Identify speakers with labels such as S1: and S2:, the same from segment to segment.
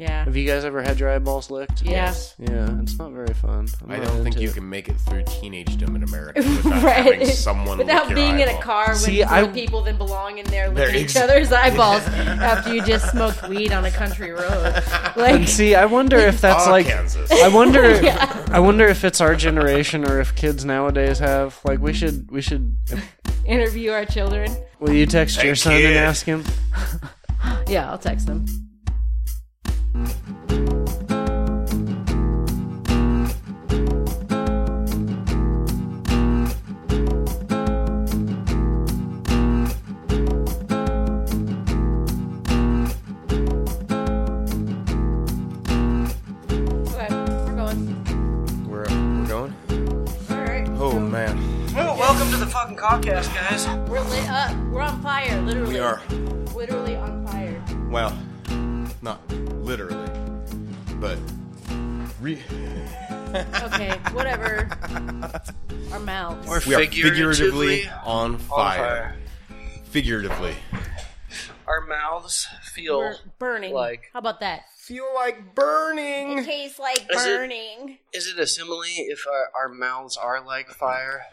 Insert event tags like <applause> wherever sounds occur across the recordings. S1: Have you guys ever had your eyeballs licked?
S2: Yes.
S1: Yeah, it's not very fun. I'm
S3: I
S1: not
S3: don't think
S1: into
S3: you
S1: it.
S3: can make it through teenagedom in
S2: <laughs>
S3: America without having
S2: right.
S3: someone
S2: Without
S3: lick your
S2: being in a
S3: eyeball.
S2: car with
S1: See,
S2: more
S1: I-
S2: people than belong in there
S3: There
S2: looking at each
S3: is-
S2: other's eyeballs after you
S3: <laughs>
S2: just smoked weed on a country road. Like,
S1: And see, I wonder
S2: <laughs>
S1: if that's
S3: Ah,
S1: like.
S3: Kansas.
S1: I wonder.
S2: Yeah.
S1: I wonder if it's our generation or if kids nowadays have like we should we should.
S2: interview our children.
S1: Will you text
S3: Hey,
S1: your son
S3: kid.
S1: and ask him?
S2: Yeah, I'll text them. Okay, we're going.
S3: We're, we're going.
S2: All right.
S3: Oh man,
S4: Well, welcome to the fucking podcast, guys.
S2: We're lit up. We're on fire, literally.
S3: we are.
S2: Literally on fire.
S3: Well, not literally, but re-
S2: Okay, whatever.
S3: <laughs>
S2: Our mouths.
S3: we are figuratively on fire. Figuratively.
S4: Our mouths feel.
S2: We're burning.
S4: Like-
S2: How about that?
S3: Feel like burning.
S2: tastes like
S4: Is it-
S2: burning.
S4: Is it a simile if our, our mouths are like fire?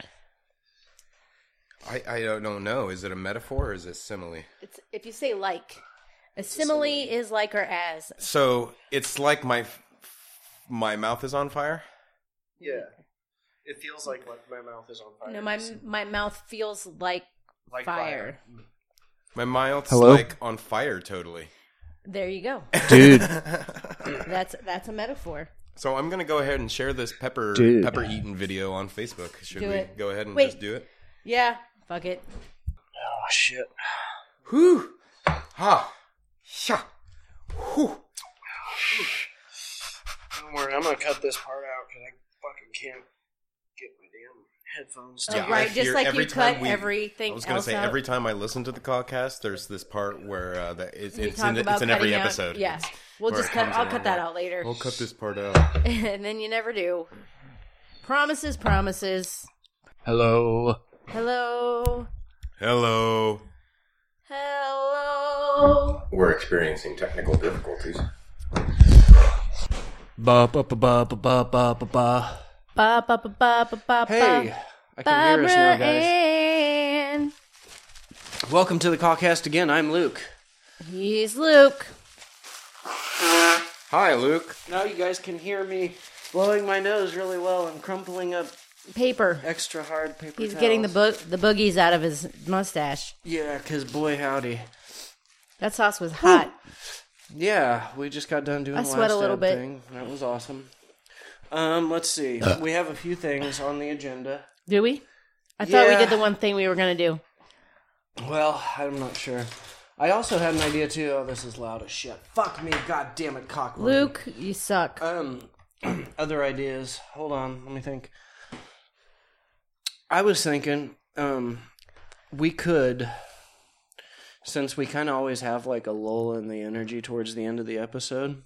S3: I, I don't, don't know. Is it a metaphor or is it simile?
S2: It's if you say like. A simile is like or as.
S3: So it's like my f- my mouth is on fire.
S4: Yeah. It feels like like my mouth is on fire.
S2: No, my
S4: It's
S2: my mouth feels like,
S4: like
S2: fire.
S3: My mouth's
S1: Hello?
S3: like on fire totally.
S2: There you go.
S1: Dude,
S2: <laughs> That's that's a metaphor.
S3: So I'm gonna go ahead and share this pepper
S1: Dude.
S3: pepper eaten video on Facebook. Should
S2: Do
S3: we
S2: it.
S3: go ahead and
S2: Wait.
S3: just do it?
S2: Yeah. Fuck it.
S4: Oh shit.
S3: Whew. Ha. Sha. Whew.
S4: Don't worry, I'm gonna cut this part out because I fucking can't get my damn headphones.
S2: Oh,
S4: To
S3: Yeah, I
S2: right, just
S3: hear
S2: like
S3: every
S2: you cut
S3: time we-
S2: everything
S3: I was gonna
S2: else
S3: say
S2: out.
S3: every time I listen to the podcast, there's this part where uh, that it's
S2: we
S3: it's
S2: talk
S3: in, the-
S2: about
S3: it's in every
S2: cutting out-
S3: episode.
S2: Yeah.
S3: It's-
S2: We'll
S3: where
S2: just
S3: it
S2: cut
S3: comes
S2: I'll
S3: in
S2: cut
S3: and
S2: that
S3: out.
S2: out later.
S3: I'll cut this part out.
S2: <laughs> and then you never do. Promises, promises.
S1: hello.
S2: Hello.
S3: Hello.
S2: Hello.
S3: We're experiencing technical difficulties.
S1: Ba ba ba ba ba ba ba ba ba.
S2: Ba ba ba ba ba ba.
S1: Hey, I can
S2: Barbara
S1: hear us now, guys.
S2: Ann.
S1: Welcome to the Callcast again. I'm Luke.
S2: He's Luke.
S3: Hi, Luke.
S1: Now you guys can hear me blowing my nose really well and crumpling up
S2: Paper.
S1: extra hard paper.
S2: He's getting the
S1: towels.
S2: bo- the boogies out of his mustache.
S1: Yeah, cause boy howdy.
S2: That sauce was hot.
S1: Yeah, we just got done doing
S2: I
S1: the
S2: sweat a
S1: last
S2: little
S1: ad
S2: bit.
S1: thing. That was awesome. Um, let's see. We have a few things on the agenda.
S2: Do we? I thought we
S1: Yeah.
S2: did the one thing we were gonna do.
S1: Well, I'm not sure. I also had an idea too. Oh, this is loud as shit. Fuck me, god damn it, cock. ring.
S2: Luke, you suck.
S1: Um, <clears throat> other ideas. Hold on, let me think. I was thinking, um, we could, since we kind of always have like a lull in the energy towards the end of the episode.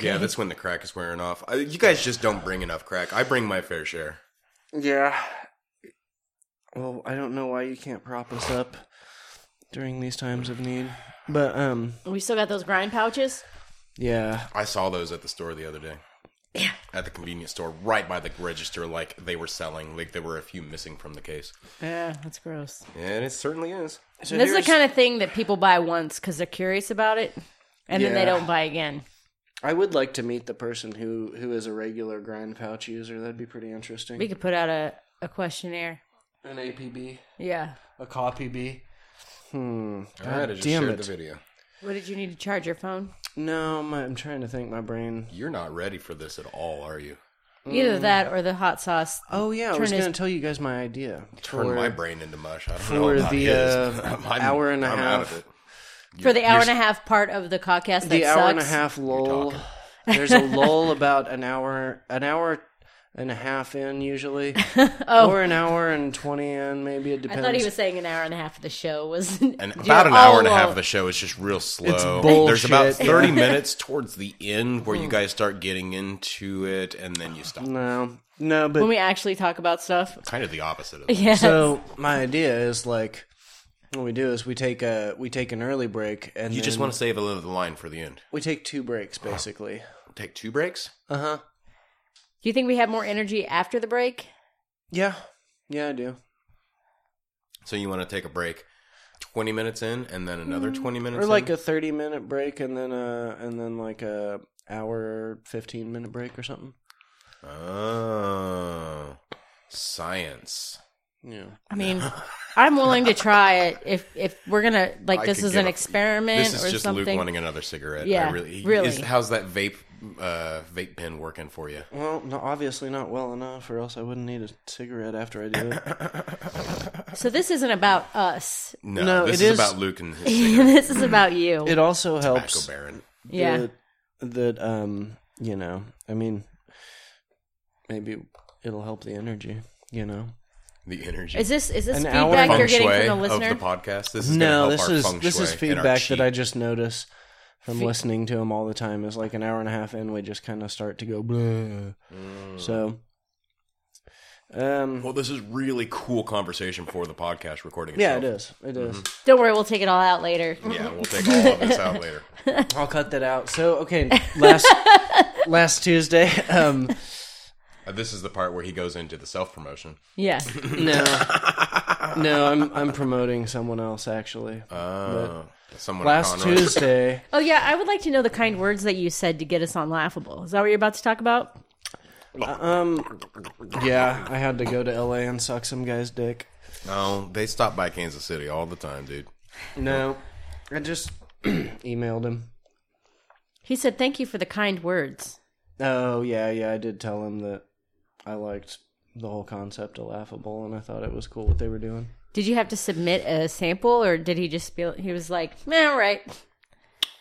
S3: Yeah, that's when the crack is wearing off. I, you guys just don't bring enough crack. I bring my fair share.
S1: Yeah. Well, I don't know why you can't prop us up during these times of need, but um,
S2: we still got those grind pouches.
S1: yeah,
S3: I saw those at the store the other day. Yeah. At the convenience store, right by the register, like they were selling. Like there were a few missing from the case.
S2: Yeah, that's gross.
S3: And it certainly is.
S1: So
S2: this is the
S1: here's-
S2: kind of thing that people buy once because they're curious about it, and then they
S1: Yeah.
S2: don't buy again.
S1: I would like to meet the person who who is a regular grind pouch user. That'd be pretty interesting.
S2: We could put out a, a questionnaire.
S1: An APB.
S2: Yeah.
S1: a copy B. Hmm.
S3: All right, I just
S1: damn
S3: shared
S1: it.
S3: the video.
S2: What did you need to charge your phone?
S1: No, my, I'm trying to think. My brain.
S3: You're not ready for this at all, are you? Mm.
S2: Either that or the hot sauce.
S1: Oh yeah, I was
S2: his-
S1: going to tell you guys my idea.
S3: Turn
S1: for-
S3: my brain into mush. I don't know
S1: for
S3: about
S1: the,
S3: his,
S1: uh,
S3: but <laughs> I'm-
S1: hour and a
S3: I'm out of
S1: half-
S3: it.
S2: for the hour
S3: you're
S2: and a half part of the podcast that
S1: The hour
S2: sucks.
S1: and a half
S2: <laughs>
S1: lull.
S3: talking.
S1: There's a lull about an hour, an hour and a half
S2: <laughs>
S1: in usually, or an hour and twenty in. Maybe it
S2: Oh. I
S1: depends.
S2: thought he was saying an hour and a half of the show was <laughs>
S3: And about an
S2: all
S3: hour and a half
S2: alone.
S3: of the show is just real slow.
S1: uh, bullshit.
S3: There's about
S1: <laughs> Yeah. Hmm.
S3: 30 minutes towards the end where you guys start getting into it and then you stop.
S1: no, no, but
S2: when we actually talk about stuff. <laughs>
S3: Kind of the opposite of that.
S2: Yeah.
S1: so my idea is like What we do is we take a we take an early break, and
S3: You just
S1: then
S3: want to save a little of the line for the end.
S1: we take two breaks basically.
S3: Take two breaks.
S1: Uh huh.
S2: Do you think we have more energy after the break?
S1: Yeah, yeah, I do.
S3: So you want to take a break, twenty minutes in, and then another twenty minutes.
S1: Mm, Or like
S3: in?
S1: a thirty minute break, and then uh and then like a hour fifteen minute break or something.
S3: oh, science.
S1: Yeah.
S2: I mean,
S3: <laughs>
S2: I'm willing to try it if if we're gonna like
S3: I
S2: this
S3: could
S2: is
S3: give
S2: an
S3: up.
S2: experiment
S3: this
S2: or
S3: is just Luke
S2: something.
S3: wanting another cigarette.
S2: Yeah,
S3: I really,
S2: really.
S3: Is, how's that vape uh, vape pen working for you?
S1: Well, no, obviously not well enough, or else I wouldn't need a cigarette after I
S3: <coughs>
S1: do it.
S2: So this isn't about us.
S3: <laughs> No,
S1: No,
S3: this
S1: it
S3: is,
S1: is-
S3: about Luke
S1: <laughs>
S3: and
S2: <laughs>
S3: his
S2: this is about you.
S1: it also
S3: tobacco
S1: helps
S3: baron.
S2: yeah.
S1: that, that um you know I mean maybe it'll help the energy you know.
S3: The energy.
S2: Is this is this
S1: An hour
S2: feedback
S1: feng
S2: you're getting
S3: shui
S2: from the
S3: of
S2: listener?
S3: the podcast. This is
S1: no,
S3: gonna help
S1: this
S3: our
S1: is
S3: feng
S1: this is
S3: shui and our
S1: feedback that
S3: chi.
S1: I just notice from listening to him all the time. Is like an hour and a half in, we just kind of start to go. Bleh.
S3: Mm.
S1: So, um,
S3: Well, this is really cool conversation for the podcast recording.
S1: yeah, it
S3: itself.
S1: is. It is.
S2: Don't worry, we'll take it all out later.
S3: Yeah, we'll take all of this
S1: <laughs>
S3: out later.
S1: I'll cut that out. So, okay, last last Tuesday. Um,
S3: Uh, this is the part where he goes into the self promotion.
S2: Yeah.
S1: no, no, I'm I'm promoting someone else actually.
S3: Uh, someone
S1: last
S3: Conroy-
S1: Tuesday.
S2: Oh yeah, I would like to know the kind words that you said to get us on laughable. Is that what you're about to talk about?
S1: Um, yeah, I had to go to LA and suck some guy's dick.
S3: No, they stop by Kansas City all the time, dude.
S1: No, I just <clears throat> emailed him.
S2: He said thank you for the kind words.
S1: Oh yeah, yeah. I did tell him that I liked the whole concept of laughable, and I thought it was cool what they were doing.
S2: Did you have to submit a sample, or did he just feel he was like, "Eh, all right,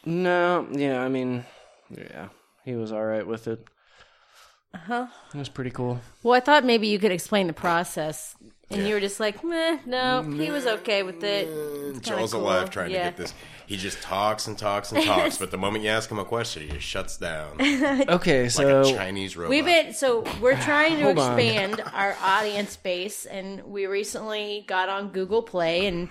S1: No, yeah. I mean, yeah. He was all right with it.
S2: huh?"
S1: It was pretty cool.
S2: Well, I thought maybe you could explain the process, and you were just like, "Meh, no, he was okay with it." Mm, kinda
S3: Joel's
S2: cool.
S3: alive trying
S2: Yeah.
S3: to get this. He just talks and
S2: <laughs>
S3: talks and talks, but the moment you ask him a question, he just shuts down like
S1: Okay,
S3: a
S1: so
S3: Chinese robot.
S2: We've been so we're trying to
S1: <sighs> Hold on.
S2: expand our audience base, and we recently got on Google Play, and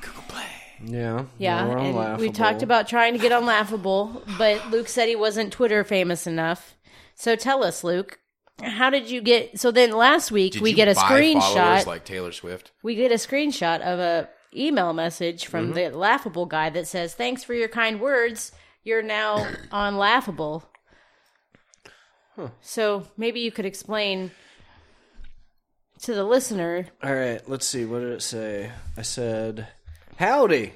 S1: yeah,
S2: yeah,
S1: we're on
S2: and we
S1: Laughable.
S2: talked about trying to get on Laughable, but Luke said he wasn't Twitter famous enough. So tell us, Luke, how did you get? So then last week
S3: Did
S2: we
S3: you
S2: get a
S3: buy followers
S2: screenshot.
S3: like Taylor Swift.
S2: we get a screenshot of a email message from
S3: Mm-hmm.
S2: the laughable guy that says thanks for your kind words you're
S3: <coughs>
S2: now on laughable so maybe you could explain to the listener
S1: All right, let's see. What did it say? I said, "Howdy."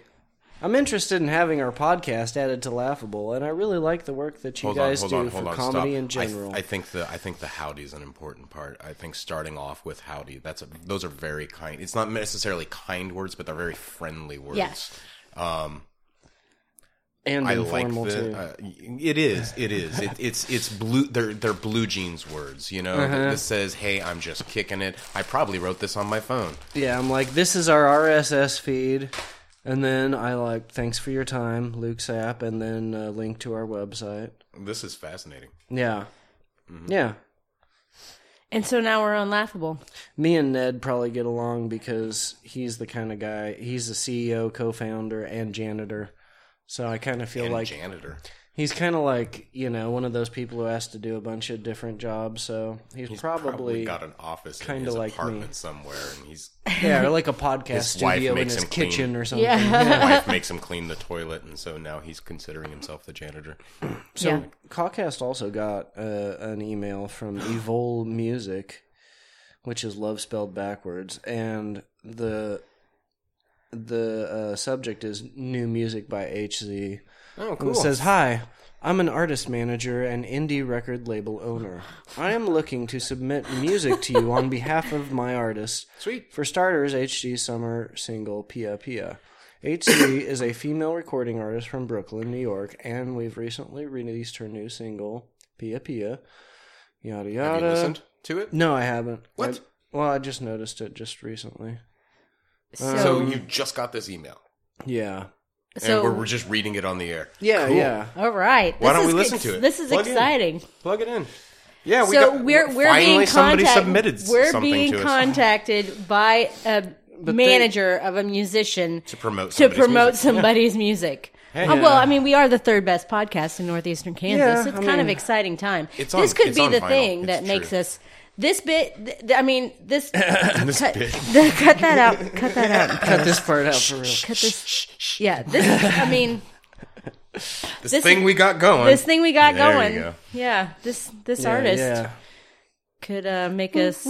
S1: I'm interested in having our podcast added to Laughable, and I really like the work that you
S3: Hold on,
S1: guys
S3: hold
S1: do
S3: on,
S1: for
S3: hold on.
S1: comedy
S3: stop.
S1: in general.
S3: I, I think the I think the howdy is an important part. I think starting off with howdy. That's a, those are very kind. It's not necessarily kind words, but they're very friendly words.
S2: Yes.
S3: Um,
S1: and
S3: I like
S1: informal
S3: the.
S1: too.
S3: Uh, it is. It is. It, it's. It's blue. They're. They're blue jeans words. You know.
S1: Uh-huh.
S3: This says, "Hey, I'm just kicking it." I probably wrote this on my phone.
S1: Yeah, I'm like, this is our RSS feed. And then I like, thanks for your time, Luke's app, and then uh, link to our website.
S3: This is fascinating.
S1: Yeah.
S3: Mm-hmm.
S1: Yeah.
S2: and so now we're on
S3: Uh,
S2: laughable
S1: Me and Ned probably get along because he's the kind of guy, he's the CEO, co founder, and janitor. So I kind of feel
S3: And
S1: like
S3: janitor.
S1: he's kind of like, you know, one of those people who has to do a bunch of different jobs. So he's, probably,
S3: Probably got an office in
S1: kinda
S3: his
S1: like me.
S3: apartment somewhere, and he's
S1: <laughs> yeah, or like a podcast
S3: His wife
S1: studio in
S3: makes
S1: his
S3: him clean.
S1: kitchen or
S2: <laughs>
S1: something.
S2: yeah
S3: wife makes him clean the toilet, and so now he's considering himself the janitor.
S1: So
S2: Yeah.
S1: Cawcast also got uh, an email from Evol Music, which is love spelled backwards, and the the uh, subject is new music by HZ.
S3: Oh,
S1: And it says, "Hi, I'm an artist manager and indie record label owner. I am looking to submit music to you on behalf of my artist.
S3: <laughs> Sweet.
S1: For starters, HG summer single Pia Pia. HG is a female recording artist from Brooklyn, New York, and we've recently released her new single Pia Pia. Yada yada.
S3: Have you listened to it?
S1: No, I haven't.
S3: What?
S1: I- well, I just noticed it just recently.
S2: so,
S3: So you just got this email,
S1: Yeah.
S3: and we're,
S2: so
S3: we're just reading it on the air.
S1: Yeah,
S3: <laughs>
S1: yeah.
S2: all right
S3: Why
S2: This
S3: don't we
S2: is
S3: listen
S2: ex-
S3: to it?
S2: this is
S3: Plug in.
S2: exciting
S3: Plug it in. Yeah, we
S2: so
S3: got,
S2: we're we're
S3: finally
S2: being
S3: somebody
S2: contacted.
S3: submitted s-
S2: we're
S3: something
S2: being
S3: to us.
S2: contacted by a
S1: <laughs> But they-
S2: manager of a musician
S3: to promote
S2: to
S3: somebody's
S2: promote
S3: music.
S2: somebody's music.
S3: Hey.
S2: Oh, well, I mean, we are the third best podcast in northeastern Kansas.
S1: Yeah,
S2: it's
S1: I
S2: kind of
S1: mean,
S2: exciting time.
S3: it's
S2: this
S3: on-
S2: could
S3: it's
S2: be
S3: on
S2: the
S3: vinyl.
S2: thing
S3: It's
S2: that makes
S3: true.
S2: us this bit. Th- th- I mean, this.
S3: <coughs> This
S2: cut,
S3: bit.
S2: <laughs> th- cut that out. Cut
S3: <laughs>
S2: that out.
S1: cut this part out for real.
S2: Cut this. Yeah, this. I mean,
S3: <laughs> This,
S2: this-
S3: thing we got going.
S2: this thing we got
S3: There you
S2: going.
S3: go.
S2: Yeah, this this
S1: Yeah,
S2: artist
S1: yeah.
S2: could uh, make us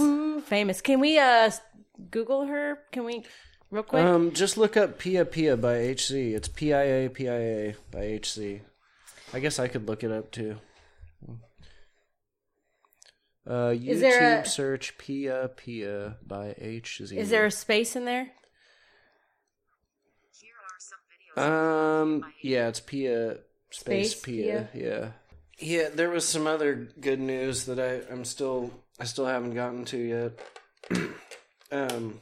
S2: famous. Can we uh, Google her? Can we real quick?
S1: Um, just look up Pia Pia by HC. It's P I A P I A by HC. I guess I could look it up too. Uh, YouTube
S2: Is there a-
S1: search Pia Pia by HZ.
S2: Is there a space in there?
S1: Um. Yeah, it's Pia space,
S2: Space
S1: Pia. Yeah. Yeah. There was some other good news that I I'm still I still haven't gotten to yet. <clears throat> um.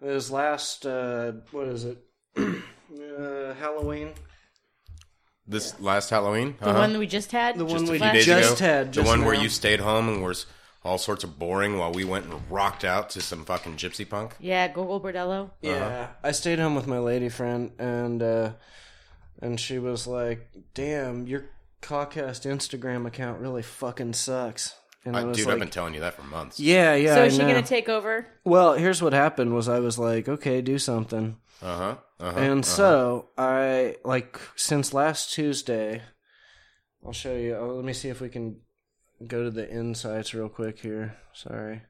S1: It was last uh what is it? <clears throat> uh, Halloween.
S3: This last Halloween, Uh-huh.
S2: The
S1: Uh-huh.
S2: one that we just had.
S1: The one we
S3: few days
S1: just
S3: ago,
S1: had just
S3: the one where
S1: now.
S3: you stayed home and was all sorts of boring while we went and rocked out to some fucking gypsy punk.
S2: Yeah, Google Bordello.
S3: Uh-huh.
S1: Yeah. I stayed home with my lady friend and uh and she was like, "Damn, your cockcast Instagram account really fucking sucks." And
S3: I,
S1: I was
S3: Uh, dude,
S1: like,
S3: I've been telling you that for months.
S1: "Yeah, yeah."
S2: so
S1: I
S2: is she
S1: know.
S2: gonna take over?
S1: Well, here's what happened was I was like, okay, do something.
S3: Uh huh. Uh huh.
S1: And so I like since last Tuesday, I'll show you. Oh, let me see if we can go to the insights real quick here. Sorry.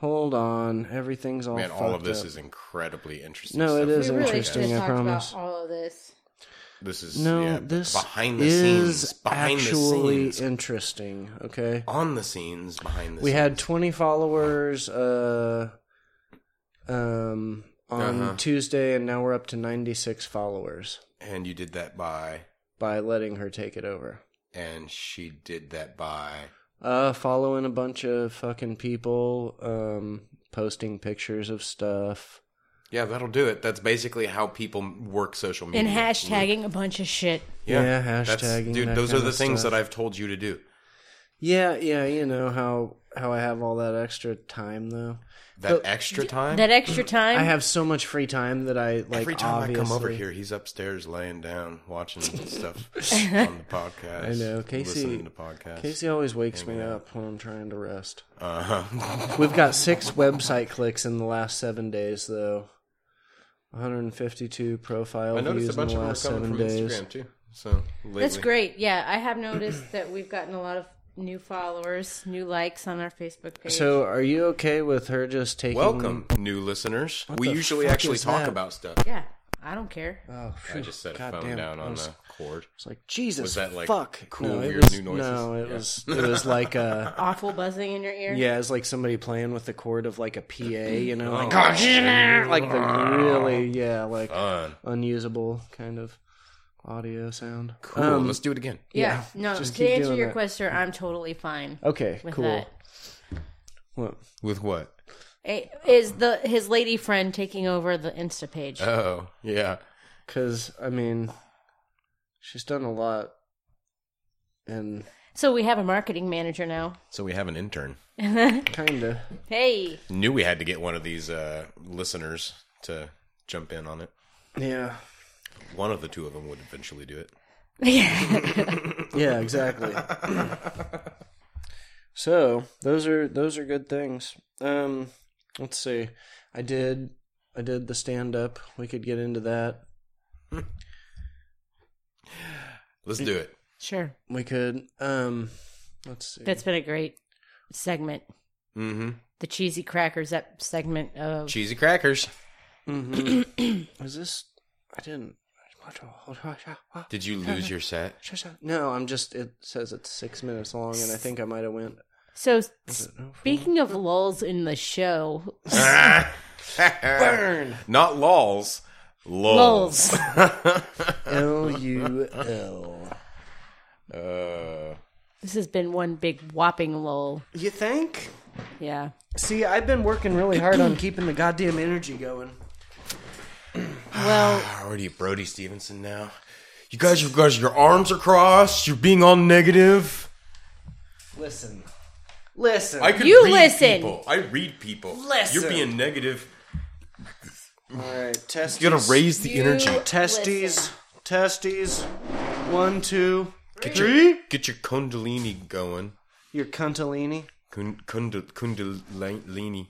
S1: Hold on. Everything's all
S3: Man, all of
S1: fucked
S3: this
S1: up.
S3: is incredibly interesting.
S1: No,
S3: stuff.
S1: it is interesting, I promise.
S2: all of this.
S3: This is
S1: No,
S3: yeah,
S1: this
S3: behind the
S1: is
S3: scenes, behind
S1: actually
S3: the scenes,
S1: interesting. Okay.
S3: on the scenes, behind the
S1: we
S3: scenes.
S1: had 20 followers uh um on
S3: Uh-huh.
S1: Tuesday and now we're up to 96 followers
S3: and you did that by,
S1: by letting her take it over.
S3: and she did that by.
S1: Uh, following a bunch of fucking people, um, posting pictures of stuff.
S3: Yeah, that'll do it. That's basically how people work social media.
S2: And hashtagging a bunch of shit.
S1: Yeah,
S3: that's-
S1: hashtagging,
S3: Dude,
S1: that
S3: those are
S1: kinda
S3: the things
S1: stuff.
S3: that I've told you to do.
S1: Yeah, yeah, you know how how I have all that extra time though.
S3: That extra time.
S2: That extra time.
S1: I have so much free time that I like.
S3: Every time
S1: obviously,
S3: I come over here, he's upstairs laying down,
S1: <laughs>
S3: watching stuff on the podcast.
S1: I know, Casey-
S3: Listening to podcasts.
S1: Casey always wakes me up when I'm trying to rest.
S3: Uh-huh. <laughs>
S1: We've got six website clicks in the last seven days though. 152 profile
S3: I noticed
S1: views
S3: a bunch
S1: in the
S3: of them are
S1: last
S3: coming
S1: seven
S3: from
S1: days.
S3: Instagram too. So lately.
S2: That's great. Yeah, I have noticed that we've gotten a lot of new followers, new likes on our Facebook page.
S1: So, are you okay with her just taking?
S3: Welcome, new listeners. we
S1: the
S3: usually
S1: fuck
S3: actually
S1: is
S3: talk
S1: that?
S3: about stuff.
S2: yeah, I don't care.
S1: Oh,
S3: I just set a
S1: God
S3: phone
S1: damn,
S3: down
S1: I
S3: on
S1: was-
S3: the cord.
S1: It's like Jesus.
S3: Was that, like,
S1: fuck?
S3: cool,
S1: no, it
S3: weird
S1: was,
S3: new noises?
S1: No, it
S3: Yeah.
S1: was it was like a
S2: Awful buzzing in your ear.
S1: <laughs> yeah, it's like somebody playing with the chord of like a PA,
S3: <clears throat>
S1: you know, like <laughs> "Oh, shit," like the really yeah, like
S3: Fun.
S1: unusable kind of audio sound.
S3: Cool. Let's do it again.
S2: Yeah, no.
S1: just
S2: to
S1: keep
S2: answer
S1: doing
S2: your
S1: that.
S2: question, I'm totally fine.
S1: Okay,
S2: With
S1: cool.
S2: that.
S1: What?
S3: With what?
S2: Eh, Is the his lady friend taking over the Insta page?
S1: Uh.
S3: Oh, yeah.
S1: Because I mean, she's done a lot, and
S2: so we have a marketing manager now.
S3: So we have an intern.
S1: kinda.
S2: Hey,
S3: Knew we had to get one of these uh, listeners to jump in on it.
S1: Yeah.
S3: One of the two of them would eventually do it.
S1: Yeah. Exactly. So those are those are good things. Um, let's see. I did I did the stand up. We could get into that.
S3: Let's do it.
S2: sure.
S1: We could. Um, let's see.
S2: That's been a great segment.
S3: Mm-hmm.
S2: The cheesy crackers that segment of
S3: Cheesy crackers.
S1: Mm-hmm. Is this? I didn't.
S3: Did you lose
S2: <laughs>
S3: your set?
S1: No, I'm just. It says it's six minutes long, and I think I might have went.
S2: So s- speaking of lulls in the show,
S1: Burn.
S3: Not lols. Lols.
S2: lulls.
S1: L U L.
S3: Uh,
S2: This has been one big whopping lull.
S1: You think?
S2: Yeah.
S1: See, I've been working really hard on keeping the goddamn energy going.
S2: Well,
S3: how are you, Brody Stevenson? Now, you guys, you guys, your arms are crossed. You're being all negative.
S1: Listen, Listen.
S3: I could
S2: You
S3: read
S2: listen.
S3: people. I read people.
S1: Listen.
S3: You're being negative.
S1: All right, testes.
S3: You gotta raise the
S2: You
S3: energy.
S1: testes.
S2: listen.
S1: Testes. One, two,
S3: Get your,
S1: three.
S3: get your kundalini going.
S1: Your Kundalini.
S3: Kun, kundal, kundalini.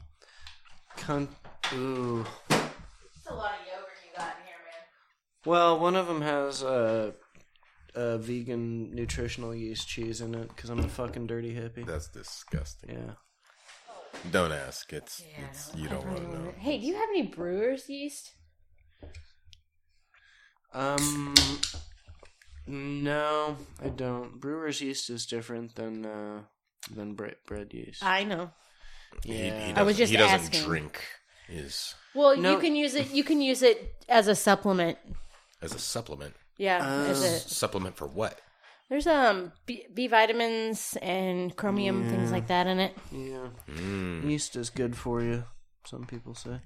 S1: Kun. Ooh.
S2: That's a lot of yogurt you got in here, man.
S1: Well, one of them has uh, uh, vegan nutritional yeast cheese in it because I'm a fucking dirty hippie.
S3: That's disgusting.
S1: Yeah.
S3: Don't ask. It's,
S2: Yeah,
S3: it's you don't want to know.
S2: Hey, do you have any brewer's yeast?
S1: Um. No, I don't. Brewer's yeast is different than uh, than bre- bread yeast.
S2: I know.
S1: yeah.
S3: He, he
S2: I was
S3: doesn't-
S2: just
S3: he doesn't
S2: asking.
S3: drink is
S2: Well,
S1: No.
S2: you can use it. You can use it as a supplement.
S3: as a supplement.
S2: Yeah,
S1: Oh.
S2: as a,
S3: Supplement for what?
S2: there's um B, B vitamins and chromium things like that in it.
S1: yeah.
S3: Mm.
S1: Yeast is good for you. Some people say.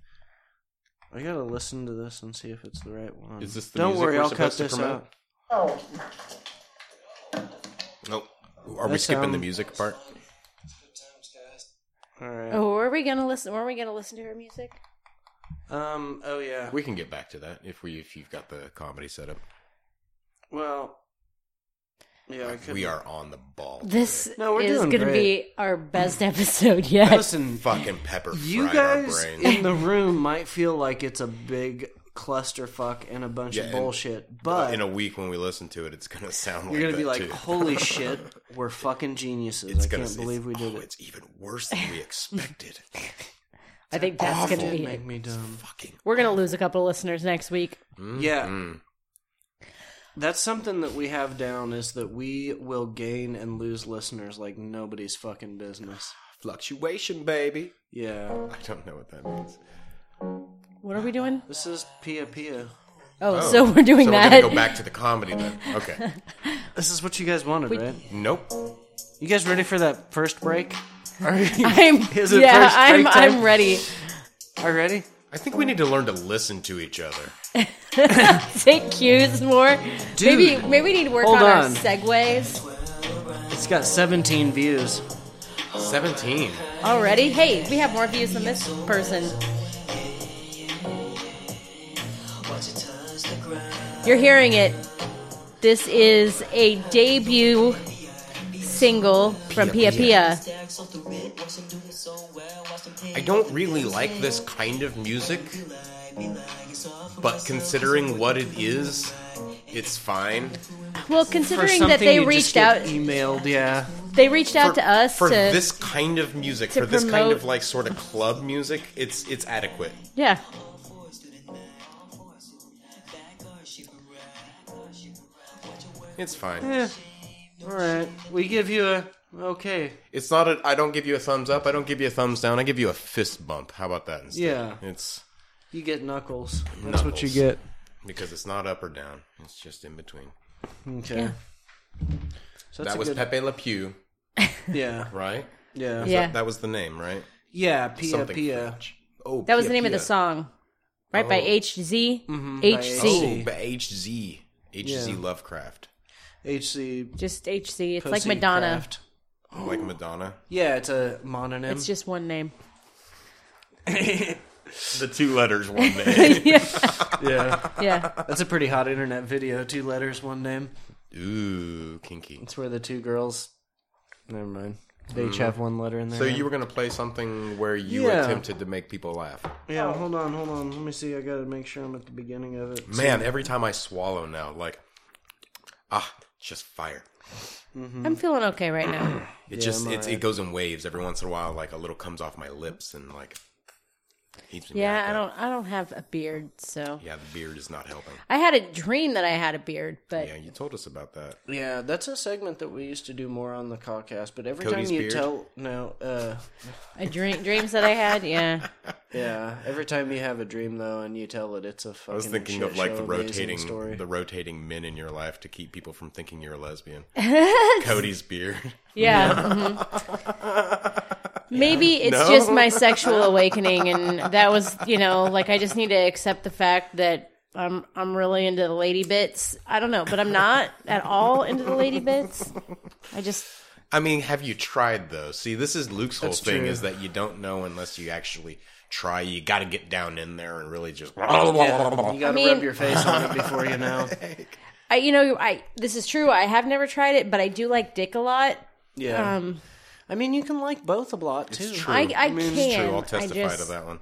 S1: I gotta listen to this and see if it's the right one.
S3: Is this the
S1: don't
S3: music
S1: worry,
S3: we're
S1: I'll cut
S3: supposed to
S1: this
S3: promote?
S1: out.
S3: Nope. Are we
S1: That
S3: skipping the
S1: sound-
S3: music part?
S1: All right.
S2: Oh, were we gonna listen? Were we gonna listen to her music?
S1: Um. Oh yeah.
S3: We can get back to that if we if you've got the comedy set up.
S1: Well. Yeah. I could.
S3: We are on the ball.
S2: This
S1: No, we're
S2: is
S1: doing
S2: gonna be our best <laughs> episode yet.
S1: <laughs> Listen,
S3: Fucking pepper
S1: you
S3: <laughs> fried
S1: guys
S3: our brain.
S1: in the room might feel like it's a big clusterfuck and a bunch
S3: Yeah,
S1: of
S3: and-
S1: bullshit, but
S3: in a week when we listen to it, it's gonna sound like
S1: you're gonna
S3: that
S1: be like,
S3: too. <laughs>
S1: "Holy shit, we're fucking geniuses!"
S3: It's
S1: I
S3: gonna
S1: can't
S3: it's-
S1: believe we did
S3: oh,
S1: it.
S3: It's even worse
S1: <laughs>
S3: than we expected.
S2: I think that's gonna
S1: Did
S2: be.
S1: make me dumb.
S3: Fucking
S2: We're gonna lose a couple of listeners next week.
S3: Mm-hmm.
S1: Yeah, that's something that we have down is that we will gain and lose listeners like nobody's fucking business.
S3: fluctuation, baby.
S1: Yeah,
S3: I don't know what that means.
S2: What are we doing?
S1: this is Pia Pia.
S2: Oh, so we're doing
S3: So we're
S2: that.
S3: gonna go back to the comedy then. Okay.
S1: <laughs> This is what you guys wanted, right?
S3: Nope.
S1: You guys ready for that first break? Are you?
S2: <laughs>
S1: <laughs>
S2: I'm
S1: Is it
S2: yeah,
S1: first
S2: I'm
S1: break time?
S2: I'm ready.
S1: Are you ready?
S3: I think we need to learn to listen to each other.
S2: Take cues more.
S1: Dude.
S2: maybe maybe we need to work
S1: Hold
S2: on, our
S1: on.
S2: segues
S1: It's got 17 views.
S3: Seventeen.
S2: already. Hey, we have more views than this person. You're hearing it. This is a debut single from Pia
S3: Pia
S2: Pia.
S3: I don't really like this kind of music, but considering what it is, it's fine.
S2: Well, considering that they
S1: you just
S2: reached
S1: get e-
S2: out,
S1: emailed. Yeah,
S2: they reached out to us
S3: for
S2: to
S3: this kind of music,
S2: to
S3: for this kind
S2: promote-
S3: of like sort of club music, it's it's adequate.
S2: yeah.
S3: It's fine.
S1: Eh, all right. We give you a okay.
S3: It's not a. I don't give you a thumbs up. I don't give you a thumbs down. I give you a fist bump. How about that instead?
S1: Yeah.
S3: It's
S1: You get knuckles. That's what
S3: Knuckles.
S1: you get.
S3: because it's not up or down. It's just in between.
S1: Okay.
S2: Yeah.
S1: So that's
S3: that
S1: a
S3: was
S1: good,
S3: Pepe Le Pew,
S1: Yeah,
S3: right?
S1: yeah,
S2: Yeah.
S3: That was the name, right?
S1: yeah. Pia
S3: Something
S1: Pia.
S3: French. Oh,
S2: That was
S3: Pia
S2: the name of the
S3: Pia.
S2: song, right? By
S3: Oh.
S2: HZ.
S1: HZ.
S2: HZ.
S3: Oh, but HZ. HZ
S1: Yeah.
S3: Lovecraft.
S1: HC.
S2: Just HC. It's like
S1: Pussy
S2: Madonna.
S1: Craft.
S3: <gasps> Like Madonna.
S1: Yeah, it's a mononym.
S2: It's just one
S3: <laughs>
S2: name. <laughs>
S1: <laughs>
S3: The two letters one name.
S1: yeah,
S2: Yeah.
S1: that's a pretty hot internet video. Two letters, one name.
S3: <laughs> Ooh, kinky.
S1: It's where the two girls. Never mind. They each have one letter in there.
S3: Mm-hmm. So you were gonna play something where you
S1: Yeah.
S3: attempted to make people laugh.
S1: Yeah, hold on, hold on. Let me see. I gotta make sure I'm at the beginning of it.
S3: Man, every time I swallow now, like ah, just fire.
S2: I'm feeling okay right now.
S3: It just
S1: I'm
S3: it's,
S1: alright.
S3: it goes in waves every once in a while. Like a little comes off my lips and like heaps me
S2: Yeah,
S3: back
S2: I
S3: up.
S2: don't I don't have a beard, so
S3: Yeah, the beard is not helping.
S2: I had a dream that I had a beard, but
S3: Yeah, you told us about that.
S1: Yeah, that's a segment that we used to do more on the podcast. But every
S3: Cody's
S1: time you
S3: beard?
S1: tell no, uh,
S2: a dream dreams that I had, yeah.
S1: <laughs> yeah, every time you have a dream though, and you tell it, it's a fucking.
S3: I was thinking
S1: shit
S3: of like
S1: show,
S3: the
S1: amazing
S3: rotating
S1: story.
S3: the rotating men in your life to keep people from thinking you're a <laughs> lesbian. Cody's beard.
S2: Yeah. mhm. Maybe it's
S3: No?
S2: just my sexual awakening and that was, you know, like I just need to accept the fact that I'm I'm really into the lady bits. I don't know, but I'm not at all into the lady bits. I just
S3: <laughs> I mean, have you tried though? See, this is Luke's whole
S1: That's
S3: thing
S1: true.
S3: is that you don't know unless you actually try. You got to get down in there and really just.
S1: You gotta
S2: mean-
S1: rub your face on it before you
S3: <laughs>
S1: know.
S2: I, you know, I this is true. I have never tried it, but I do like dick a lot.
S1: Yeah.
S2: Um,
S1: I mean, you can like both a lot too.
S3: It's true.
S2: I, I
S1: mean,
S2: can.
S1: it's
S3: True, I'll testify
S2: I just,
S3: to that one.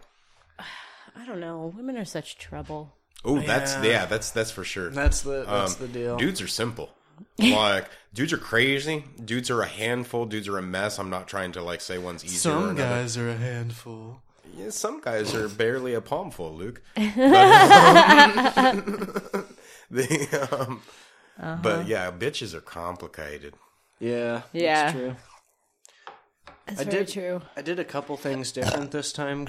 S2: I don't know. Women are such trouble.
S3: Oh, that's
S1: Yeah.
S3: yeah, that's that's for sure.
S1: That's the that's
S3: Um,
S1: the deal.
S3: Dudes are simple.
S2: <laughs>
S3: Like dudes are crazy. Dudes are a handful. Dudes are a mess. I'm not trying to like say one's easier. or another.
S1: are a handful.
S3: Yeah, some guys
S1: <laughs>
S3: are barely a palmful, Luke. But, um, <laughs> the, um,
S1: Uh-huh.
S3: but yeah, bitches are complicated.
S1: Yeah.
S2: Yeah.
S1: That's true.
S2: That's
S1: I
S2: very
S1: did-
S2: true.
S1: I did a couple things different this time.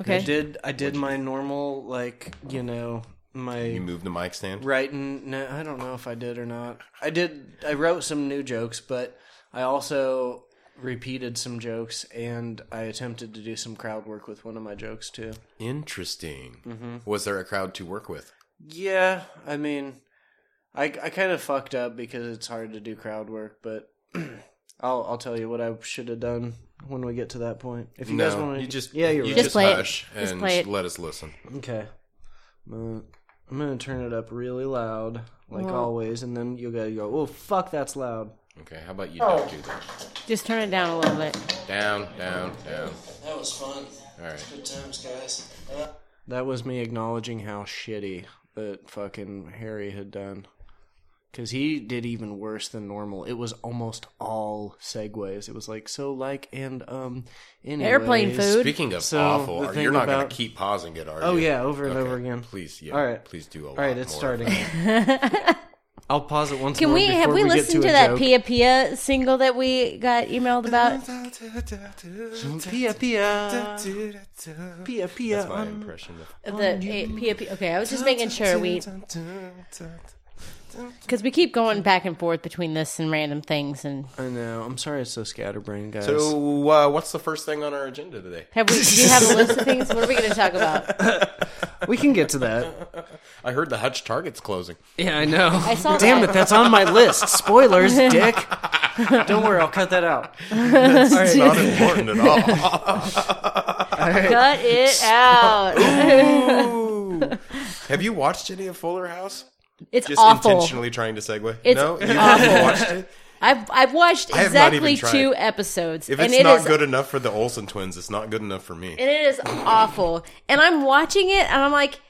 S2: Okay.
S1: I did I did my normal like you know
S3: You
S1: my
S3: move the mic stand.
S1: writing. No, I don't know if I did or not. I did. I wrote some new jokes, but I also repeated some jokes and I attempted to do some crowd work with one of my jokes too.
S3: Interesting.
S1: Mm-hmm.
S3: Was there a crowd to work with?
S1: Yeah, I mean, I I kind of fucked up because it's hard to do crowd work, but <clears throat> I'll I'll tell you what I should have done when we get to that point. If you guys
S3: No,
S1: want
S3: you just
S1: yeah, you're
S3: you
S1: right.
S3: just,
S2: Just play it.
S3: hush
S2: Just
S3: and
S2: play it.
S3: let us listen.
S1: okay. I'm gonna- I'm gonna turn it up really loud, like
S2: Well-
S1: always, and then you gotta go. Oh fuck, that's loud.
S3: Okay, how about you
S1: Oh.
S3: don't do that?
S2: Just turn it down a little bit.
S3: Down, down, down.
S4: That was fun.
S3: All right.
S4: Good times, guys.
S1: That was me acknowledging how shitty that fucking Harry had done. Because he did even worse than normal. It was almost all segues. It was like, so, like, and, um, anyways.
S2: Airplane food.
S3: Speaking of
S1: So,
S3: awful,
S1: the
S3: are-
S1: thing
S3: you're not going
S1: about-
S3: to keep pausing it, are you?
S1: Oh, yeah, over and
S3: Okay,
S1: over again.
S3: Please, yeah.
S1: All right.
S3: Please do a lot
S1: All right, it's
S3: more.
S1: starting.
S3: <laughs>
S1: I'll pause it once
S2: Can
S1: more
S2: we have
S1: before
S2: we,
S1: get
S2: listened to,
S1: a
S2: that
S1: joke.
S2: Pia Pia single that we got emailed about?
S1: Pia Pia.
S3: <laughs>
S1: Pia Pia.
S3: That's my
S1: um,
S3: impression of
S2: the eh, Pia Pia. Okay, I was just making sure we because we keep going back and forth between this and random things. And
S1: I know. I'm sorry it's so scatterbrained, guys.
S3: So, uh, what's the first thing on our agenda today?
S2: have we? Do you have a list of things? What are we going to talk about?
S1: we can get to that.
S3: I heard the Hutch Target's
S2: <laughs>
S3: closing.
S1: Yeah, I know.
S2: I saw
S1: Damn
S2: that.
S1: it, that's on my list. Spoilers,
S2: <laughs>
S1: dick. Don't worry, I'll cut that out.
S3: That's not important at all.
S2: Cut it out.
S3: Ooh. Have you watched any of Fuller House?
S2: <laughs> It's
S3: Just
S2: awful.
S3: intentionally trying to segue.
S2: It's
S3: no, you haven't watched it.
S2: I've I've watched
S3: have not even
S2: exactly
S3: tried.
S2: two episodes,
S3: If
S2: and
S3: it's
S2: it
S3: not
S2: is
S3: good enough for the Olsen twins, it's not good enough for me.
S2: and it is awful. And I'm watching it, and I'm like,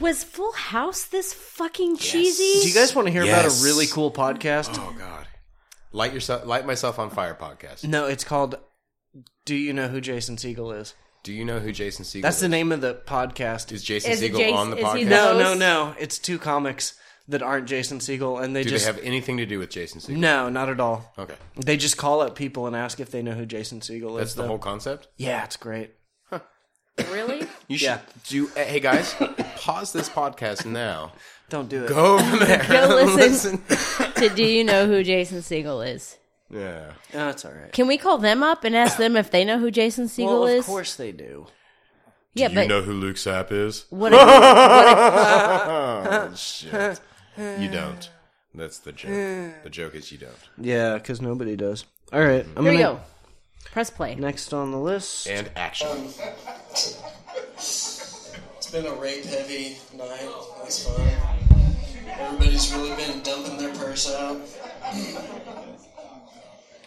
S2: was Full House this fucking cheesy?
S1: Do you guys want to hear about
S3: Yes.
S1: a really cool podcast?
S3: Oh God! Light yourself, light myself on fire podcast.
S1: No, it's called Do You Know Who Jason Siegel Is?
S3: Do you know who Jason Siegel?
S1: That's the
S3: is?
S1: name of the podcast.
S3: Is Jason
S2: Is it
S3: Siegel
S2: Jason-
S3: on the
S2: is he
S3: podcast?
S2: the-
S3: Do
S1: no, no,
S2: Those-
S1: no. It's two comics that aren't Jason Siegel and they just
S3: they have anything to do with Jason Siegel?
S1: No, not at all.
S3: Okay,
S1: They just call up people and ask if they know who Jason Siegel is.
S3: that's the
S1: though.
S3: whole concept.
S1: Yeah, it's great.
S2: really?
S3: You should
S1: Yeah.
S3: do. Hey <laughs> guys, pause this podcast now.
S1: Don't do it.
S3: Go over there.
S2: Go <laughs> listen, to Do You Know Who Jason Siegel Is?
S3: Yeah.
S1: That's all right.
S2: Can we call them up and ask them if they know who Jason Siegel
S1: Well,
S2: is?
S1: of course they do.
S2: Yeah, but
S3: who Luke Sapp is?
S2: what?
S1: <laughs>
S2: A,
S3: Oh shit! you don't. That's the joke. The joke is you don't.
S1: Yeah, because nobody does. All right, I'm
S2: here we
S1: gonna
S2: go. Press play.
S1: next on the list.
S3: And action.
S4: It's been a rape heavy night. That's fun. Everybody's really been dumping their purse out. I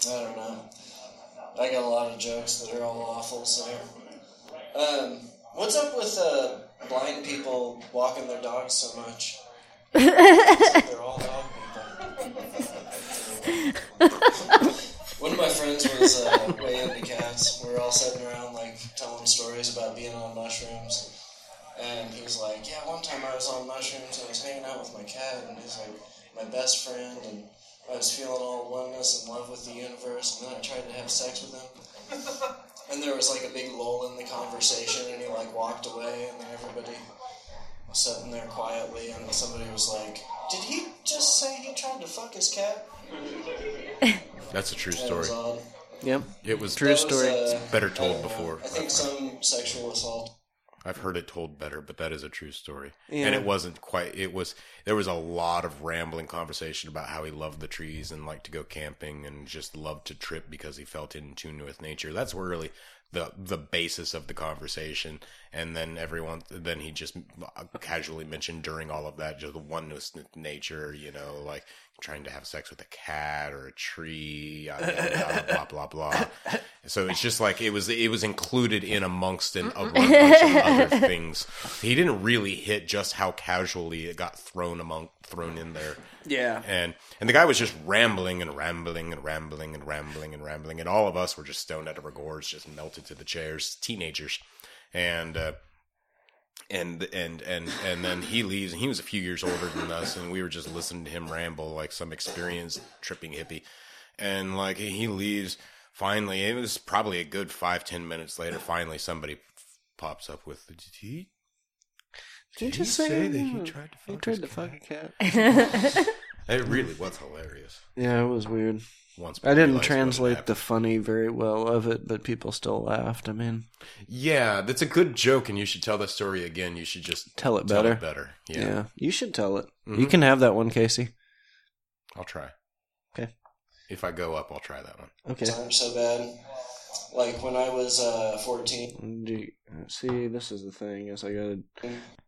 S4: don't know. I got a lot of jokes that are all awful, so. Um, what's up with uh, blind people walking their dogs so much? They're all dog people. One of my friends was uh, way into cats. We were all sitting around, like, telling stories about being on mushrooms. And he was like, Yeah, one time I was on mushrooms and I was hanging out with my cat, and he's like my best friend, and I was feeling all oneness and love with the universe, and then I tried to have sex with him. And there was like a big lull in the conversation, and he like walked away, and then everybody was sitting there quietly, and somebody was like, Did he just say he tried to fuck his cat?
S3: That's a true
S4: That
S3: story.
S4: was odd.
S1: Yep.
S3: It was
S1: True
S4: That was,
S1: story.
S4: uh,
S3: Better
S4: I
S3: told
S4: don't know.
S3: before.
S4: I think some sexual assault
S3: I've heard it told better, but that is a true story.
S1: Yeah.
S3: And it wasn't quite. It was there was a lot of rambling conversation about how he loved the trees and liked to go camping and just loved to trip because he felt in tune with nature. That's where really the the basis of the conversation. And then everyone, then he just casually mentioned during all of that just the oneness with nature. You know, like trying to have sex with a cat or a tree. Yada, yada, yada, blah blah blah. So it's just like it was. It was included in amongst and a bunch of other things. He didn't really hit just how casually it got thrown among thrown in there.
S1: Yeah.
S3: And and the guy was just rambling and rambling and rambling and rambling and rambling, and all of us were just stoned out of our gourds, just melted to the chairs, teenagers, and. Uh, and and and and then he leaves and he was a few years older than us and we were just listening to him ramble like some experienced tripping hippie and like he leaves finally it was probably a good five ten minutes later finally somebody pops up with did he
S1: Did you
S3: did
S1: just
S3: he
S1: say,
S3: that he tried to fuck
S1: he tried
S3: his
S1: to
S3: cat?
S1: fuck a cat? <laughs>
S3: it really was hilarious
S1: Yeah, it was weird.
S3: once
S1: I didn't
S3: realized what had
S1: translate the
S3: happened.
S1: funny very well of it, but people still laughed. I mean,
S3: yeah that's a good joke and you should tell that story again you should just
S1: Tell it
S3: tell
S1: better.
S3: it better
S1: yeah,
S3: yeah,
S1: you should tell it. You
S3: Mhm.
S1: can have that one, Casey.
S3: i'll try
S1: Okay.
S3: if i go up i'll try that one
S1: Okay.
S4: Times so bad. Like when I was uh, 14,
S1: Do you- see, this is the thing is I gotta,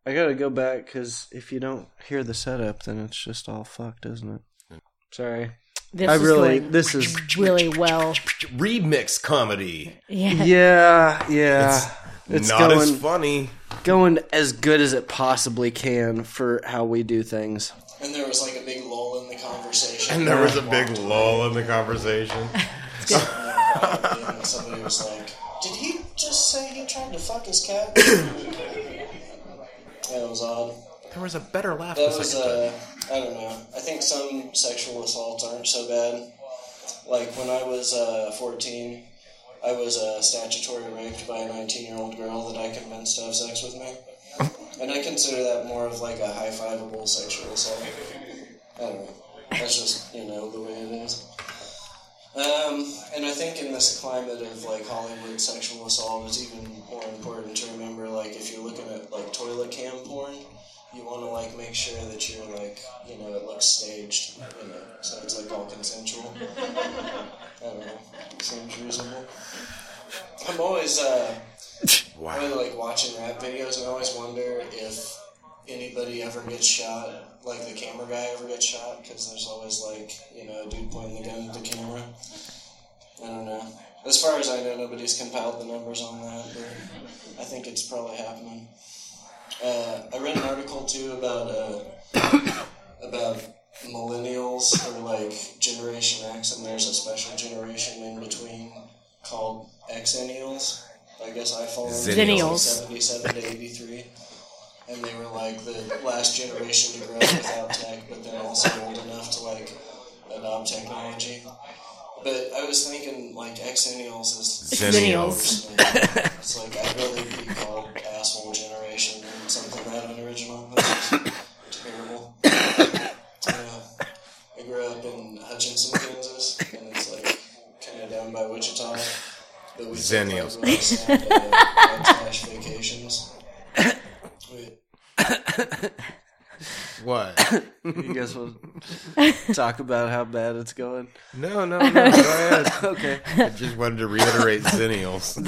S1: I gotta go back because if you don't hear the setup, then it's just all fucked, isn't it? Sorry,
S2: This
S1: I
S2: is
S1: really,
S2: going
S1: this <laughs> is,
S2: really well.
S3: remix comedy
S2: Yeah.
S1: yeah, yeah. It's,
S3: not
S1: going,
S3: as funny
S1: going as good as it possibly can for how we do things.
S4: and there was like a big lull in the conversation.
S3: And there was a big lull in the conversation.
S4: And somebody was like, "Did he just say he tried to fuck his cat?" that was odd.
S3: There was a better laugh
S4: That was uh, I don't know. I think some sexual assaults aren't so bad. Like when I was uh, 14, I was uh, statutory raped by a 19-year-old girl that I convinced to have sex with me, and I consider that more of like a high-fiveable sexual assault. I don't know. That's just you know the way it is. Um, and I think in this climate of like Hollywood sexual assault, it's even more important to remember like if you're looking at like toilet cam porn, you want to like make sure that you're like you know it looks staged, you know, so it's like all consensual. I don't know, seems reasonable. I'm always uh, I
S3: Wow.
S4: <laughs> really like watching rap videos, and I always wonder if anybody ever gets shot, like the camera guy ever gets shot, because there's always like you know a dude pointing the gun at the camera. I don't know. As far as I know, nobody's compiled the numbers on that, but I think it's probably happening. Uh, I read an article too about uh, <coughs> about millennials or like Generation X, and there's a special generation in between called Xennials. I guess I fall into
S2: Zennials.
S4: 77 to 83. And they were like the last generation to grow up without tech, but then also old enough to like adopt technology. But I was thinking like Xennials is
S3: Zennials.
S4: it's like I'd really be called asshole generation and something that unoriginal. That's just terrible. Yeah. I grew up in Hutchinson, Kansas, and it's like kind of down by Wichita. But we took, like,
S3: Zennials.
S4: little sad, uh, white trash vacations. We-
S3: What?
S1: You guys <laughs> will talk about how bad it's going.
S3: No, no, no. Go ahead.
S1: Okay.
S3: I just wanted to reiterate Zennials.
S2: The,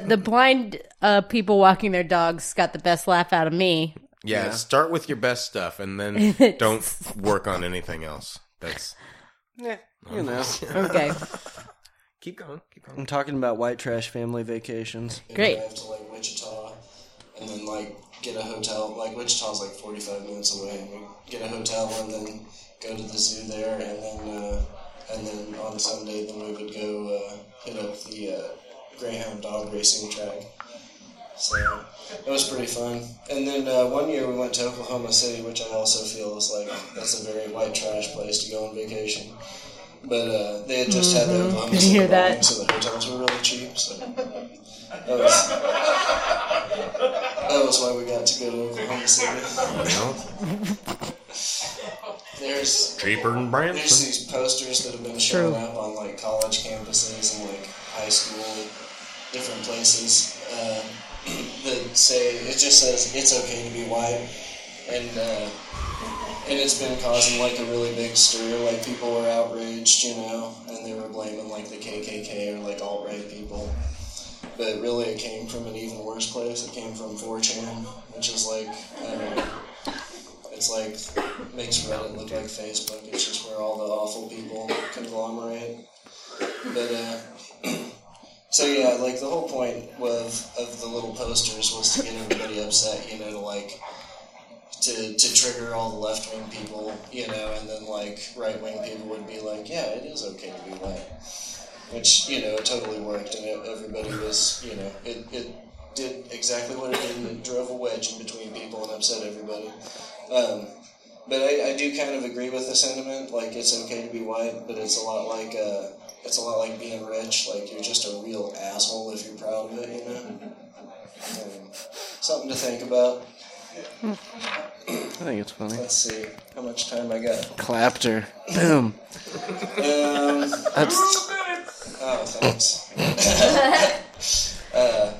S2: the the blind uh, people walking their dogs got the best laugh out of me.
S3: Yeah, start with your best stuff and then don't work on anything else. That's
S1: Yeah, you
S3: <laughs>
S1: know.
S2: Okay,
S3: keep going. Keep going.
S1: I'm talking about white trash family vacations.
S2: great.
S4: drive to like Wichita, and then like get a hotel. Like Wichita's like forty five minutes away, and we get a hotel, and then go to the zoo there, and then uh, and then on Sunday, then we would go uh, hit up the uh, Greyhound dog racing track. So it was pretty fun. And then uh, one year we went to Oklahoma City, which I also feel is like that's a very white trash place to go on vacation. But uh, they had just had the Oklahoma City
S2: Mm-hmm. hear that.
S4: bombing, so the hotels were really cheap. So that was, that was why we got to go to Oklahoma City.
S3: Well,
S4: There's
S3: cheaper than
S4: there's
S3: Branson.
S4: these posters that have been showing
S2: True.
S4: up on like college campuses and like high school, different places. Uh, <clears throat> that say it just says it's okay to be white, and uh, and it's been causing like a really big stir. Like people were outraged, you know, and they were blaming like the KKK or like alt right people. But really, it came from an even worse place. It came from 4chan, which is like. um, I don't know, it's like makes Reddit look like Facebook. It's just where all the awful people conglomerate. But uh, <clears throat> so yeah, like the whole point of of the little posters was to get everybody upset, you know, to like to to trigger all the left wing people, you know, and then like right wing people would be like, yeah, it is okay to be white, which you know it totally worked, and it, everybody was, you know, it it did exactly what it did, it drove a wedge in between people and upset everybody. Um, but I, I do kind of agree with the sentiment. Like it's okay to be white, but it's a lot like uh, it's a lot like being rich. Like you're just a real asshole if you're proud of it. You know, um, something to think about.
S1: I think it's funny.
S4: Let's see how much time I got.
S1: Clapped her. <clears throat> Boom.
S4: Um,
S1: That's
S4: oh, thanks. <laughs> uh,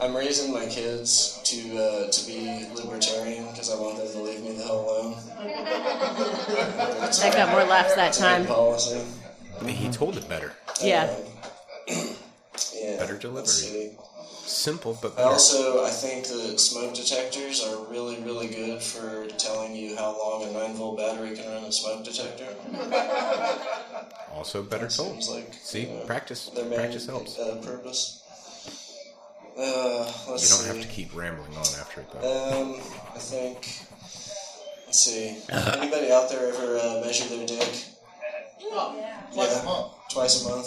S4: I'm raising my kids to uh, to be libertarian because I want them to leave me the hell alone.
S2: I got more laughs that time.
S4: Policy.
S3: He
S4: Mm-hmm.
S3: told it better.
S2: Yeah.
S4: Yeah.
S3: Better
S4: Let's
S3: delivery.
S4: see.
S3: Simple, but
S4: I
S3: better.
S4: also I think that smoke detectors are really really good for telling you how long a nine volt battery can run a smoke detector.
S3: also better told.
S4: Seems like
S3: See,
S4: you know,
S3: practice,
S4: their main
S3: practice helps. You
S4: Uh, purpose. Uh, let's
S3: don't
S4: see.
S3: have to keep rambling on after it though.
S4: Um, I think. Let's see. Anybody out there ever uh, measure their dick? Twice a month. Twice a month.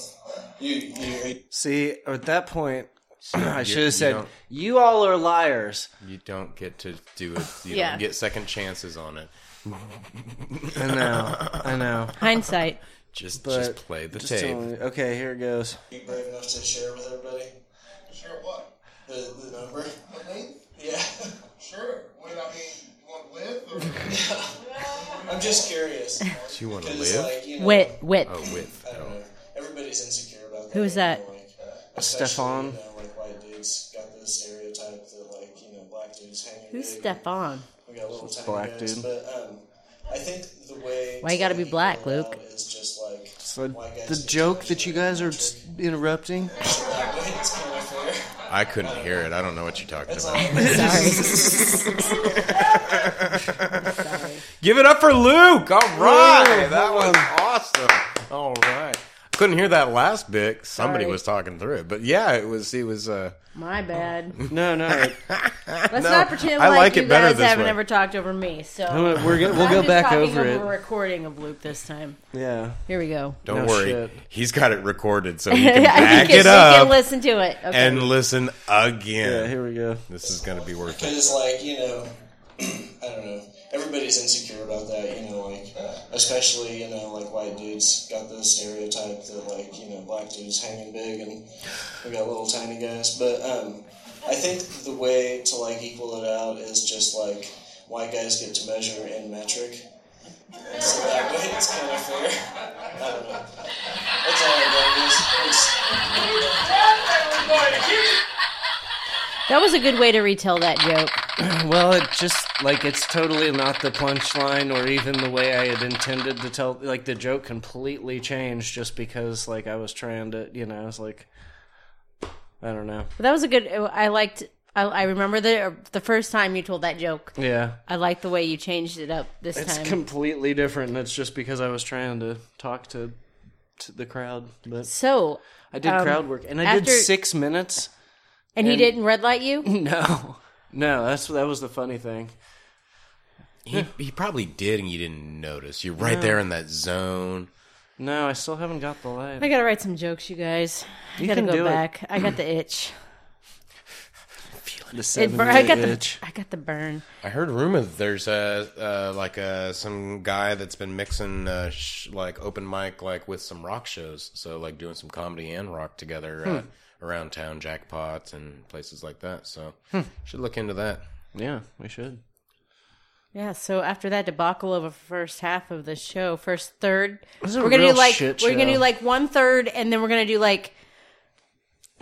S4: You, you,
S1: see at that point. <clears throat> I
S3: You-
S1: should
S3: you
S1: have said,
S3: don't-
S1: "You all are liars,"
S3: You don't get to do it. You
S2: Yeah.
S3: don't get second chances on it.
S1: I know.
S3: <laughs>
S1: I know.
S2: Hindsight.
S3: Just,
S1: But
S3: just play the
S1: just
S3: tape.
S1: telling you- Okay, here it goes.
S4: you brave enough to share with everybody
S5: Sure what?
S4: the, the number?
S5: The name?
S4: Yeah. <laughs>
S5: Sure. What I mean, you want to live? Or
S4: I'm just
S3: <laughs>
S4: curious.
S3: Do you want to
S4: 'Cause,
S3: live?
S4: like, you know,
S2: Wit. Wit.
S3: oh, with.
S4: I don't know. Everybody's insecure about that.
S2: Who is that?
S4: Like, uh, especially,
S1: Stefan?
S4: You know, like white dudes got the stereotype that like you know black dudes hanging.
S2: Who's
S4: big.
S2: Stefan?
S4: We got little tiny
S1: black
S4: guys,
S1: dude.
S4: But um, I think the way
S2: Why you gotta
S4: to
S2: be black,
S4: equal it
S2: Luke?
S4: out Is just like
S1: So
S4: white guys
S1: the
S4: get
S1: joke
S4: judged
S1: that you
S4: by
S1: guys are
S4: metric.
S1: interrupting.
S4: That way it's kind of fair.
S3: I couldn't hear it. I don't know what you're talking
S4: It's
S3: about.
S4: all
S2: Sorry.
S4: <laughs>
S3: Give it up for Luke. All right. that was awesome. All right. Couldn't hear that last bit. Somebody
S2: Sorry.
S3: was talking through it. But yeah, it was it was uh
S2: My
S3: <laughs>
S2: bad.
S1: No, no. it-
S2: Let's
S3: No,
S2: not pretend
S3: I
S2: like,
S3: like
S2: you
S3: it better
S2: guys
S3: this
S2: haven't
S3: way.
S2: ever talked over me. So
S1: We're gonna, we'll
S2: I'm
S1: go
S2: just
S1: back
S2: talking
S1: over
S2: over a
S1: it.
S2: recording of Luke this time.
S1: Yeah.
S2: Here we go.
S1: No
S3: don't worry.
S1: shit.
S3: He's got it
S2: <laughs>
S3: recorded so he can
S2: I
S3: back
S2: think
S3: it
S2: it's- You
S3: up
S2: can listen to it. Okay.
S3: and listen
S1: Yeah.
S3: again.
S1: Here we go.
S3: this is going to be worth it.
S4: because like you know, <clears throat> I don't know. Everybody's insecure about that, you know. Like especially you know like white dudes got the stereotype that like you know black dudes hanging big and we got little tiny guys. But um, I think the way to like equal it out is just like white guys get to measure in metric. And so that way it's kind of fair. I don't know. That's all I got. is- It's,
S2: that was a good way to retell that joke.
S1: Well, it just like it's totally not the punchline or even the way I had intended to tell. Like the joke completely changed just because like I was trying to, you know, I was like, I don't know.
S2: But that was a good. I liked. I, I remember the the first time you told that joke.
S1: Yeah,
S2: I like the way you changed it up this
S1: it's
S2: time.
S1: completely different, and it's just because I was trying to talk to, to the crowd. But
S2: so,
S1: I did
S2: Um,
S1: crowd work, and I did
S2: after-
S1: six minutes. <laughs>
S2: and, he
S1: And-
S2: didn't red light
S1: <laughs>
S2: you.
S1: No, no, that's that was the funny thing.
S3: He he probably did and you didn't notice. You're right there in that zone.
S1: No, I still haven't got the light.
S2: I gotta write some jokes, you guys. I
S1: You
S2: gotta
S1: can
S2: go
S1: do it.
S2: back. I got the itch.
S1: The
S2: It
S1: seven
S2: bur- I got
S1: day
S2: the.
S1: itch.
S2: I got the burn.
S3: I heard rumor that there's a uh, like uh, some guy that's been mixing uh, sh- like open mic like with some rock shows, so like doing some comedy and rock together uh, around town, jackpots and places like that. So should look into that.
S1: Yeah, we should.
S2: Yeah, so after that debacle of a first half of the show, first third,
S1: is a
S2: we're gonna
S1: real
S2: do like
S1: shit
S2: we're gonna
S1: show.
S2: do like one third, and then we're gonna do like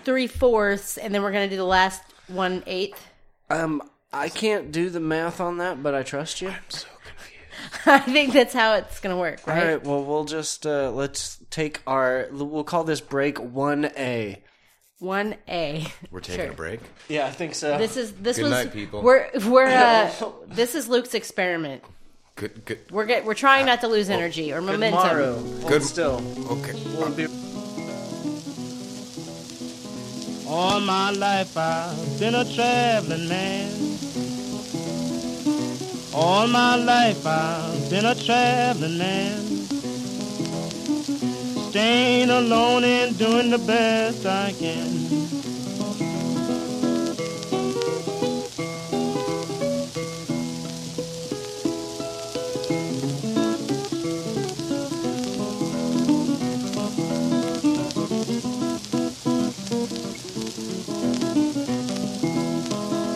S2: three fourths, and then we're gonna do the last one eighth. <laughs>
S1: Um, I can't do the math on that, but I trust you.
S3: So confused.
S2: I think that's how it's gonna work,
S1: All
S2: right?
S1: right. Well, we'll just uh, let's take our. We'll call this break one A.
S2: One A.
S3: We're taking
S2: Sure.
S3: a break.
S1: Yeah, I think so.
S2: This is this
S3: Good
S2: was
S3: night, people.
S2: we're we're uh, <laughs> this is Luke's experiment.
S3: Good, good,
S2: We're get, we're trying not to lose energy or momentum.
S1: tomorrow. Hold
S3: Good-
S1: still.
S3: okay.
S1: We'll be
S6: All my life I've been a traveling man. All my life I've been a traveling man. Staying alone and doing the best I can.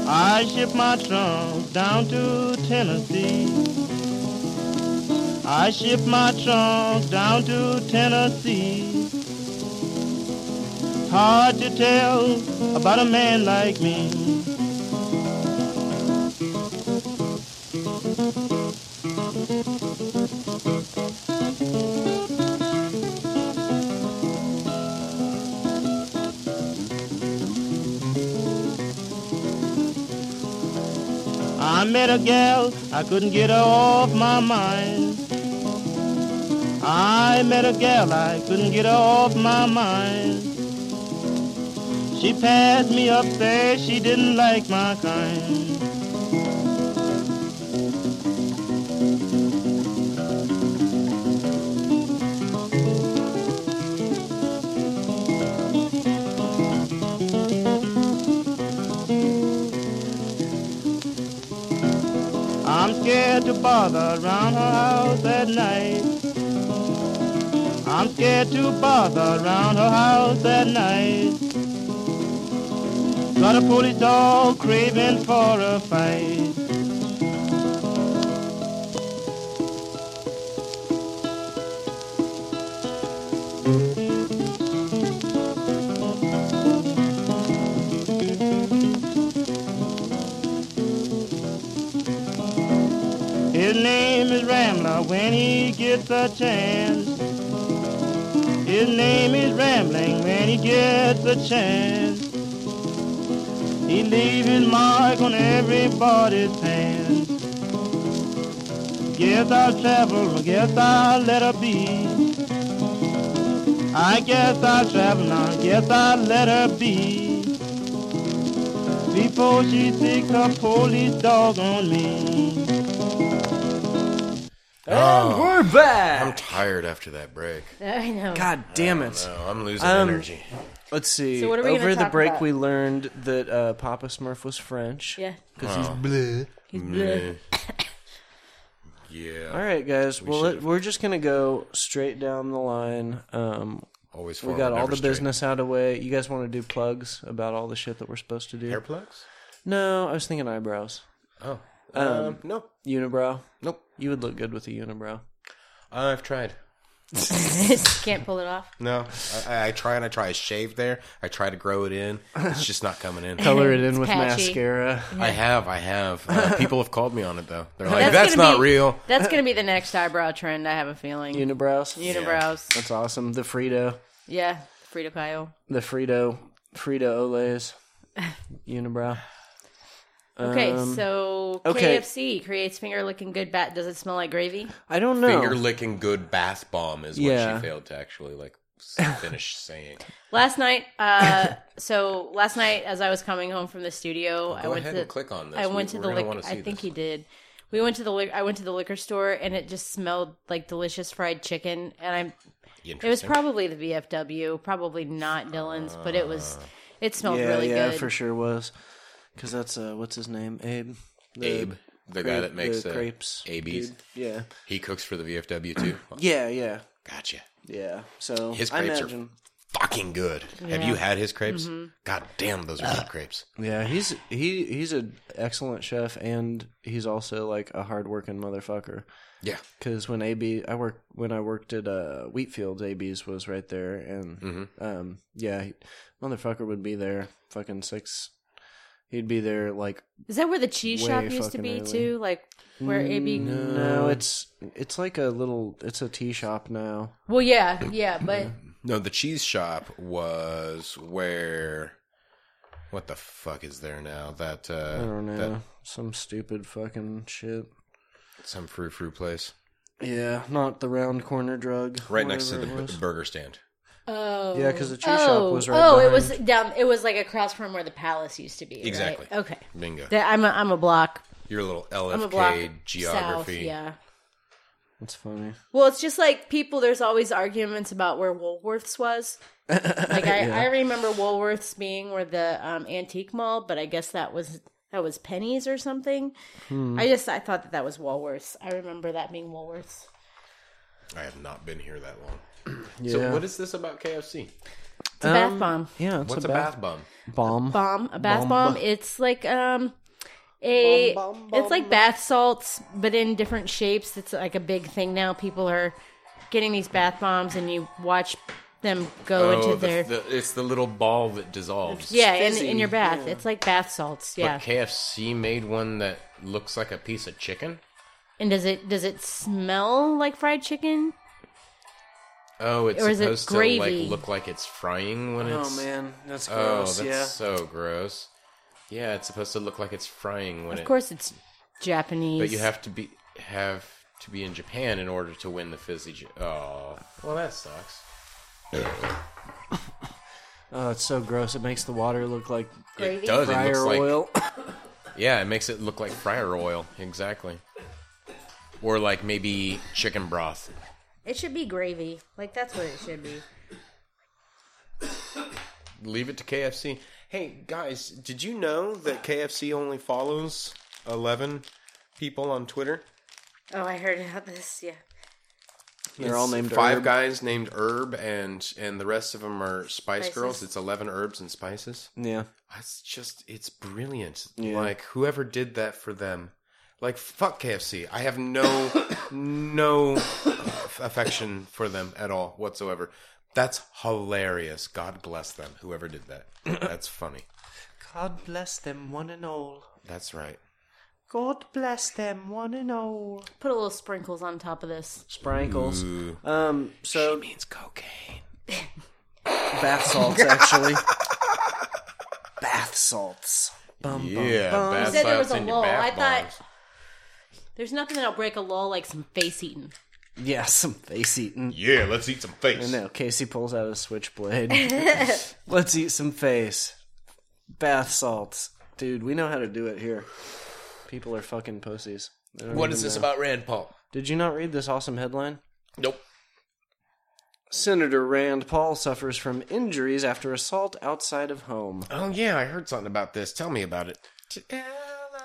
S6: I ship my trunk down to Tennessee. I ship my trunk down to Tennessee. Hard to tell about a man like me. I met a gal, I couldn't get her off my mind. I met a gal, I couldn't get her off my mind. She passed me up there, she didn't like my kind. I'm scared to bother around her house at night. I'm scared to bother around her house at night. Got a police dog craving for a fight. His name is Rambler when he gets a chance. His name is Rambling when he gets a chance. He leaves his mark on everybody's hands. Guess I'll travel, guess I'll let her be. I guess I'll travel now, guess I'll let her be. Before she sticks her police dog on me.
S1: And we're
S3: I'm
S1: back.
S3: tired after that break.
S2: <laughs> I know.
S1: God damn it.
S3: No, I'm losing
S1: Um,
S3: energy.
S1: Let's see.
S2: So what are we gonna
S1: Over the
S2: talk
S1: break,
S2: about?
S1: we learned that uh, Papa Smurf was French.
S2: Yeah.
S1: Because he's bleh.
S2: He's
S3: <laughs>
S2: bleh.
S3: Mm, <coughs> Yeah.
S1: All right, guys. well,
S3: should've-
S1: let, we're just gonna go straight down the line. Um,
S3: Always
S1: we
S3: forward,
S1: got all
S3: never
S1: the
S3: straight.
S1: business out of the way. You guys want to do plugs about all the shit that we're supposed to do?
S3: Hair plugs?
S1: No, I was thinking eyebrows.
S3: Oh. Um, no.
S1: Unibrow.
S3: Nope.
S1: You would look good with a unibrow.
S3: I've tried.
S2: Can't pull it off.
S3: No. I- I, I try and I try. I shave there. I try to grow it in. It's just not coming
S1: <laughs>
S3: in.
S1: Color it
S2: It's
S1: in with
S2: patchy.
S1: mascara.
S3: I have. I have.
S1: <laughs>
S3: Uh, people have called me on it, though. They're
S2: That's
S3: like, that's,
S2: gonna
S3: not
S2: be-
S3: real.
S2: That's gonna be the next eyebrow trend. I have a feeling.
S1: Unibrows.
S2: Unibrows.
S1: That's awesome. The Frito.
S2: Yeah. Frida Kahlo.
S1: The Frito. Frito
S2: <laughs>
S1: Olays. Unibrow.
S2: Okay,
S1: Um,
S2: so
S1: okay.
S2: KFC creates finger looking good bat. Does it smell like gravy?
S1: I don't know.
S3: Finger licking good bath bomb is what
S1: Oh. Yeah.
S3: she failed to actually like
S1: <laughs>
S3: s- finish saying.
S2: Last night,
S3: <laughs>
S2: uh, so last night as I was coming home from the studio, I
S3: Go
S2: went
S3: ahead
S2: to
S3: and click on this.
S2: I
S3: We-
S2: went to
S3: we're
S2: the
S3: gonna
S2: liquor.
S3: wanna
S2: I
S3: see
S2: think
S3: this.
S2: he did. We went to the lic- I went to the liquor store and it just smelled like delicious fried chicken and I'm it was
S3: Interesting.
S2: probably the VFW, probably not Dylan's, but it
S3: Uh,
S2: was it smelled
S1: yeah,
S2: really
S1: yeah,
S2: good.
S1: for sure was. Because that's uh, what's his name, Abe. The
S3: Abe, the guy
S1: cra-
S3: that makes uh,
S1: the
S3: the
S1: crepes
S3: ABs.
S1: dude. Yeah,
S3: He cooks for the
S2: <clears throat>
S3: VFW too.
S1: yeah, yeah,
S3: Gotcha.
S1: yeah. So
S3: His
S1: I
S3: crepes are-
S1: imagine.
S3: Fucking good. Have you had his crepes?
S2: Mm-hmm.
S3: God damn, those are good crepes.
S1: Yeah, he's he he's an excellent chef, and he's also like a hardworking motherfucker.
S3: Yeah.
S1: Because when AB, I worked when I worked at uh, Wheatfields, AB's was right there,
S3: Mm-hmm.
S1: and um, yeah, he- motherfucker would be there fucking six He'd be there like
S2: Is that where the cheese shop
S1: Way
S2: used to
S1: fucking
S2: be
S1: early.
S2: too? Like where
S3: Mm,
S2: AB?
S1: no, it's it's like a little it's a tea shop now.
S2: Well, yeah, yeah,
S3: <clears throat>
S2: but
S3: No, the cheese shop was where. What the fuck is there now? That uh,
S1: I don't know.
S3: that
S1: Some stupid fucking shit.
S3: some frou frou place
S1: Yeah, not the round corner drug.
S3: right next to
S1: whatever
S3: the
S1: it was.
S3: burger stand.
S2: oh,
S1: Yeah, 'cause the cheese
S2: oh,
S1: shop was right
S2: Oh, it
S1: behind.
S2: was down. It was like across from where the palace used to be. right?
S3: Exactly.
S2: Okay.
S3: Bingo.
S2: That- I'm a I'm a block.
S3: Your little
S2: I'm a block
S3: LFK geography.
S2: South, yeah.
S1: That's funny.
S2: Well, it's just like people. There's always arguments about where Woolworths
S1: <laughs>
S2: was. Like I, I remember Woolworths being where the um, antique mall, but I guess that was that was Penny's or something.
S1: Hmm.
S2: I just I thought that that was Woolworths. I remember that being Woolworths.
S3: I have not been here that
S1: <clears throat>
S3: long.
S1: Yeah.
S3: So what is this about KFC?
S2: It's a
S1: Um,
S2: bath bomb.
S1: Yeah, it's
S3: What's
S1: a, bath,
S3: bomb?
S1: bomb.
S2: bomb, a bath bomb. It's like um a it's like bath salts but in different shapes. It's like a big thing now. People are getting these bath bombs and you watch them go
S1: Oh,
S2: into
S3: Oh, the-
S2: their
S3: the- it's the little ball that dissolves.
S2: yeah, in, in your bath. It's like bath salts, yeah.
S3: But KFC made one that looks like a piece of chicken.
S2: and does it does it smell like fried chicken?
S3: Oh, it's
S2: Or is it
S3: supposed to
S2: gravy?
S3: like look like it's frying when
S1: Oh
S3: it's.
S1: man, that's
S3: Oh,
S1: gross.
S3: that's
S1: yeah.
S3: so gross. Yeah, it's supposed to look like it's frying when
S2: Of
S3: it.
S2: course it's Japanese.
S3: But you have to be have to be in Japan in order to win the fizzy. Ju- oh, well, that sucks.
S1: Oh, it's so gross. It makes the water look like
S2: Gravy?
S3: It does. it looks
S1: fryer
S3: like
S1: oil. <coughs>
S3: Yeah, it makes it look like fryer oil. Exactly. Or like maybe chicken broth.
S2: it should be gravy. Like that's what it should be.
S3: Leave it to KFC. Hey guys, did you know that KFC only follows eleven people on Twitter?
S2: Oh, I heard about this, yeah.
S1: They're all named
S3: five
S1: Herb.
S3: guys named Herb, and and the rest of them are Spice
S2: Spices.
S3: Girls. It's eleven herbs and spices.
S1: yeah.
S3: It's just it's brilliant.
S1: Yeah.
S3: Like whoever did that for them. Like fuck KFC. I have no <coughs> no affection for them at all whatsoever. That's hilarious. God bless them. Whoever did that. That's funny.
S1: God bless them, one and all.
S3: That's right.
S1: God bless them, one and all.
S2: Put a little sprinkles on top of this.
S1: Sprankles.
S3: Ooh.
S1: Um, so
S3: means cocaine.
S1: bath salts actually. <laughs> bath salts. Bum,
S3: Yeah,
S1: Bum, bum.
S3: bath
S2: You said there was
S3: salts
S2: a
S3: in your
S2: lull.
S3: bath
S2: I thought-
S3: bombs.
S2: There's nothing that'll break a lull like some face eating.
S1: Yeah, <laughs> some face eating.
S3: Yeah, let's eat some face.
S1: No, Casey pulls out a switchblade. Let's eat some face. Bath salts. Dude, we know how to do it here. People are fucking pussies. They don't
S3: What
S1: even
S3: is this
S1: know.
S3: about Rand Paul?
S1: Did you not read this awesome headline?
S3: Nope.
S1: Senator Rand Paul suffers from injuries after assault outside of home.
S3: Oh yeah, I heard something about this. Tell me about it. Tell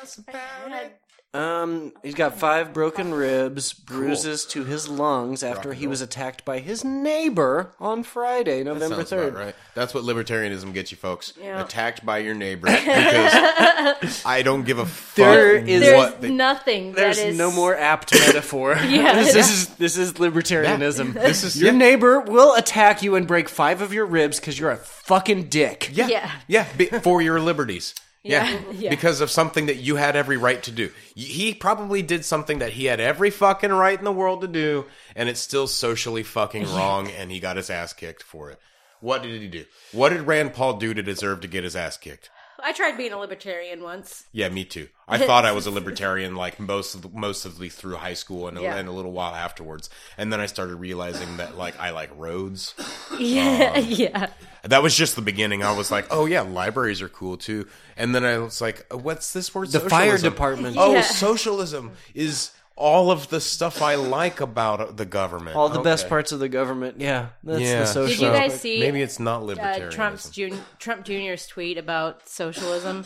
S3: us about it.
S1: Um, he's got five broken ribs, bruises to his lungs after he was attacked by his neighbor on Friday, November
S3: Sounds about
S1: third.
S3: right. That's what libertarianism gets you, folks.
S2: Yeah.
S3: Attacked by
S2: <laughs>
S3: your neighbor because I don't give a fuck
S1: There is-
S2: There's
S3: what. They,
S2: nothing.
S1: There's
S2: that is,
S1: no more
S2: <laughs>
S1: apt metaphor.
S2: Yeah.
S1: <laughs> this, is this is libertarianism.
S3: this is
S1: Your
S3: yeah,
S1: neighbor will attack you and break five of your ribs because you're a fucking dick.
S3: yeah,
S2: Yeah.
S3: yeah, be- for
S2: <laughs>
S3: your liberties. Yeah.
S2: Yeah, yeah.
S3: because of something that you had every right to do. Y- He probably did something that he had every fucking right in the world to do, and it's still socially fucking wrong, and he got his ass kicked for it. What did he do? What did Rand Paul do to deserve to get his ass kicked?
S2: I tried being a libertarian
S3: <laughs>
S2: once.
S3: Yeah, me too.
S2: <laughs>
S3: I thought I was a libertarian like most of the, most of the through high school and,
S2: Yeah.
S3: a, and a little while afterwards, and then I started realizing that like I like roads.
S2: Yeah, yeah.
S3: That was just the beginning. I was like, oh yeah, libraries are cool too, and then I was like, uh, what's this word?
S1: The fire
S3: Socialism.
S1: department.
S3: Oh,
S2: Yeah.
S3: socialism is all of the stuff I like about the government.
S1: All the best
S3: Okay.
S1: parts of the government. Yeah, that's
S3: Yeah.
S1: the social.
S2: Did you guys see
S3: Maybe it's not
S2: uh,
S3: libertarianism.
S2: Trump's jun- Trump Jr.'s tweet about socialism?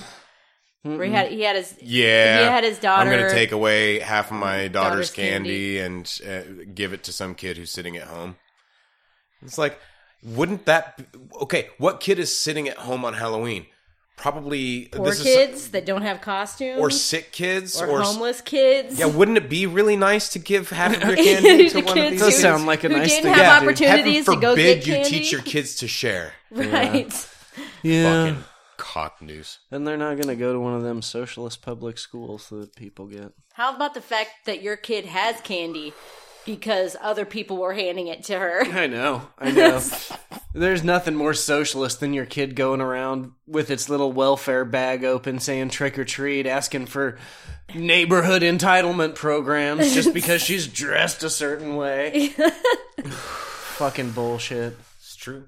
S2: Where he had he had his
S3: Yeah,
S2: he had his daughter.
S3: I'm going to take away half of my
S2: daughter's
S3: daughter's,
S2: candy.
S3: candy, and uh, give it to some kid who's sitting at home. It's like, wouldn't that? Be, okay, what kid is sitting at home on Halloween? Probably
S2: poor
S3: is-
S2: kids that don't have costumes
S3: or sick kids,
S2: or
S3: or, s-
S2: homeless kids. <laughs>
S3: Yeah, wouldn't it be really nice to give half of your candy to
S2: The
S3: one of these?
S2: kids
S1: Does
S2: who-
S1: sound like a
S2: who
S1: nice
S2: didn't
S1: thing
S2: have
S1: to do.
S2: opportunities
S3: Heaven
S2: to go get <laughs>
S3: forbid you
S2: candy.
S3: teach your kids to share.
S2: right.
S1: Yeah.
S3: Fucking hot news.
S1: And they're not going to go to one of them socialist public schools that people get.
S2: How about the fact that your kid has candy because other people were handing it to her?
S1: <laughs> I know. I know. There's nothing more socialist than your kid going around with its little welfare bag open saying trick or treat, asking for neighborhood entitlement programs just because she's dressed a certain way. Fucking bullshit.
S3: It's true.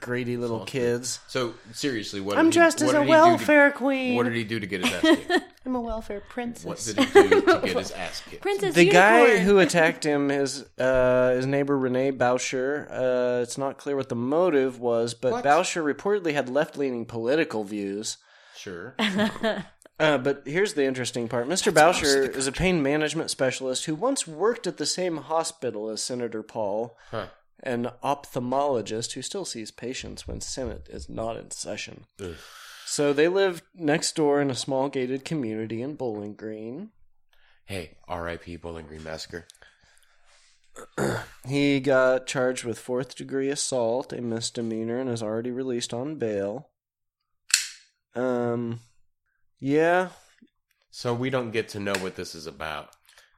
S1: Greedy little kids.
S3: So seriously, what?
S1: I'm
S3: did he-
S1: dressed
S3: what
S1: as
S3: did
S1: a
S3: he do
S1: welfare
S3: To,
S1: queen.
S3: what did he do to get his ass kicked?
S2: <laughs> I'm a welfare
S3: What
S2: princess.
S3: did he do to
S2: <laughs>
S3: get his ass kicked?
S2: Princess
S1: the guy
S2: unicorn.
S1: who attacked him is uh, his neighbor Rene Boucher. Uh, it's not clear what the motive was, but Boucher reportedly had left-leaning political views.
S3: Sure.
S1: Uh, but here's the interesting part. Mr. Boucher is a pain management specialist who once worked at the same hospital as Senator Paul,
S3: Huh.
S1: an ophthalmologist who still sees patients when Senate is not in session.
S3: Ugh.
S1: So they live next door in a small gated community in Bowling Green.
S3: Hey, R.I.P. Bowling Green Massacre.
S1: He got charged with fourth degree assault, a misdemeanor, and is already released on bail. Um, yeah,
S3: So we don't get to know what this is about.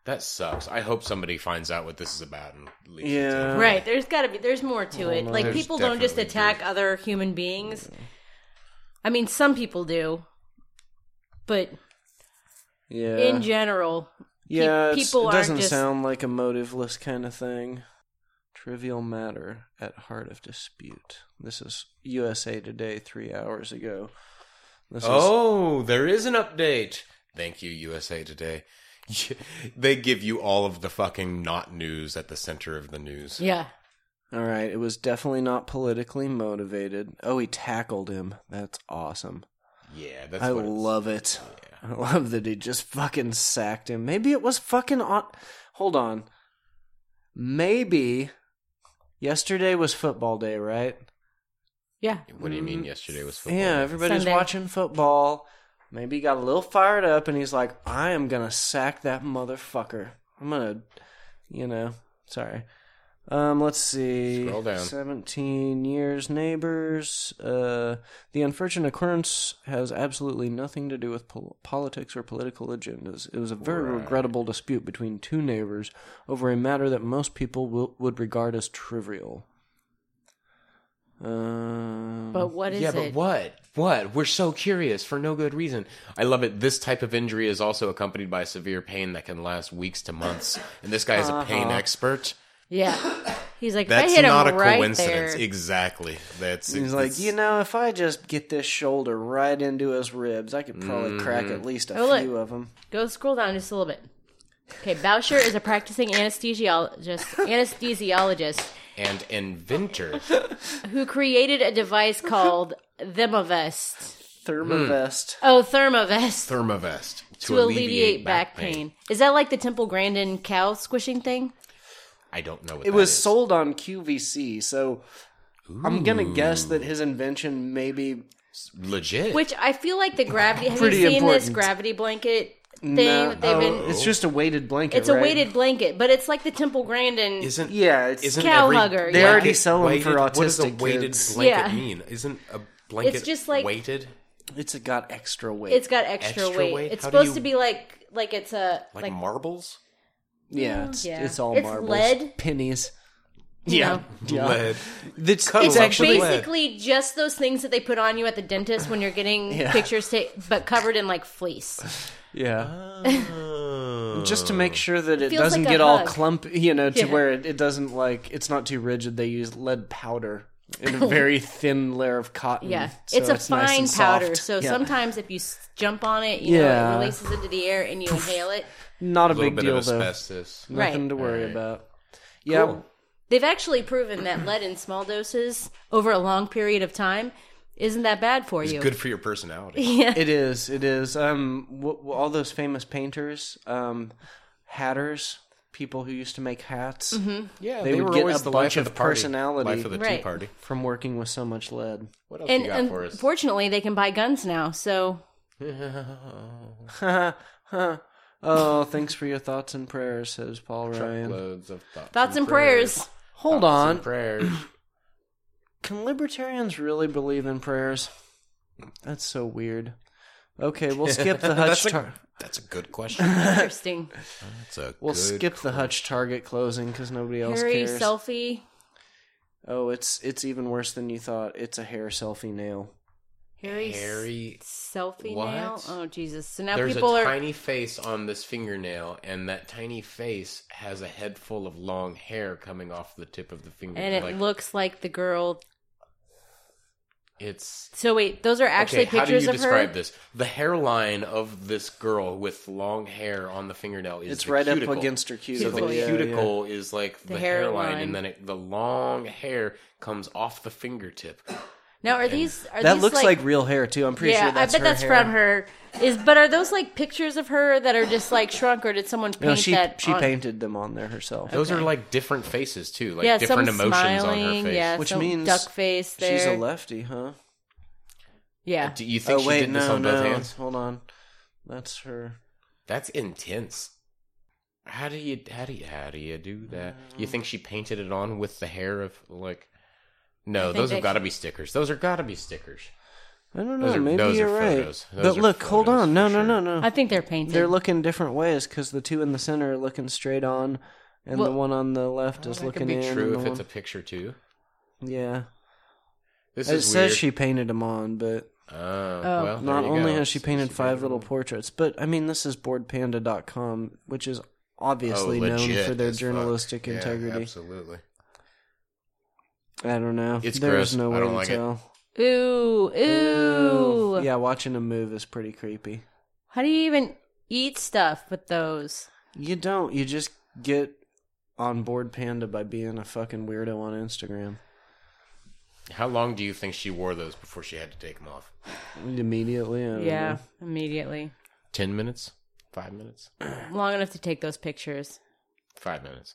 S3: That sucks. I hope somebody finds out what this is about and leaves. it to
S1: Yeah.
S3: them.
S2: Right, there's got to be there's more to it.
S1: no,
S2: Like
S3: there's
S2: people don't just
S3: definitely
S2: attack
S3: more.
S2: other human beings. I mean, some people do. But
S1: yeah.
S2: in general,
S1: Yeah, it's-
S2: people
S1: it
S2: aren't
S1: doesn't
S2: just-
S1: sound like a motiveless kind of thing. Trivial matter at heart of dispute. This is USA Today three hours ago. This is
S3: Oh, there is an update. Thank you, USA Today. <laughs> they give you all of the fucking not news at the center of the news.
S2: yeah.
S1: all right. It was definitely not politically motivated. Oh, he tackled him. That's awesome.
S3: Yeah, that's
S1: I
S3: what it's-
S1: love it. I love that he just fucking sacked him. Maybe it was fucking on. Hold on. Maybe yesterday was football day, right?
S2: Yeah.
S3: What do you mean? Yesterday was football.
S1: Yeah,
S3: day?
S1: everybody's
S2: Sunday.
S1: watching football. Maybe he got a little fired up and he's like, I am going to sack that motherfucker. I'm going to, you know, sorry. Um, let's see.
S3: Scroll down.
S1: 17 years neighbors. Uh, the unfortunate occurrence has absolutely nothing to do with pol- politics or political agendas. It was a very regrettable dispute between two neighbors over a matter that most people will, would regard as trivial. Um,
S2: But what is
S3: Mm. yeah,
S2: it?
S3: but what? What? We're so curious for no good reason. I love it. This type of injury is also accompanied by severe pain that can last weeks to months. And this guy is a pain expert.
S2: Yeah. He's like, Uh-huh. I
S3: That's
S2: hit
S3: not a
S2: him right
S3: coincidence.
S2: there.
S3: Exactly. That's
S1: He's like, you know, if I just get this shoulder right into his ribs, I could probably crack
S3: Mm.
S1: at least a
S2: Oh, look.
S1: few of them.
S2: Go scroll down just a little bit. Okay, Boucher is a practicing anesthesiologist, anesthesiologist
S3: and inventor.
S2: who created a device called Themovest.
S3: Hmm.
S1: Thermavest.
S2: Oh, Thermovest. <laughs>
S3: Thermavest to,
S2: to alleviate, back, pain. Is that like the Temple Grandin cow squishing thing?
S3: I don't know what
S1: It was sold on QVC, so I'm gonna guess that his invention maybe.
S3: legit.
S2: Which I feel like the gravity. Have
S1: Pretty
S2: you seen this
S1: important.
S2: gravity blanket thing?
S1: No,
S2: that they've
S1: oh,
S2: been.
S1: it's just a weighted blanket.
S2: It's a
S1: right?
S2: weighted blanket, but it's like the Temple Grandin.
S3: isn't
S1: Yeah, it's
S3: isn't
S2: Cow
S3: every
S2: hugger,
S1: They
S2: yeah.
S1: already sell 'em for
S3: weighted? What does a
S1: autistic
S3: weighted
S1: kids.
S3: blanket
S2: Yeah.
S3: mean? Isn't a blanket
S2: It's just like-
S3: weighted?
S1: it's got extra weight.
S2: it's got extra,
S3: Extra
S2: weight.
S3: weight?
S2: It's
S3: How do
S2: supposed to
S3: you-
S2: be like like it's a
S3: Like,
S2: like,
S3: marbles?
S1: yeah, it's,
S2: Yeah.
S1: it's all
S2: It's
S1: marbles,
S2: lead.
S1: pennies.
S2: you know.
S1: Yeah.
S3: Lead.
S1: It's,
S3: Cuddle
S1: it's
S3: up
S1: <laughs>
S3: with
S1: actually
S3: lead.
S2: basically just those things that they put on you at the dentist when you're getting
S1: <laughs> Yeah. Mm-hmm.
S2: pictures, ta- but covered in like
S1: <laughs>
S2: fleece.
S1: yeah. <laughs>
S3: Oh.
S1: just to make sure that it
S2: feels
S1: doesn't
S2: like a
S1: get all
S2: hug.
S1: clumpy, you know, to
S2: Yeah.
S1: where it, it doesn't like it's not too rigid. They use lead powder
S2: <laughs>
S1: in a very thin layer of cotton.
S2: Yeah,
S1: so
S2: it's a
S1: nice
S2: fine
S1: and
S2: powder.
S1: soft.
S2: So
S1: Yeah.
S2: sometimes if you s- jump on it, you know
S1: Yeah.
S2: it releases into the air and you inhale it.
S1: not a,
S3: a little
S1: big
S3: bit
S1: deal
S3: of
S1: though.
S3: asbestos.
S1: Nothing
S2: Right.
S1: to worry about. Yeah,
S3: Cool.
S2: They've actually proven that lead in small doses over a long period of time isn't that bad for you.
S3: Good for your personality.
S2: <laughs> Yeah.
S1: it is. It is. Um, w- w- all those famous painters, um, hatters, people who used to make hats
S2: Mm-hmm.
S3: Yeah,
S1: They would
S3: were
S1: get
S3: always
S1: a
S3: the
S1: bunch of
S3: life the party,
S1: personality.
S3: life of the
S2: Right.
S3: tea party.
S1: from working with so much lead.
S3: What else
S2: And
S3: you got for us?
S2: unfortunately, they can buy guns now. So
S1: <laughs> oh, thanks for your thoughts and prayers, says Paul Ryan.
S3: Loads of thoughts.
S2: thoughts and prayers.
S1: Hold
S3: Thoughts
S1: on.
S3: and prayers.
S1: Can libertarians really believe in prayers? That's so weird. Okay,
S3: <laughs>
S1: we'll skip the Hutch.
S3: That's a-
S1: tar-
S3: That's a good question. <laughs>
S2: Interesting.
S3: That's a
S1: we'll
S3: good
S1: skip the Hutch Target closing because nobody else
S2: Harry
S1: cares.
S2: selfie.
S1: oh, it's it's even worse than you thought. It's a hair selfie nail.
S2: Harry
S3: Harry-
S2: selfie
S3: What?
S2: nail. Oh Jesus! So now
S3: There's
S2: people
S3: a
S2: are
S3: tiny face on this fingernail, and that tiny face has a head full of long hair coming off the tip of the finger.
S2: and it
S3: Like,
S2: looks like the girl.
S3: it's
S2: So wait, those are actually
S3: okay. How do
S2: pictures
S3: you
S2: of her.
S3: describe this? The hairline of this girl with long hair on the fingernail is
S1: It's
S3: the
S1: right
S3: cuticle.
S1: up against her
S3: So
S1: cuticle.
S3: the
S1: yeah, yeah.
S3: cuticle is like the,
S2: The
S3: hairline,
S2: hairline.
S3: and then it, the long hair comes off the fingertip.
S2: Now are these are
S1: That
S2: these
S1: looks
S2: like,
S1: like, real hair too. I'm pretty
S2: yeah,
S1: sure that's
S2: I bet
S1: her
S2: that's
S1: hair.
S2: from her. Is but are those like pictures of her that are just like shrunk, or did someone paint
S1: No, she
S2: that?
S1: she
S2: on-
S1: painted them on there herself.
S3: Those are like different faces too, like
S2: yeah,
S3: different
S2: some
S3: emotions
S2: smiling,
S3: on her face.
S2: Yeah,
S1: Which
S2: some
S1: means
S2: duck face. There,
S1: She's a lefty, huh?
S2: yeah.
S3: Do you think
S1: Oh
S3: she
S1: wait,
S3: did this
S1: no,
S3: on both
S1: no.
S3: hands?
S1: Hold on, that's her.
S3: That's intense. How do you how do you how do you do that? You think she painted it on with the hair of like? No,
S2: think
S3: those
S2: they-
S3: have got to be stickers. Those are got to be stickers.
S1: I don't know.
S3: Those are-
S1: maybe
S3: those are
S1: you're right.
S3: photos. Those
S1: but
S3: are
S1: look, hold
S3: photos
S1: on. No,
S3: for
S1: no, no,
S3: sure.
S1: no.
S2: I think they're painted.
S1: They're looking different ways because the two in the center are looking straight on, and the
S2: Well-
S1: one on the left
S3: Well,
S1: is
S3: that
S1: looking
S3: could be
S1: in.
S3: true
S1: and
S3: if
S1: the
S3: it's a
S1: one-
S3: picture too.
S1: yeah.
S3: This
S1: It
S3: is
S1: says
S3: weird.
S1: she painted them on, but
S3: Oh, well, there
S1: not
S3: you
S1: only
S3: go.
S1: has she
S3: So
S1: painted five
S3: did.
S1: little portraits, but I mean, this is boardpanda.com, which is obviously
S3: Oh,
S1: known
S3: legit
S1: for their
S3: as fuck.
S1: journalistic
S3: Yeah,
S1: integrity.
S3: absolutely.
S1: I don't know.
S3: It's
S1: There's
S3: gross.
S1: no
S3: I
S1: way
S3: don't
S1: to
S3: like it.
S1: tell.
S2: ooh, ooh.
S1: Yeah, watching them move is pretty creepy.
S2: How do you even eat stuff with those?
S1: You don't. You just get on board Panda by being a fucking weirdo on Instagram.
S3: How long do you think she wore those before she had to take them off?
S1: Immediately. I don't
S2: Yeah,
S1: know.
S2: immediately.
S3: Ten minutes? Five minutes?
S2: Long enough to take those pictures.
S3: Five minutes.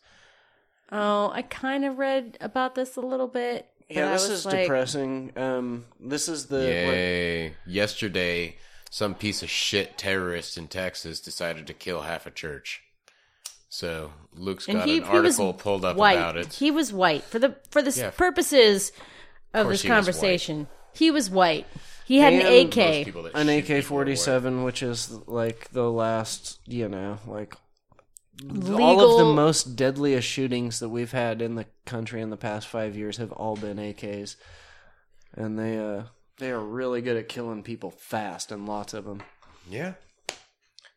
S2: Oh, I kind of read about this a little bit. but
S1: Yeah,
S2: I
S1: this
S2: was
S1: is
S2: like,
S1: depressing. Um, this is the.
S3: Yay! Yesterday, some piece of shit terrorist in Texas decided to kill half a church. So Luke's
S2: And
S3: got
S2: he-
S3: an
S2: he was
S3: article pulled up
S2: White.
S3: about it.
S2: He was white for the for the s-
S3: Yeah.
S2: purposes of this
S3: course he was white.
S2: conversation. He was white. He had
S1: And
S2: an
S3: Most
S2: AK.
S3: people that
S1: an
S3: shoot people
S1: AK
S3: are
S1: forty
S3: white.
S1: seven, which is like the last, you know, like
S2: Legal.
S1: all of the most deadliest shootings that we've had in the country in the past five years have all been AKs, and they uh they are really good at killing people fast and lots of them.
S3: Yeah,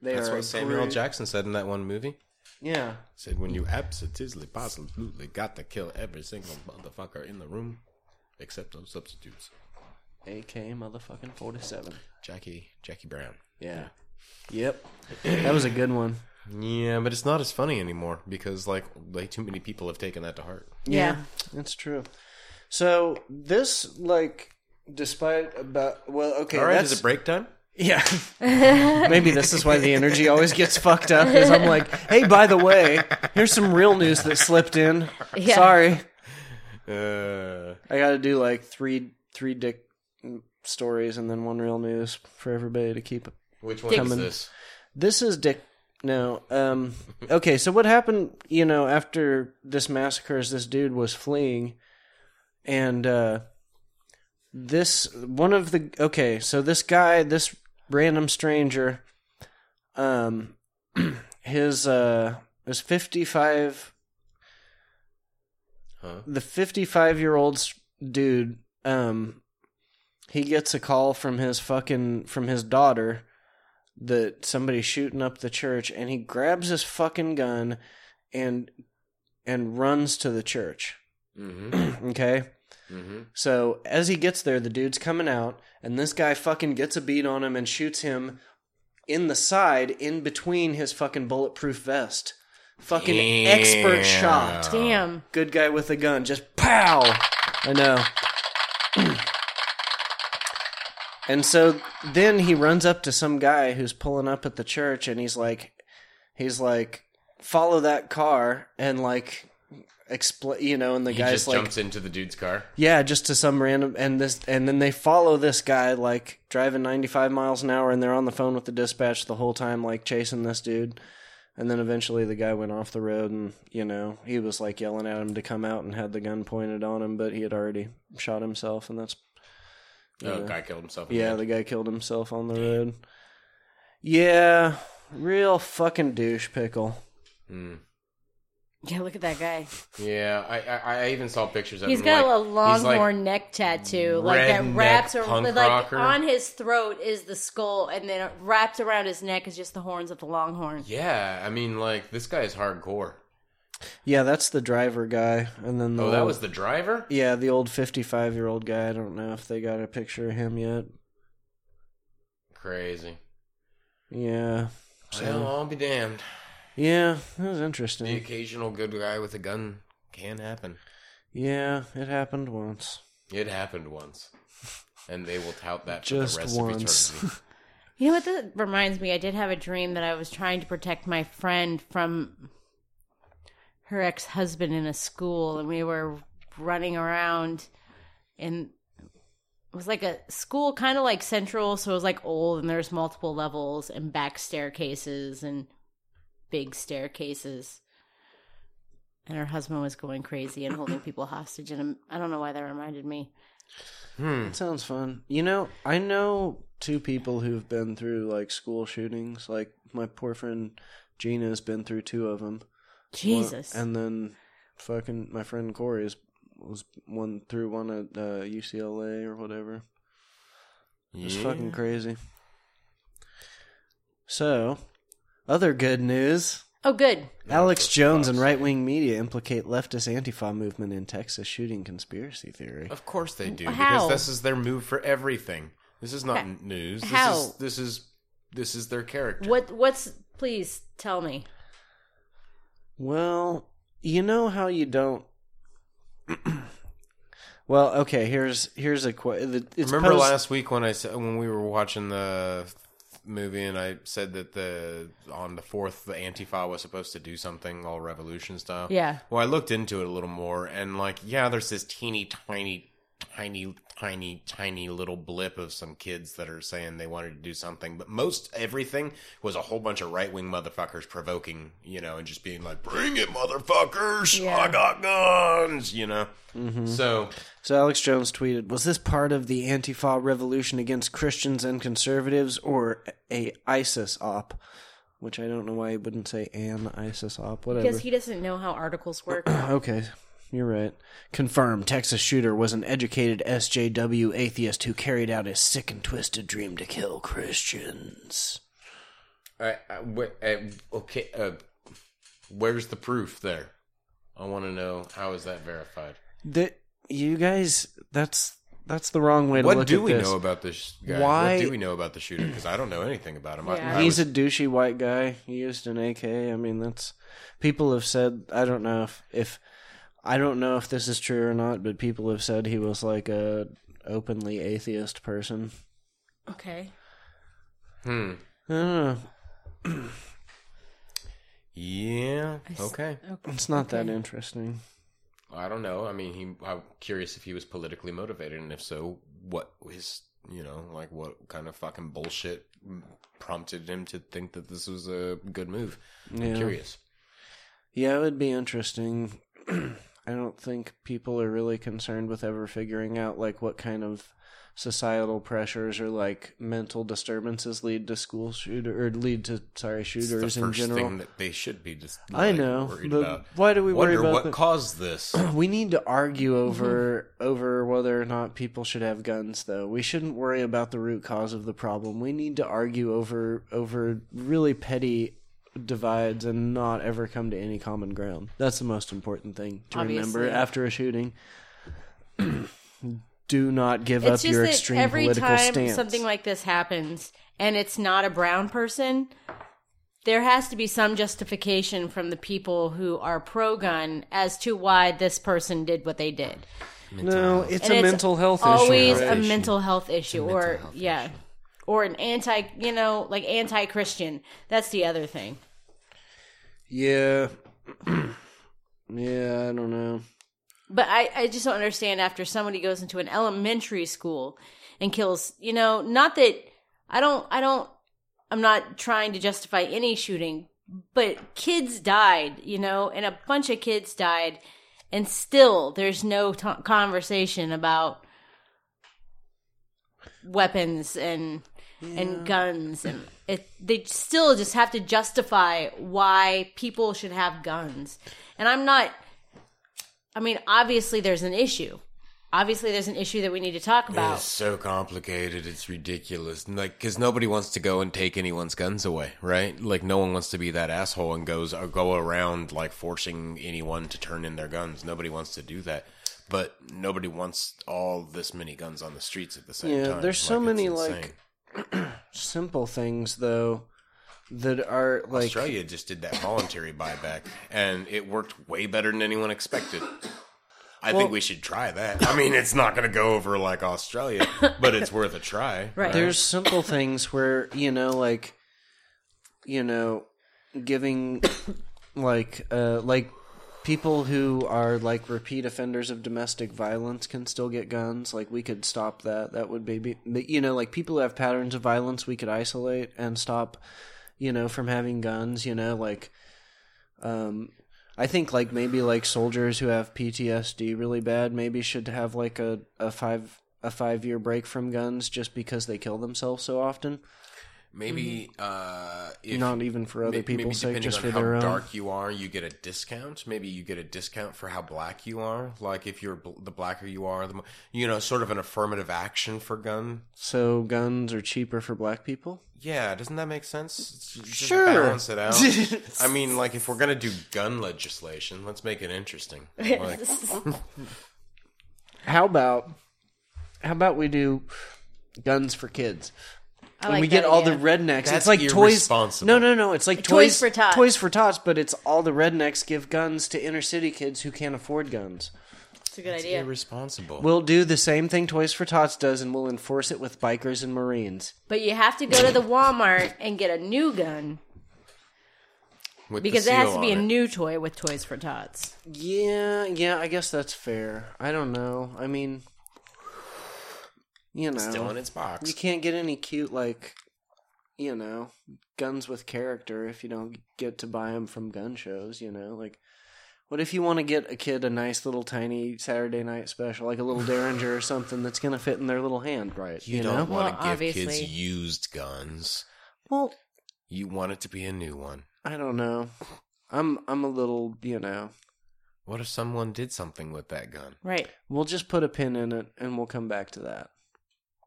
S1: They
S3: that's
S1: are a
S3: what Samuel
S1: great-
S3: Jackson said in that one movie.
S1: Yeah,
S3: Said when you
S1: Hmm.
S3: absolutely, absolutely got to kill every single motherfucker in the room, except those substitutes.
S1: AK motherfucking forty seven.
S3: Jackie, Jackie Brown.
S1: Yeah. Yep. <clears throat> That was a good one.
S3: Yeah, but it's not as funny anymore because like way too many people have taken that to heart.
S2: yeah.
S1: That's true. So this like despite about well okay
S3: All right,
S1: that's
S3: is it break time?
S1: Yeah. <laughs> Maybe this is why the energy always gets fucked up is I'm like, hey, by the way, here's some real news that slipped in.
S2: Yeah.
S1: Sorry.
S3: Uh,
S1: I gotta do like three three dick stories and then one real news for everybody to keep
S3: which one is
S1: Coming.
S3: this?
S1: this is Dick. No. Um, okay, so what happened, you know, after this massacre is this dude was fleeing, and uh, this one of the. Okay, so this guy, this random stranger, um, <clears throat> his, uh, his 55
S3: Huh?
S1: the 55 year old s- dude um he gets a call from his fucking from his daughter that somebody's shooting up the church and he grabs his fucking gun and and runs to the church <clears throat>
S3: Mm-hmm.
S1: okay
S3: mm-hmm.
S1: so as he gets there, the dude's coming out, and this guy fucking gets a beat on him and shoots him in the side, in between his fucking bulletproof vest. Fucking expert shot.
S3: Oh.
S2: Damn.
S1: Good guy with a gun, just pow. I know. <clears throat> and so then he runs up to some guy who's pulling up at the church, and he's like, he's like, follow that car, and like, explain, you know, and the
S3: He
S1: guy's
S3: just
S1: like,
S3: jumps into the dude's car.
S1: yeah, just to some random and this and then they follow this guy like driving 95 miles an hour and they're on the phone with the dispatch the whole time like chasing this dude. And then eventually the guy went off the road and, you know, he was like yelling at him to come out and had the gun pointed on him, but he had already shot himself and that's
S3: Oh, guy killed himself. in
S1: Yeah,
S3: the
S1: the guy killed himself on the road. Yeah, real fucking douche pickle.
S2: Yeah, look at that guy.
S3: yeah. I, I I even saw pictures of
S2: He's
S3: him.
S2: got
S3: like,
S2: a
S3: he's like-
S2: longhorn neck tattoo, like that
S3: redneck
S2: wraps ar-
S3: punk
S2: like
S3: rocker.
S2: on his throat is the skull, and then wrapped around his neck is just the horns of the longhorn.
S3: yeah, I mean, like this guy is hardcore.
S1: Yeah, that's the driver guy, and then the
S3: Oh, that
S1: old-
S3: was the driver.
S1: yeah the old fifty-five year old guy. I don't know if they got a picture of him yet.
S3: Crazy.
S1: Yeah,
S3: Well, I'll be damned.
S1: yeah, that was
S3: The
S1: interesting.
S3: occasional good guy with a gun can happen.
S1: Yeah, it happened once.
S3: It happened once, and they will tout that
S1: Just
S3: for the rest
S1: once. <laughs>
S3: of eternity.
S2: You know what? That reminds me. I did have a dream that I was trying to protect my friend from her ex husband in a school, and we were running around, and it was like a school, kind of like central. So it was like old, and there's multiple levels and back staircases and big staircases. And her husband was going crazy and holding people hostage. And I don't know why that reminded me.
S1: That sounds fun. You know, I know two people who've been through like school shootings. Like my poor friend Gina's been through two of them.
S2: Jesus.
S1: and then fucking my friend Corey is, was one through one at uh, UCLA or whatever. It's
S3: Yeah.
S1: fucking crazy. So, other good news.
S2: oh, good.
S1: Alex Jones and right wing media implicate leftist Antifa movement in Texas shooting conspiracy theory.
S3: Of course they do,
S2: How?
S3: because this is their move for everything. This is not news. This
S2: How?
S3: is this is this is their character.
S2: What? What's? Please tell me.
S1: Well, you know how you don't. <clears throat> well, okay. Here's here's a question.
S3: Remember last week when I said when we were watching the movie and I said that the on the fourth the Antifa was supposed to do something all revolution style.
S2: Yeah.
S3: Well, I looked into it a little more and like yeah, there's this teeny tiny, tiny, tiny, tiny little blip of some kids that are saying they wanted to do something, but most everything was a whole bunch of right wing motherfuckers provoking, you know, and just being like, "Bring it, motherfuckers!
S2: Yeah. Mm-hmm.
S3: I got guns," you know. So
S1: So Alex Jones tweeted, "Was this part of the Antifa revolution against Christians and conservatives, or a ISIS op?" Which I don't know why he wouldn't say an ISIS op. Whatever.
S2: Because he doesn't know how articles
S1: <clears throat>
S2: work.
S1: okay, you're right. Confirmed. Texas shooter was an educated SJW atheist who carried out his sick and twisted dream to kill Christians.
S3: I, I, uh, wh- uh, okay, uh, where's the proof there? I want to know how is that verified?
S1: That you guys, that's that's the wrong way to
S3: What
S1: look
S3: do
S1: at
S3: we
S1: this.
S3: know about this guy?
S1: Why-
S3: What do we know about the shooter? Because I don't know anything about him.
S2: Yeah.
S3: I, I
S1: He's
S3: was,
S1: a douchey white guy. He used an AK. I mean, that's people have said. I don't know if if I don't know if this is true or not, but people have said he was like a openly atheist person.
S2: okay.
S3: hmm.
S1: I don't know.
S3: Yeah.
S2: s-
S3: Okay.
S1: It's not that interesting.
S3: I don't know. I mean, he. I'm curious if he was politically motivated, and if so, what his you know like what kind of fucking bullshit prompted him to think that this was a good move.
S1: Yeah.
S3: I'm curious.
S1: Yeah, it would be interesting. <clears throat> I don't think people are really concerned with ever figuring out like what kind of societal pressures or like mental disturbances lead to school shooter or lead to sorry
S3: It's the
S1: shooters
S3: first
S1: in general.
S3: thing that they should be just.
S1: I
S3: like,
S1: know,
S3: worried
S1: but
S3: about.
S1: why do we worry
S3: Wonder
S1: about
S3: what
S1: the- <clears throat>
S3: caused this?
S1: We need to argue
S2: Mm-hmm.
S1: over over whether or not people should have guns though. We shouldn't worry about the root cause of the problem. We need to argue over over really petty divides and not ever come to any common ground. That's the most important thing to
S2: Obviously.
S1: remember after a shooting. <clears throat> Do not give
S2: It's
S1: up
S2: just
S1: your
S2: that
S1: extreme
S2: every
S1: political
S2: time
S1: stance.
S2: something like this happens and it's not a brown person, there has to be some justification from the people who are pro gun as to why this person did what they did.
S1: no, it's
S2: And
S1: a mental health
S2: always
S1: issue.
S2: a mental health issue, or yeah, or an anti, you know, like anti Christian. That's the other thing.
S1: Yeah. <clears throat> yeah, I don't know.
S2: But I, I just don't understand after somebody goes into an elementary school and kills, you know, not that I don't, I don't, I'm not trying to justify any shooting, but kids died, you know, and a bunch of kids died, and still there's no t- conversation about weapons and and guns and it, they still just have to justify why people should have guns. And I'm not I mean, obviously there's an issue. Obviously there's an issue that we need to talk about.
S3: It's so complicated. It's ridiculous. Like, because nobody wants to go and take anyone's guns away, right? Like, no one wants to be that asshole and goes uh, go around like forcing anyone to turn in their guns. Nobody wants to do that. But nobody wants all this many guns on the streets at the same
S1: Yeah,
S3: time.
S1: there's so
S3: it's
S1: many,
S3: insane.
S1: like, Simple things though that are like
S3: Australia just did that voluntary buyback, and it worked way better than anyone expected. I think we should try that. I mean, it's not going to go over like Australia, but it's worth
S1: <laughs>
S3: a try.
S2: Right.
S1: there's simple things where you know like you know giving like uh like people who are like repeat offenders of domestic violence can still get guns like we could stop that that would be, be but, you know like people who have patterns of violence we could isolate and stop you know from having guns you know like um I think like maybe like soldiers who have PTSD really bad maybe should have like a, a five a five year break from guns just because they kill themselves so often.
S3: Maybe uh, if
S1: Mm-hmm. Not even for other
S3: may- maybe
S1: people's sake,
S3: depending
S1: just for
S3: on how
S1: their own.
S3: dark you are, you get a discount. Maybe you get a discount for how black you are. Like if you're bl- the blacker you are, the mo- you know, sort of an affirmative action for gun.
S1: So guns are cheaper for black people.
S3: Yeah, doesn't that make sense? It's- you Just
S1: Sure.
S3: balance it out.
S1: <laughs>
S3: I mean, like if we're gonna do gun legislation, let's make it interesting.
S2: <laughs>
S1: <laughs>
S3: Like,
S1: How about how about we do guns for kids?
S2: I
S1: and
S2: like
S1: we get
S2: that
S1: all
S2: idea.
S1: the rednecks.
S3: That's
S1: it's like toys.
S3: irresponsible.
S1: No, no, no. It's like
S2: Toys
S1: toys,
S2: for Tots.
S1: Toys for tots, but it's all the rednecks give guns to inner city kids who can't afford guns.
S2: It's a good idea.
S3: irresponsible.
S1: We'll do the same thing Toys for Tots does, and we'll enforce it with bikers and Marines.
S2: But you have to go to the Walmart and get a new gun
S3: with the
S2: because it has
S3: seal
S2: to be a
S3: on it.
S2: new toy with Toys for Tots.
S1: Yeah, yeah, I guess that's fair. I don't know. I mean, you know,
S3: still in its box.
S1: you can't get any cute like, you know, guns with character if you don't get to buy them from gun shows. You know, like, what if you want to get a kid a nice little tiny Saturday night special, like a little Derringer or something that's gonna fit in their little hand, right? You,
S3: You
S1: know,
S3: don't want to
S2: Well,
S3: give
S2: obviously.
S3: kids used guns.
S1: well,
S3: You want it to be a new one.
S1: I don't know. I'm I'm a little, you know.
S3: What if someone did something with that gun?
S2: Right.
S1: We'll just put a pin in it, and we'll come back to that.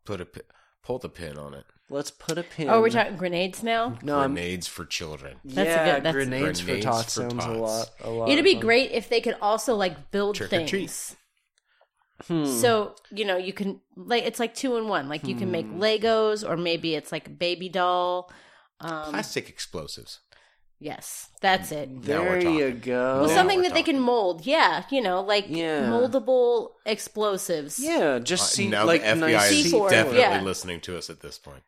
S3: Put a pi- pull the pin on it.
S1: Let's put a pin.
S2: Oh, we're talking grenades now.
S1: No, I'm,
S3: Grenades for children.
S2: That's a
S1: yeah,
S2: good- that's-
S1: grenades,
S3: Grenades
S1: for tots
S3: for
S1: sounds
S3: tots.
S1: a lot. A lot.
S2: It'd be
S1: of fun.
S2: great if they could also like build
S3: Trick or
S2: things.
S3: treat.
S1: Hmm.
S2: So you know you can like it's like two in one. Like you can make
S1: Hmm.
S2: Legos or maybe it's like a baby doll. Um,
S3: Plastic explosives.
S2: yes, that's it.
S3: Now
S1: There
S3: we're
S1: you
S3: talking.
S1: go.
S2: Well,
S3: now
S2: something
S3: we're
S2: that they can
S3: talking.
S2: mold. Yeah, you know, like
S1: Yeah.
S2: moldable explosives.
S1: yeah, just see
S3: Uh, now
S1: like
S3: the FBI
S1: nice
S3: is
S2: C4,
S3: definitely
S2: yeah.
S3: listening to us at this point.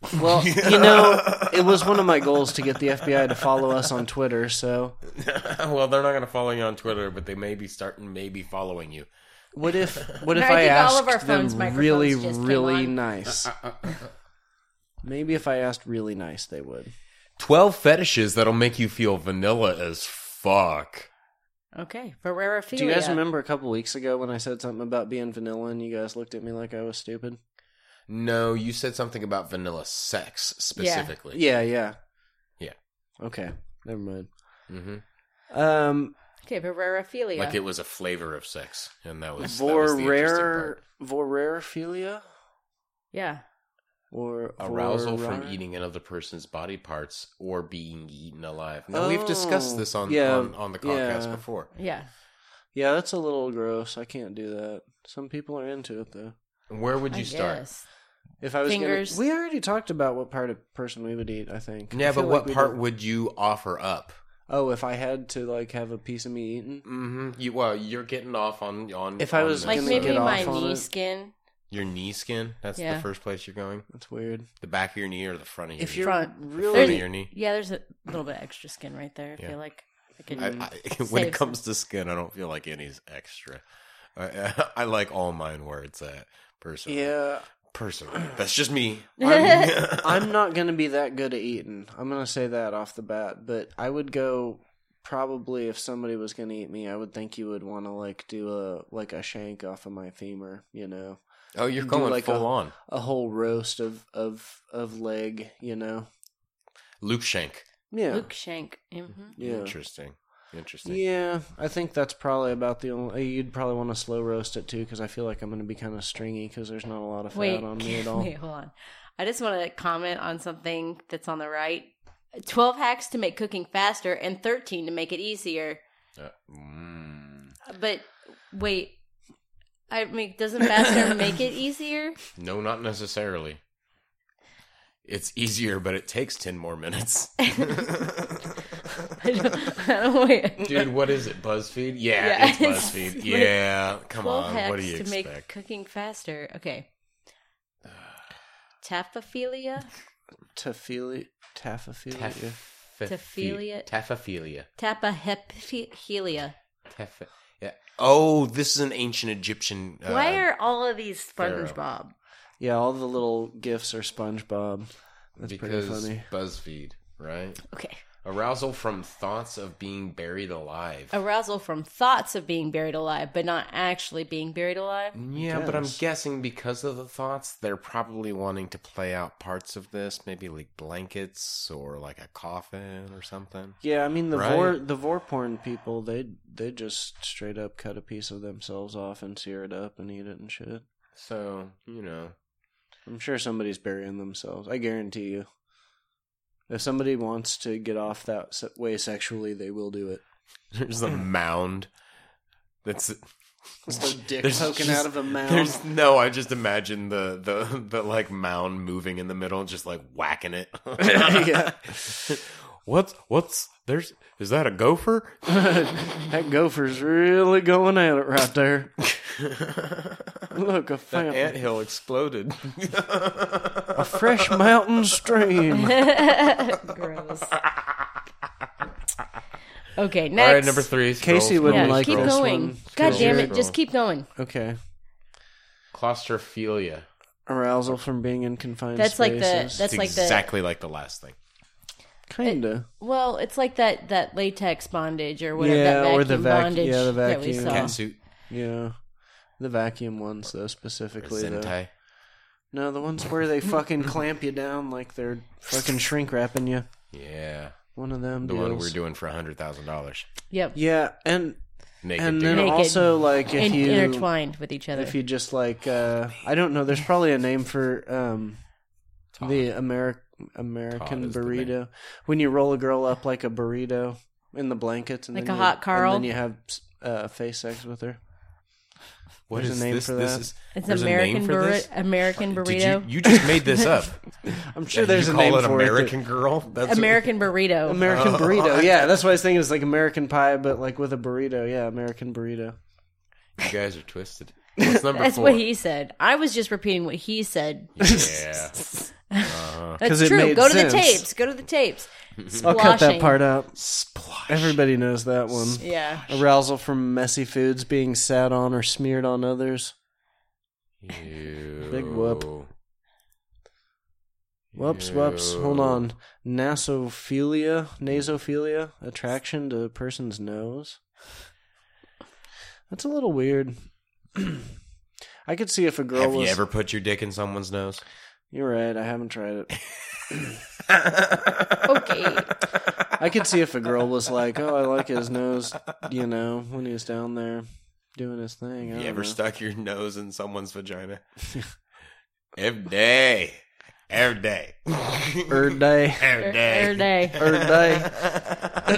S1: <laughs>
S3: <laughs>
S1: Well, you know, it was one of my goals to get the FBI to follow us on Twitter. So,
S3: well, they're not going to follow you on Twitter, but they may be starting, maybe following you.
S1: what if what if
S2: I
S1: I,
S2: think
S1: asked
S2: all of our phones'
S1: them
S2: microphones
S1: really,
S2: just came
S1: really
S2: on.
S1: nice? Maybe if I asked really nice, they would.
S3: Twelve fetishes that'll make you feel vanilla as fuck.
S2: Okay, rarefied.
S1: Do you guys remember a couple weeks ago when I said something about being vanilla and you guys looked at me like I was stupid?
S3: No, you said something about vanilla sex specifically.
S1: Yeah, yeah.
S3: Yeah.
S1: Okay. Never mind.
S3: hmm
S1: Um
S2: Okay, rareophilia.
S3: Like it was a flavor of sex, and that was that was the interesting
S1: vorer
S3: part.
S1: vorerephilia
S2: yeah.
S1: or
S3: arousal from
S1: vorer-
S3: eating another person's body parts or being eaten alive. Now we've discussed
S1: Oh,
S3: this on
S1: yeah,
S3: on, on the podcast
S1: yeah.
S3: before.
S2: Yeah.
S1: Yeah, that's a little gross. I can't do that. Some people are into it though.
S3: Where would
S2: I
S3: you start?
S2: guess.
S1: If I was gonna-
S2: Fingers.
S1: we already talked about what part of person we would eat. I think. I
S3: Yeah,
S1: feel
S3: but
S1: like
S3: what
S1: we
S3: part
S1: did-
S3: would you offer up?
S1: Oh, if I had to like have a piece of me eaten,
S3: hmm You, well, you're getting off on on.
S1: Mm-hmm. If I
S3: on
S1: was
S3: this.
S2: Like
S1: Gonna
S2: maybe
S1: get off
S2: my
S1: on
S2: knee
S1: it.
S2: skin.
S3: your knee skin, that's
S2: Yeah.
S3: the first place you're going.
S1: that's weird.
S3: The back of your knee or the front of your
S1: If
S3: knee.
S1: you're
S2: Front.
S3: front of
S1: really
S3: your knee.
S2: Yeah, there's a little bit extra skin right there. I
S3: Yeah.
S2: feel like I could.
S1: Mm,
S2: <laughs>
S3: I, I, <laughs> when
S2: Save
S3: it comes to skin, I don't feel like any's extra. I, <laughs> I like all mine where it's at. Personally,
S1: yeah, <clears throat>
S3: Personally, that's just me.
S1: I'm, I'm not gonna be that good at eating. I'm gonna say that off the bat, but I would go probably if somebody was gonna eat me, I would think you would want to like do a like a shank off of my femur, you know,
S3: <laughs> Oh, you're
S1: Do
S3: going
S1: like
S3: full
S1: a-
S3: on.
S1: a whole roast of of of leg, you know.
S3: Luke Shank.
S1: Yeah,
S2: Luke Shank. hmm
S1: yeah,
S3: Interesting. Interesting.
S1: yeah. I think that's probably about the only. You'd probably want to slow roast it too, because I feel like I'm gonna be kind of stringy because there's not a lot of fat
S2: Wait, <laughs>
S1: on me at all.
S2: wait, hold on. I just want to comment on something that's on the right. 12 hacks to make cooking faster and 13 to make it easier.
S3: Uh, mm.
S2: But wait, I mean, doesn't
S3: <laughs>
S2: faster make it easier? <laughs>
S3: No, not necessarily. It's easier, but it takes 10
S1: <laughs>
S3: more minutes.
S2: I don't, I don't wait.
S3: Dude, <laughs> what is it? BuzzFeed? Yeah,
S2: Yeah,
S1: <laughs>
S2: it's
S3: it's BuzzFeed.
S2: like
S3: yeah, come
S2: 12
S3: on.
S2: hacks
S3: What do you
S2: to
S3: expect?
S2: make cooking faster.
S3: <sighs>
S2: Okay. Tapophilia?
S1: Tafili, tafophilia.
S3: Taphophilia.
S2: Taphilia.
S3: Taphophilia.
S2: Tapahephilia.
S3: Taph- yeah. Oh, this is an ancient Egyptian. Uh,
S2: Why are all of these
S3: Pharaoh.
S2: SpongeBob?
S1: Yeah, all the little gifts are SpongeBob. That's
S3: because
S1: pretty funny.
S3: BuzzFeed, right?
S2: Okay.
S3: Arousal from thoughts of being buried alive.
S2: arousal from thoughts of being buried alive, but not actually being buried
S3: <laughs>
S2: alive.
S3: Yeah, but I'm
S1: Yes.
S3: guessing because of the thoughts, they're probably wanting to play out parts of this, maybe like blankets or like a coffin or something.
S1: Yeah, I mean the vor
S3: Right.
S1: the vor porn people they they just straight up cut a piece of themselves off and sear it up and eat it and shit.
S3: So, you know. <laughs>
S1: I'm sure somebody's burying themselves. I guarantee you. If somebody wants to get off that se- way sexually, they will do it. <laughs>
S3: There's a mound. That's
S1: Oh. It's
S3: <laughs>
S1: like dick
S3: there's
S1: poking
S3: just-
S1: out of a mound. <laughs>
S3: there's no. I just imagine the the the like mound moving in the middle, just like
S1: <laughs>
S3: whacking it. <laughs>
S1: Yeah.
S3: What's what's there's is that
S1: <laughs>
S3: a gopher?
S1: that gopher's really going at it right
S3: <laughs>
S1: there. Look, a
S3: That
S1: fountain.
S3: anthill exploded.
S1: a fresh
S3: <laughs>
S1: mountain stream.
S2: Gross. okay, next.
S3: All right, number three. Scroll,
S1: Casey wouldn't
S2: Yeah,
S3: scroll,
S1: like
S2: keep
S1: this
S3: scroll.
S2: going.
S1: one.
S2: God
S3: Scroll,
S2: damn it,
S3: scroll.
S2: just keep going.
S1: Okay.
S3: Claustrophilia.
S1: Arousal from being in confined
S2: That's like the-
S1: spaces.
S2: that's-
S3: It's
S2: like the-
S3: exactly like the last thing.
S1: Kinda.
S2: Well, it's like that that latex bondage or whatever that
S1: Yeah,
S2: vacuum
S1: or the vac-
S2: bondage
S1: yeah, the
S2: that we
S1: vacuum.
S2: saw.
S1: Cat
S3: Catsuit.
S1: yeah. The vacuum ones, though, specifically. Though.
S3: Zentai.
S1: No, the ones where they fucking clamp you down like they're fucking shrink wrapping you.
S3: Yeah,
S1: One of them.
S3: the one
S1: deals.
S3: we're doing for a hundred thousand dollars.
S2: Yep.
S1: Yeah, and
S3: Naked.
S1: and
S3: to
S1: then
S3: go.
S2: Naked.
S1: also like if
S2: and
S1: you
S2: intertwined with each other.
S1: if you just like uh I don't know, there's probably a name for um
S3: Todd.
S1: the Ameri-
S3: Todd
S1: American
S3: is the
S1: burrito when you roll a girl up like a burrito in the blankets and
S2: Like
S1: then
S2: a
S1: you,
S2: hot Carl?
S1: and then you have uh, face sex with her.
S3: What
S1: There's a
S3: is
S1: name
S3: this?
S1: for
S3: this
S1: that.
S3: is
S2: it's
S3: there's a
S2: American
S3: name for
S2: burrito.
S3: this?
S2: American
S3: Did
S2: burrito.
S3: you, you just made this
S1: <laughs>
S3: up.
S1: I'm sure there's
S3: you
S1: a
S3: call
S1: name
S3: it
S1: for
S3: American
S1: it.
S3: Girl. That's what-
S2: American burrito.
S1: American
S3: Oh.
S1: burrito.
S3: <laughs>
S1: Yeah, that's what I was thinking. It's like American pie, but like with a burrito. Yeah, American burrito.
S3: you guys
S2: <laughs>
S3: are twisted. What's number
S2: That's
S3: four?
S2: what he said. I was just repeating what he said. <laughs>
S3: yeah.
S2: That's
S1: 'Cause it
S2: true.
S1: made
S2: Go to the
S1: sense.
S2: tapes. Go to the tapes.
S1: I'll cut that
S2: Splashing.
S1: part out.
S3: Splash.
S1: Everybody knows that one.
S2: Yeah.
S1: Arousal from messy foods being sat on or smeared on others.
S3: Ew.
S1: Big whoop. Whoops, whoops. Hold on. Nasophilia, nasophilia, attraction to a person's nose. That's a little weird. <clears throat> I could see if a girl
S3: Have you
S1: was.
S3: ever put your dick in someone's nose?
S1: You're right. I haven't tried it.
S2: Okay.
S1: I could see if a girl was like, "Oh, I like his nose," you know, when he's down there doing his thing. I
S3: You
S1: don't
S3: ever
S1: know.
S3: stuck your nose in someone's <laughs> vagina? Every day. Every day.
S1: Er
S3: <laughs>
S1: day,
S3: Every
S2: Every
S3: day.
S1: <laughs>
S2: day.
S1: er
S3: <laughs>
S1: day.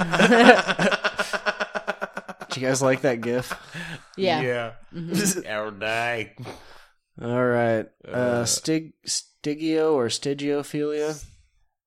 S1: Did you guys like that gif?
S2: Yeah. Mm-hmm.
S3: Yeah. <laughs> Every day.
S1: All right, uh,
S3: Uh,
S1: stig stigio or stigiophilia.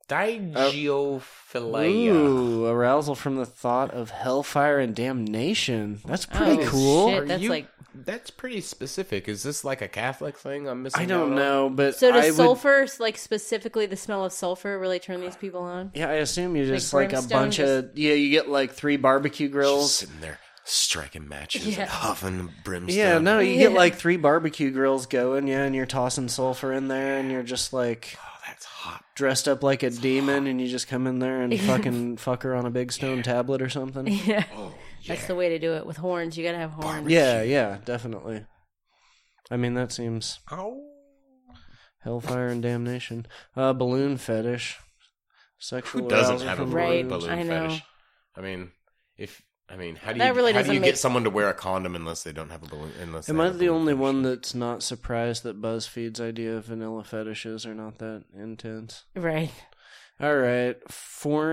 S3: Digiophilia.
S1: Ooh, arousal from the thought of hellfire and damnation. That's pretty
S2: Oh,
S1: cool.
S2: shit.
S3: Are
S2: That's like-
S3: that's pretty specific. Is this like a Catholic thing? I'm missing.
S1: I
S3: out
S1: don't
S3: on?
S1: know, but
S2: So
S1: I
S2: does
S1: would,
S2: sulfur, like specifically the smell of sulfur, really turn these people
S1: <laughs>
S2: on?
S1: Yeah, I assume you just like, a
S2: brimstone
S1: bunch of yeah. You get like three barbecue
S3: Just
S1: grills.
S3: sitting there striking matches
S2: Yeah.
S3: and huffing brimstone. Oh,
S1: Yeah, no, you get
S2: Yeah.
S1: like three barbecue grills going. Yeah, and you're tossing sulfur in there, and you're just like,
S3: Oh, That's hot.
S1: dressed up like a demon, and you just come in
S2: <laughs>
S1: there and fucking fuck her on a big stone tablet or something.
S2: yeah.
S3: Oh, yeah.
S2: That's the way to do it with horns. You gotta have horns.
S1: Yeah, yeah, definitely. I mean, that seems
S3: Oh.
S1: hellfire and damnation. Uh, balloon fetish, sexual
S3: Who doesn't
S1: arousal
S3: have a
S1: from
S2: Right,
S1: balloons.
S3: balloon
S2: I know.
S3: fetish? I mean, if I mean, how do
S2: That
S3: you
S2: really
S3: how do you
S2: doesn't
S3: get
S2: make-
S3: someone to wear a condom unless they don't have a balloon? Unless
S1: Am
S3: they
S1: I
S3: have a
S1: the
S3: balloon
S1: only
S3: fetish?
S1: one that's not surprised that BuzzFeed's idea of vanilla fetishes are not that intense?
S2: Right. <laughs>
S1: All right,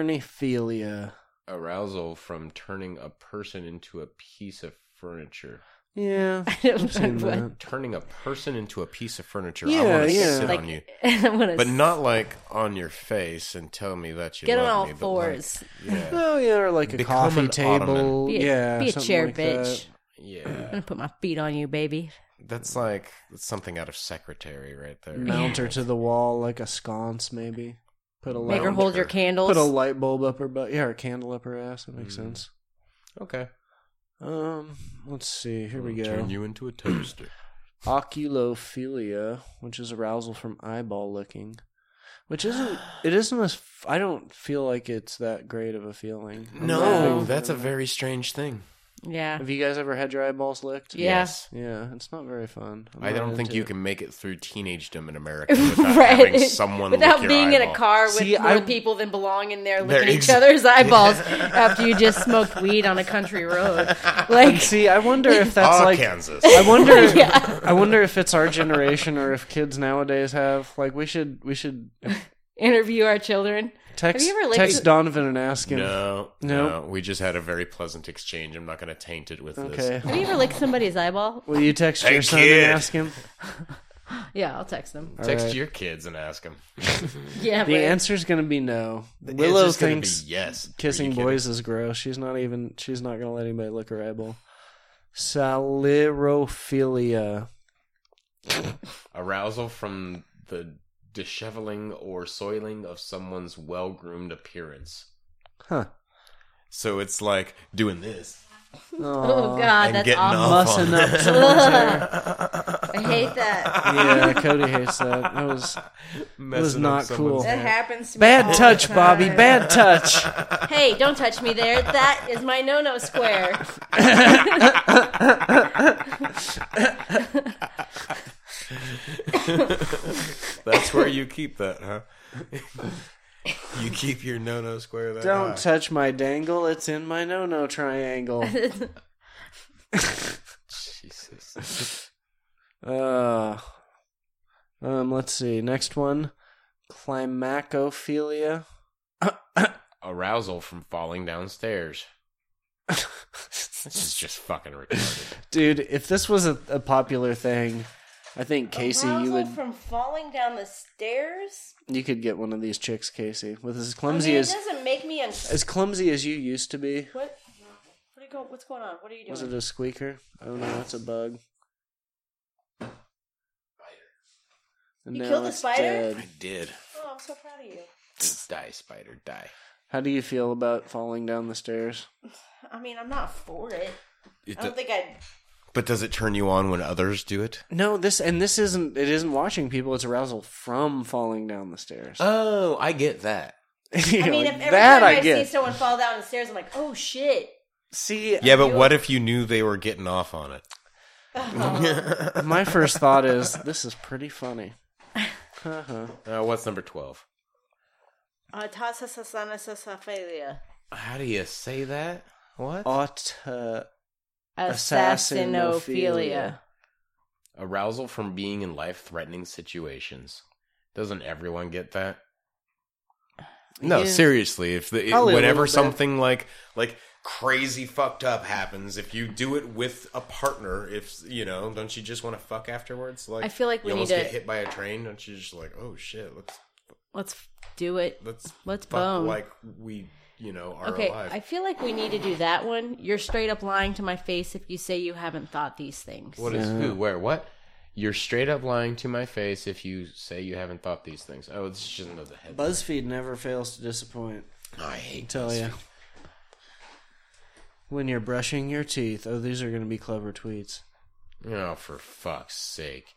S1: forniphilia.
S3: arousal from turning a person into a piece of furniture?
S1: Yeah,
S2: I don't <laughs>
S1: I've seen
S2: know what-
S1: that.
S3: Turning a person into a piece of furniture. I
S1: Yeah,
S3: want to
S1: yeah.
S3: sit
S2: Like, <laughs>
S3: on you,
S2: I'm gonna
S3: but not like on your face and tell me that you
S2: get on
S3: love
S2: all
S3: me, but, like,
S2: fours. <laughs>
S3: yeah,
S1: Oh yeah, or like a
S3: Become
S1: coffee
S3: an
S1: table.
S3: ottoman.
S2: Be a,
S1: yeah,
S2: be a
S1: something
S2: chair,
S1: like that.
S2: bitch. I'm
S3: yeah.
S2: gonna put my feet on you, baby.
S3: That's like that's something out of Secretary right there.
S1: Mount her to the wall like a sconce, maybe. Put a
S2: Make her
S1: light,
S3: Round
S2: hold your
S3: her.
S2: candles.
S1: put a light bulb up her butt. Yeah, or a candle up her ass. That makes
S3: Mm.
S1: sense.
S3: Okay.
S1: Um, let's see. Here we
S3: We'll
S1: go.
S3: Turn you into a toaster.
S1: oculophilia, which is arousal from eyeball licking,
S2: <sighs>
S1: which isn't it isn't as f- I don't feel like it's that great of a feeling. I'm not a big
S3: no,
S1: fan
S3: that's a
S1: of it.
S3: very strange thing.
S2: yeah.
S1: Have you guys ever had your eyeballs licked?
S2: Yeah.
S3: Yes.
S1: Yeah, it's not very fun. I'm
S3: I
S1: not
S3: don't think
S1: into
S3: you
S1: it.
S3: can make it through teenagedom
S2: <laughs>
S3: in America without
S2: Right.
S3: having someone
S2: Without
S3: lick your
S2: being in a
S3: eyeball.
S2: car with
S1: See,
S2: more
S1: I-
S2: people than belong in there
S3: There
S2: looking
S3: ex-
S2: each other's
S1: <laughs>
S2: eyeballs after you just smoked weed on a country road. Like,
S1: See, I
S2: <laughs>
S1: wonder if that's
S3: Ah,
S1: like
S3: Kansas.
S1: I wonder. If,
S2: Yeah.
S1: I wonder if it's our generation or if kids nowadays have like we should we should
S2: interview our children.
S1: text
S2: you ever licked-
S1: text Donovan and ask him.
S3: No,
S1: No.
S3: no, We just had a very pleasant exchange. I'm not going to taint it with
S1: Okay.
S3: this.
S2: Have you ever licked somebody's eyeball?
S1: Will you text
S3: Hey,
S1: your son
S3: kid.
S1: and ask him?
S2: Yeah, I'll text them.
S1: All
S3: Text
S1: right.
S3: your kids and ask <laughs> them.
S2: Yeah,
S1: The
S2: but
S1: answer's gonna be no. Willow thinks
S3: yes. Are
S1: kissing
S3: you kidding?
S1: boys is gross. She's not even. She's not gonna let anybody lick her eyeball. Salirophilia.
S3: Arousal from the disheveling or soiling of someone's well-groomed appearance.
S1: Huh.
S3: So it's like doing this
S2: oh
S1: Aw.
S2: god,
S3: and
S2: that's
S3: getting
S2: awful.
S1: <laughs>
S3: off on
S1: Mussing
S3: it.
S1: up someone's
S2: <laughs>
S1: hair.
S2: I hate that.
S1: Yeah, Cody hates that. That was
S3: Messing
S1: was
S3: up
S1: not
S3: someone's
S1: cool.
S2: That
S3: hair.
S2: happens. To me all
S1: bad
S2: the
S1: touch,
S2: time.
S1: Bobby. Bad touch.
S2: Hey, don't touch me there. That is my no-no
S1: <laughs>
S2: square.
S3: That's <laughs> where you keep that, huh? you keep your no-no square that high.
S1: Don't touch my dangle. It's in my no-no
S2: <laughs>
S1: triangle.
S3: Jesus.
S1: Uh, um. Let's see. Next one. Climacophilia. <laughs>
S3: Arousal from falling downstairs. This is just fucking retarded.
S1: Dude, if this was a, a popular thing, I think Casey, you would
S2: from falling down the stairs.
S1: you could get one of these chicks, Casey, with
S2: Oh,
S1: as clumsy as
S2: doesn't make me uncomfortable.
S1: as clumsy as you used to be.
S2: What? What are you going, what's going on? What are you doing?
S1: Was it a squeaker? Oh no, that's a bug. And
S2: You
S1: now
S2: killed the
S1: it's
S2: spider?
S1: dead.
S3: I did.
S2: oh, I'm so proud of you.
S3: Just die, spider, die.
S1: How do you feel about falling down the stairs?
S2: I mean, I'm not for it.
S3: It
S2: I don't think
S1: <laughs>
S2: I'd.
S3: but does it turn you on when others do it?
S1: No, this and this isn't it isn't watching people, it's arousal from falling down the stairs. <laughs>
S3: Oh, I get that.
S2: Uh, I mean, if every
S1: that
S2: time I,
S1: I get.
S2: see someone fall down the stairs, I'm like, oh shit.
S1: See,
S3: Yeah, but what if you knew they were getting off on it?
S1: my first thought is this is pretty funny. Uh-huh.
S3: Uh, what's number 12?
S2: Uh, Assassinophilia.
S3: How do you say that? What?
S1: Ought, uh,
S2: Assassinophilia.
S3: Arousal from being in life threatening situations. Doesn't everyone get that? No,
S1: Yeah.
S3: seriously. If the it,
S1: Probably a little
S3: whenever
S1: bit.
S3: something like like crazy fucked up happens, if you do it with a partner, if you know, don't you just want to fuck afterwards? Like
S2: I feel like
S3: you
S2: we
S3: almost
S2: need to-
S3: get hit by a train, don't you just like, oh shit, let's
S2: Let's do it.
S3: let's
S2: Let's
S3: fuck
S2: bone.
S3: like we you know are
S2: okay,
S3: alive.
S2: I feel like we need to do that one. You're straight up lying to my face if you say you haven't thought these things. <laughs>
S3: What is who? Where? What? You're straight up lying to my face if you say you haven't thought these things. Oh, this is just another head.
S1: BuzzFeed never fails to disappoint.
S3: I hate
S1: Tell
S3: this.
S1: you. When you're brushing your teeth, oh, these are going to be clever tweets.
S3: Oh, for fuck's sake.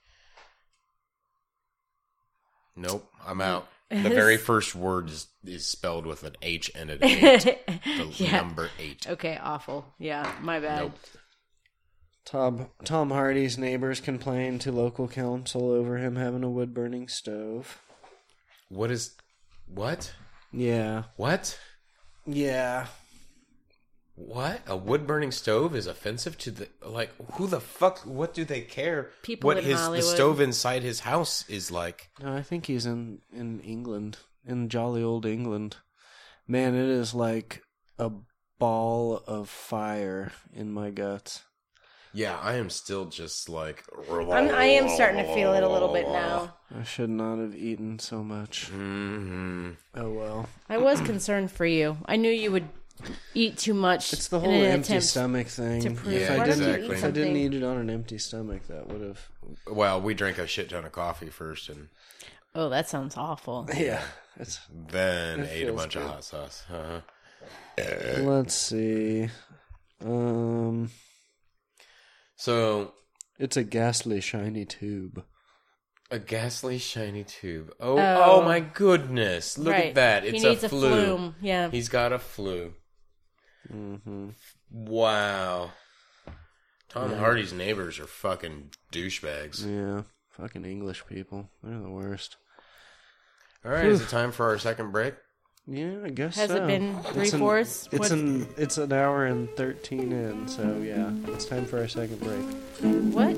S3: Nope, I'm out. The very first word is, is spelled with an H and
S2: <laughs>
S3: an eight. The
S2: Yeah.
S3: number eight.
S2: okay, awful. Yeah, my bad.
S3: Nope.
S1: Tom Tom Hardy's neighbors complained to local council over him having a wood burning stove.
S3: What is what?
S1: Yeah.
S3: What?
S1: Yeah.
S3: What? A wood burning stove is offensive to the like who the fuck what do they care
S2: People
S3: what
S2: in
S3: his
S2: Hollywood.
S3: the stove inside his house is like.
S1: No, I think he's in in England, in jolly old England. Man, it is like a ball of fire in my guts.
S3: Yeah, I am still just like
S2: I'm, I am starting to feel it a little bit now.
S1: I should not have eaten so much.
S3: hmm
S1: Oh well.
S2: I was concerned for you. I knew you would eat too much.
S1: It's the
S2: in
S1: whole
S2: an
S1: empty
S2: attempt-
S1: stomach thing.
S2: to prove-
S1: if
S3: Yeah,
S1: I
S3: why don't
S1: didn't
S3: you eat
S1: if I didn't
S2: something?
S1: eat it on an empty stomach, that would have
S3: Well, we drank a shit ton of coffee first and
S2: Oh, that sounds awful.
S1: Yeah. It's
S3: then ate a
S1: feels
S3: bunch
S1: good.
S3: of hot sauce. Uh-huh.
S1: let's see. Um
S3: So
S1: it's a ghastly shiny tube.
S3: a ghastly shiny tube. Oh,
S2: Oh.
S3: oh, my goodness. Look
S2: Right.
S3: at that. It's
S2: he needs
S3: a flu.
S2: flume. Mm-hmm. Yeah.
S3: He's got a flu.
S1: Mhm.
S3: Wow. Tom Hardy's neighbors are fucking douchebags.
S2: Mm.
S1: Yeah. Fucking English people. They're the worst.
S3: All right, is it time for our second break?
S1: Yeah, I guess
S2: Has it
S1: so.
S2: been
S1: It's
S2: three
S1: an-
S2: fourths?
S1: It's
S2: What's-
S1: an it's an hour and thirteen in, so yeah, it's time for our second break.
S2: What?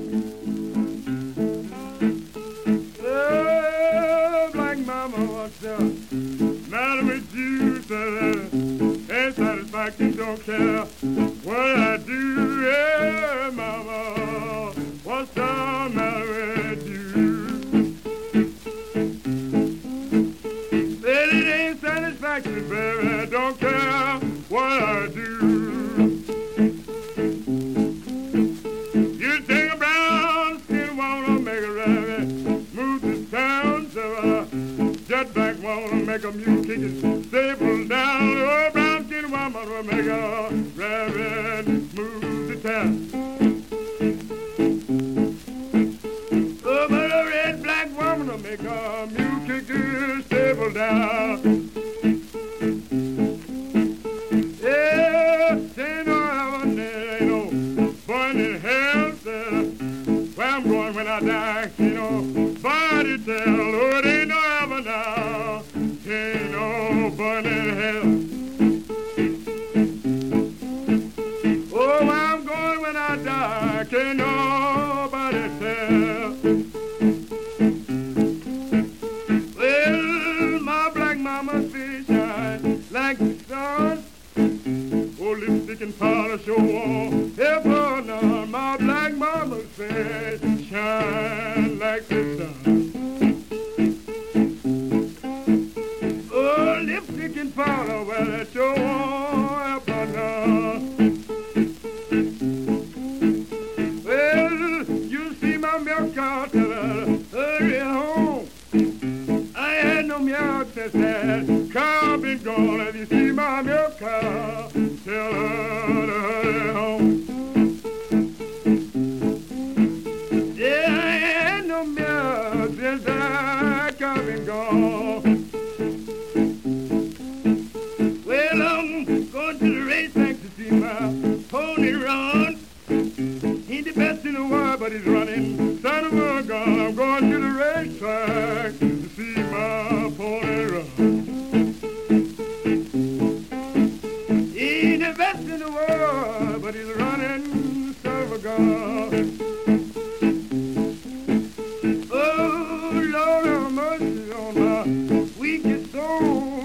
S7: Oh, Black Mama, what's up? Matter with you, that ain't satisfaction, don't care what I do. Yeah, Mama, what's the matter with you? Said it ain't satisfaction, baby, don't care what I do. You take a brown skin, wanna make a rabbit. Move to town, Sarah. Jetback wanna make a mule kick it. Staple down, oh, brown skin woman will make a rabbit. Move to town. Oh, but a red black woman will make a mule kick it. Staple down. Yeah, they know how I need, no burn in hell, said Where I'm going when I die, you know, body tell, oh, it ain't no heaven now, ain't no burn in hell. Oh, where I'm going when I die, can nobody tell. Well, my black mama's face shine like the sun. Oh, lipstick and polish, oh, heaven on my black mama's face shine like the sun. Oh, lipstick and polish, well, e it's your heaven on. Well, you see my er, milk out, well, hurry home. I had no milk since that cow been gone. If you see my milk cow, tell her to hurry home. Yeah, I had no milk since that cow been gone. Well, I'm going to the racetrack to see my pony run. He's the best in the world, but he's running. Son of a gun, I'm going to the racetrack to see my pony run. He's the best in the world, but he's running. Son of a gun. Oh, Lord have mercy on my weakest soul.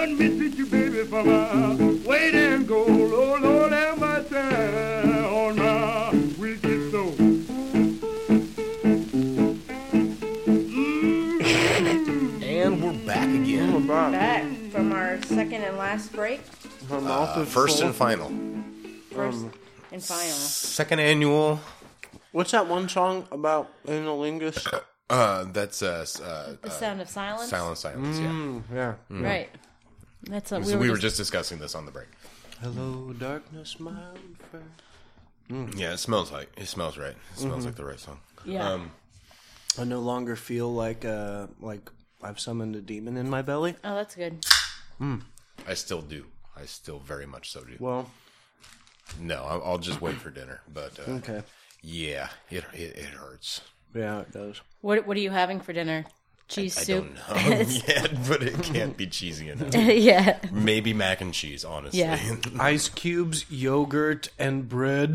S7: One message you baby from my wait and go, oh Lord have mercy on my wicked soul.
S3: And we're back again.
S2: Back from our second and last break.
S1: Her mouth is
S3: Uh, First
S1: full.
S3: and final.
S2: First
S3: Um,
S2: and final.
S3: Second annual.
S1: What's that one song about analingus?
S3: Uh, that's uh, s- uh,
S2: The sound of silence. Mm.
S3: silence, silence. Yeah,
S1: Hmm, yeah.
S2: Right. That's what
S3: So we were just discussing this on the break.
S1: Hello, darkness, my old friend.
S2: Mm-hmm.
S3: Yeah, it smells like it smells right. It smells like the right song.
S2: Yeah.
S3: Um,
S1: I no longer feel like uh like I've summoned a demon in my belly.
S2: Oh, that's good.
S3: I still do. I still very much so do.
S1: Well,
S3: No, I'll, I'll just wait for dinner. But uh,
S1: okay.
S3: yeah, it, it it hurts.
S1: Yeah, it does.
S2: What What are you having for dinner? Cheese
S3: I
S2: soup.
S3: don't know <laughs> yet, but it can't be cheesy enough.
S2: <laughs> yeah.
S3: Maybe mac and cheese, honestly.
S2: Yeah.
S1: Ice cubes, yogurt, and bread. <laughs>
S3: <laughs>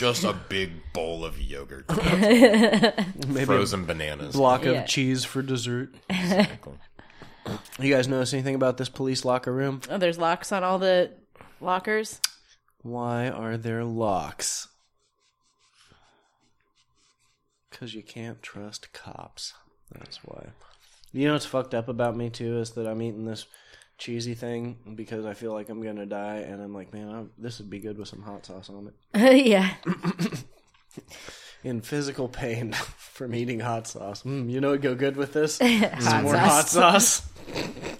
S3: just a big bowl of yogurt,
S1: Maybe
S3: frozen bananas.
S1: a block
S2: Yeah.
S1: of cheese for dessert. You guys notice anything about this police locker room?
S2: Oh, there's locks on all the
S3: <laughs>
S2: lockers.
S1: Why are there locks? Because you can't trust cops. That's why. You know what's fucked up about me too is that I'm eating this cheesy thing because I feel like I'm gonna die, and I'm like, man, I, this would be good with some hot sauce on it.
S2: yeah.
S1: In physical pain <laughs> from eating hot sauce. Mm, you know what would go good with this? Some
S2: Hot
S1: more
S2: sauce.
S1: hot sauce. <laughs>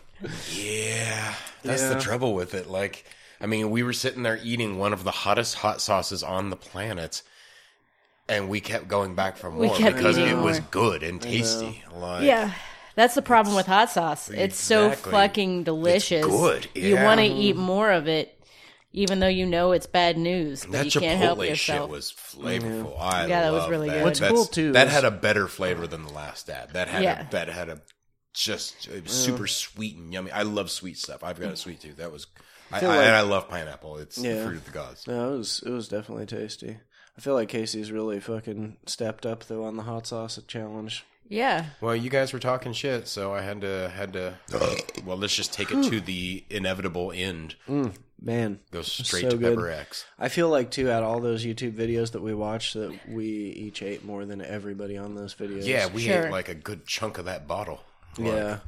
S3: Yeah, that's
S1: Yeah.
S3: the trouble with it. Like, I mean, we were sitting there eating one of the hottest hot sauces on the planet, and we kept going back for more
S2: kept
S3: because
S2: eating
S3: it was
S2: more.
S3: good and tasty. Like,
S2: Yeah. That's the problem with hot sauce. It's so
S3: Exactly.
S2: fucking delicious.
S3: good,
S2: You
S3: yeah.
S2: want to eat more of it, even though you know it's bad news, but
S3: That
S2: you
S3: Chipotle
S2: can't help
S3: shit
S2: yourself.
S3: was flavorful. I
S2: Yeah, that was
S3: love
S2: really
S3: that.
S2: good. What's
S3: That's-
S1: cool, too,
S3: That
S1: is-
S3: had a better flavor than the last ad. That had
S2: Yeah.
S3: a, that had a just it was super sweet and yummy. I love sweet stuff. I've got a sweet tooth. That was, I, I,
S1: like-
S3: and I love pineapple. It's the
S1: Yeah.
S3: fruit of the gods.
S1: No, it was it was definitely tasty. I feel like Casey's really fucking stepped up though on the hot sauce challenge.
S2: yeah.
S3: Well, you guys were talking shit, so I had to had to. well, let's just take it to the inevitable end.
S1: Man,
S3: Go straight
S1: so
S3: to
S1: good.
S3: Pepper X.
S1: I feel like too out of all those YouTube videos that we watched that we each ate more than everybody on those videos.
S3: Yeah, we
S2: Sure.
S3: ate like a good chunk of that bottle. Like,
S1: yeah.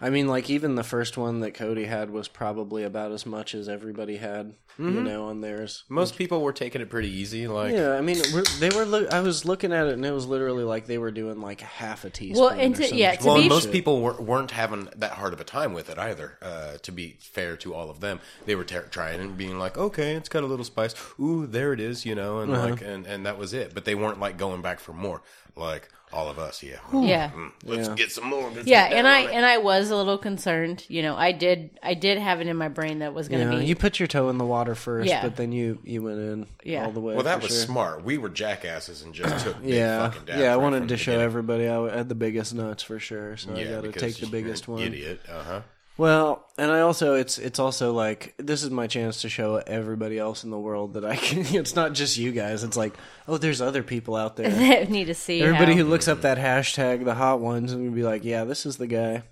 S1: I mean, like even the first one that Cody had was probably about as much as everybody had,
S3: Mm-hmm.
S1: you know, on theirs.
S3: Most people were taking it pretty easy. Like,
S1: Yeah, I mean, we're, they were. Lo- I was looking at it, and it was literally like they were doing like half a teaspoon.
S2: Well, and
S1: or
S2: to-
S1: some
S2: yeah, to
S3: well,
S2: be-
S3: and most people were, weren't having that hard of a time with it either. Uh, to be fair to all of them, they were ter- trying and being like, "Okay, it's got a little spice. Ooh, there it is," you know, and
S2: Uh-huh.
S3: like, and, and that was it. But they weren't like going back for more, like all of us. Yeah,
S2: Yeah.
S3: Mm, let's
S1: Yeah.
S3: get some more. Let's
S2: Yeah,
S3: get
S2: and
S3: down
S2: I
S3: on it.
S2: and I was a little concerned. You know, I did I did have it in my brain that was going to
S1: Yeah,
S2: be <laughs>
S1: you put your toe in the water first,
S2: Yeah.
S1: but then you you went in
S2: Yeah.
S1: all the way.
S3: Well, that
S1: for
S3: was
S1: sure.
S3: smart. We were jackasses and
S1: <clears throat>
S3: just took big
S1: Yeah,
S3: fucking dabs
S1: yeah. I
S3: right
S1: wanted
S3: from
S1: to
S3: the
S1: show
S3: beginning.
S1: everybody I had the biggest nuts for sure, so I got to
S3: because
S1: take the
S3: you're
S1: biggest
S3: an
S1: one.
S3: Idiot. Uh huh.
S1: Well, and I also it's it's also like this is my chance to show everybody else in the world that I can. <laughs> It's not just you guys. It's like oh, there's other people
S2: <laughs>
S1: out there.
S2: I need to see
S1: Everybody
S2: how-
S1: who looks up that hashtag, the hot ones, and be like, yeah, this is the guy.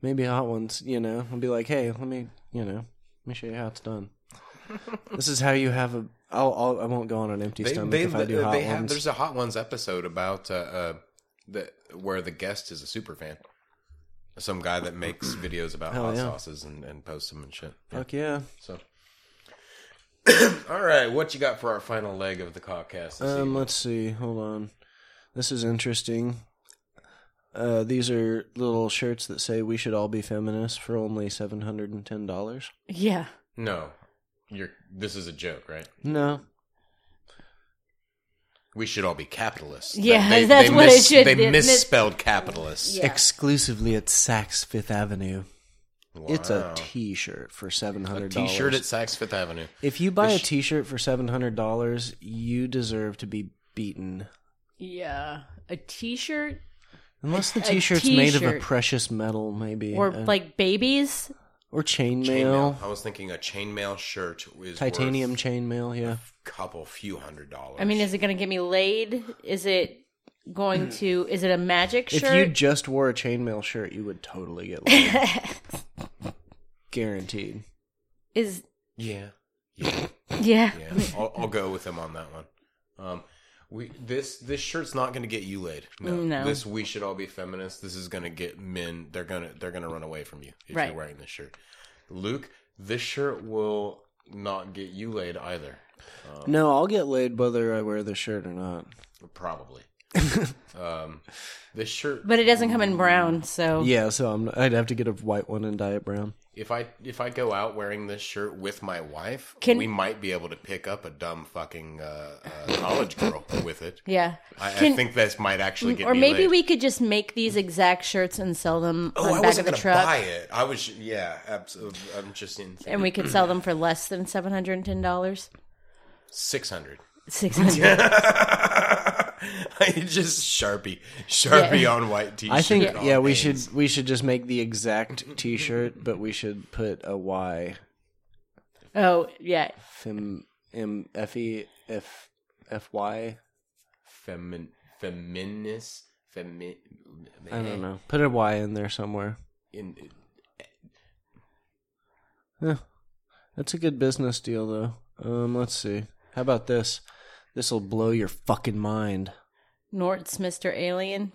S1: Maybe hot ones, you know, and be like, hey, let me, you know, let me show you how it's done. this is how you have a. I'll, I'll I won't go on an empty
S3: They,
S1: stomach
S3: they, uh,
S1: if I
S3: they,
S1: do hot ones.
S3: have. There's a Hot Ones episode about uh, uh, the where the guest is a super fan, some guy that
S1: <clears throat>
S3: makes videos about hot
S1: yeah.
S3: sauces and, and posts them and shit. Yeah,
S1: Fuck yeah.
S3: So, <clears throat> all right, what you got for our final leg of the podcast? This
S1: Um,
S3: evening?
S1: let's see. Hold on. This is interesting. Uh, these are little shirts that say we should all be feminists for only seven hundred and ten dollars.
S2: Yeah.
S3: no, you're. This is a joke, right?
S1: No,
S3: We should all be capitalists.
S2: Yeah, <laughs> that's what it should
S3: They
S2: be. Mis-
S3: misspelled capitalists.
S2: Yeah.
S1: exclusively at Saks Fifth Avenue. It's a
S3: Wow.
S1: T-shirt for seven
S3: A
S1: hundred dollars.
S3: T-shirt at Saks Fifth Avenue.
S1: if you buy a T-shirt for seven hundred dollars, you deserve to be beaten.
S2: Yeah. A t-shirt
S1: Unless the
S2: A
S1: T-shirt's made of a
S2: T-shirt.
S1: precious metal, maybe,
S2: or
S1: uh,
S2: like babies?
S1: or chainmail,
S3: Chainmail. I was thinking a chainmail shirt is
S1: titanium
S3: worth
S1: chainmail. Yeah.
S3: a couple few hundred dollars.
S2: I mean, is it going to get me laid? Is it going to is it a magic
S1: If
S2: shirt?
S1: you just wore a chainmail shirt, you would totally get laid. Guaranteed.
S2: is
S3: yeah, yeah,
S2: yeah. <laughs>
S3: yeah. I'll, I'll go with him on that one. Um, we this this shirt's not going to get you laid. No.
S2: Mm, No.
S3: this we should all be feminists. This is going to get men. They're gonna they're gonna run away from you if
S2: Right.
S3: you're wearing this shirt. Luke, this shirt will not get you laid either.
S1: Oh. No, I'll get laid whether I wear the shirt or not.
S2: <laughs>
S3: Probably. um, this shirt
S2: But it doesn't come in brown, so
S1: Yeah, so I'm, I'd have to get a white one and dye it brown.
S3: if I if I go out wearing this shirt with my wife,
S2: Can-
S3: we might be able to pick up a dumb fucking uh,
S2: <laughs>
S3: uh, college girl with it.
S2: Yeah.
S3: I,
S2: Can-
S3: I think this might actually get
S2: or
S3: me
S2: maybe
S3: laid.
S2: we could just make these exact shirts and sell them
S3: Oh,
S2: on
S3: I
S2: the back of
S3: wasn't
S2: the
S3: gonna
S2: truck,
S3: buy it. I was yeah, absolutely. I'm just in
S2: and we could sell them for less than seven hundred and ten
S3: <laughs>
S2: dollars.
S3: six hundred. <laughs>
S2: Six hundred.
S3: just sharpie, sharpie on white t-shirt.
S1: I think yeah,
S3: on
S1: we
S3: Hanes.
S1: should we should just make the exact T-shirt, but we should put a Y.
S2: oh yeah,
S1: Fem M F E F F Y.
S3: Femin, feminist, femi.
S1: I don't know. Put a Y in there somewhere.
S3: In,
S1: Yeah, that's a good business deal though. Um, let's see. How about this? This will blow your fucking mind.
S2: Nort's Mister Alien.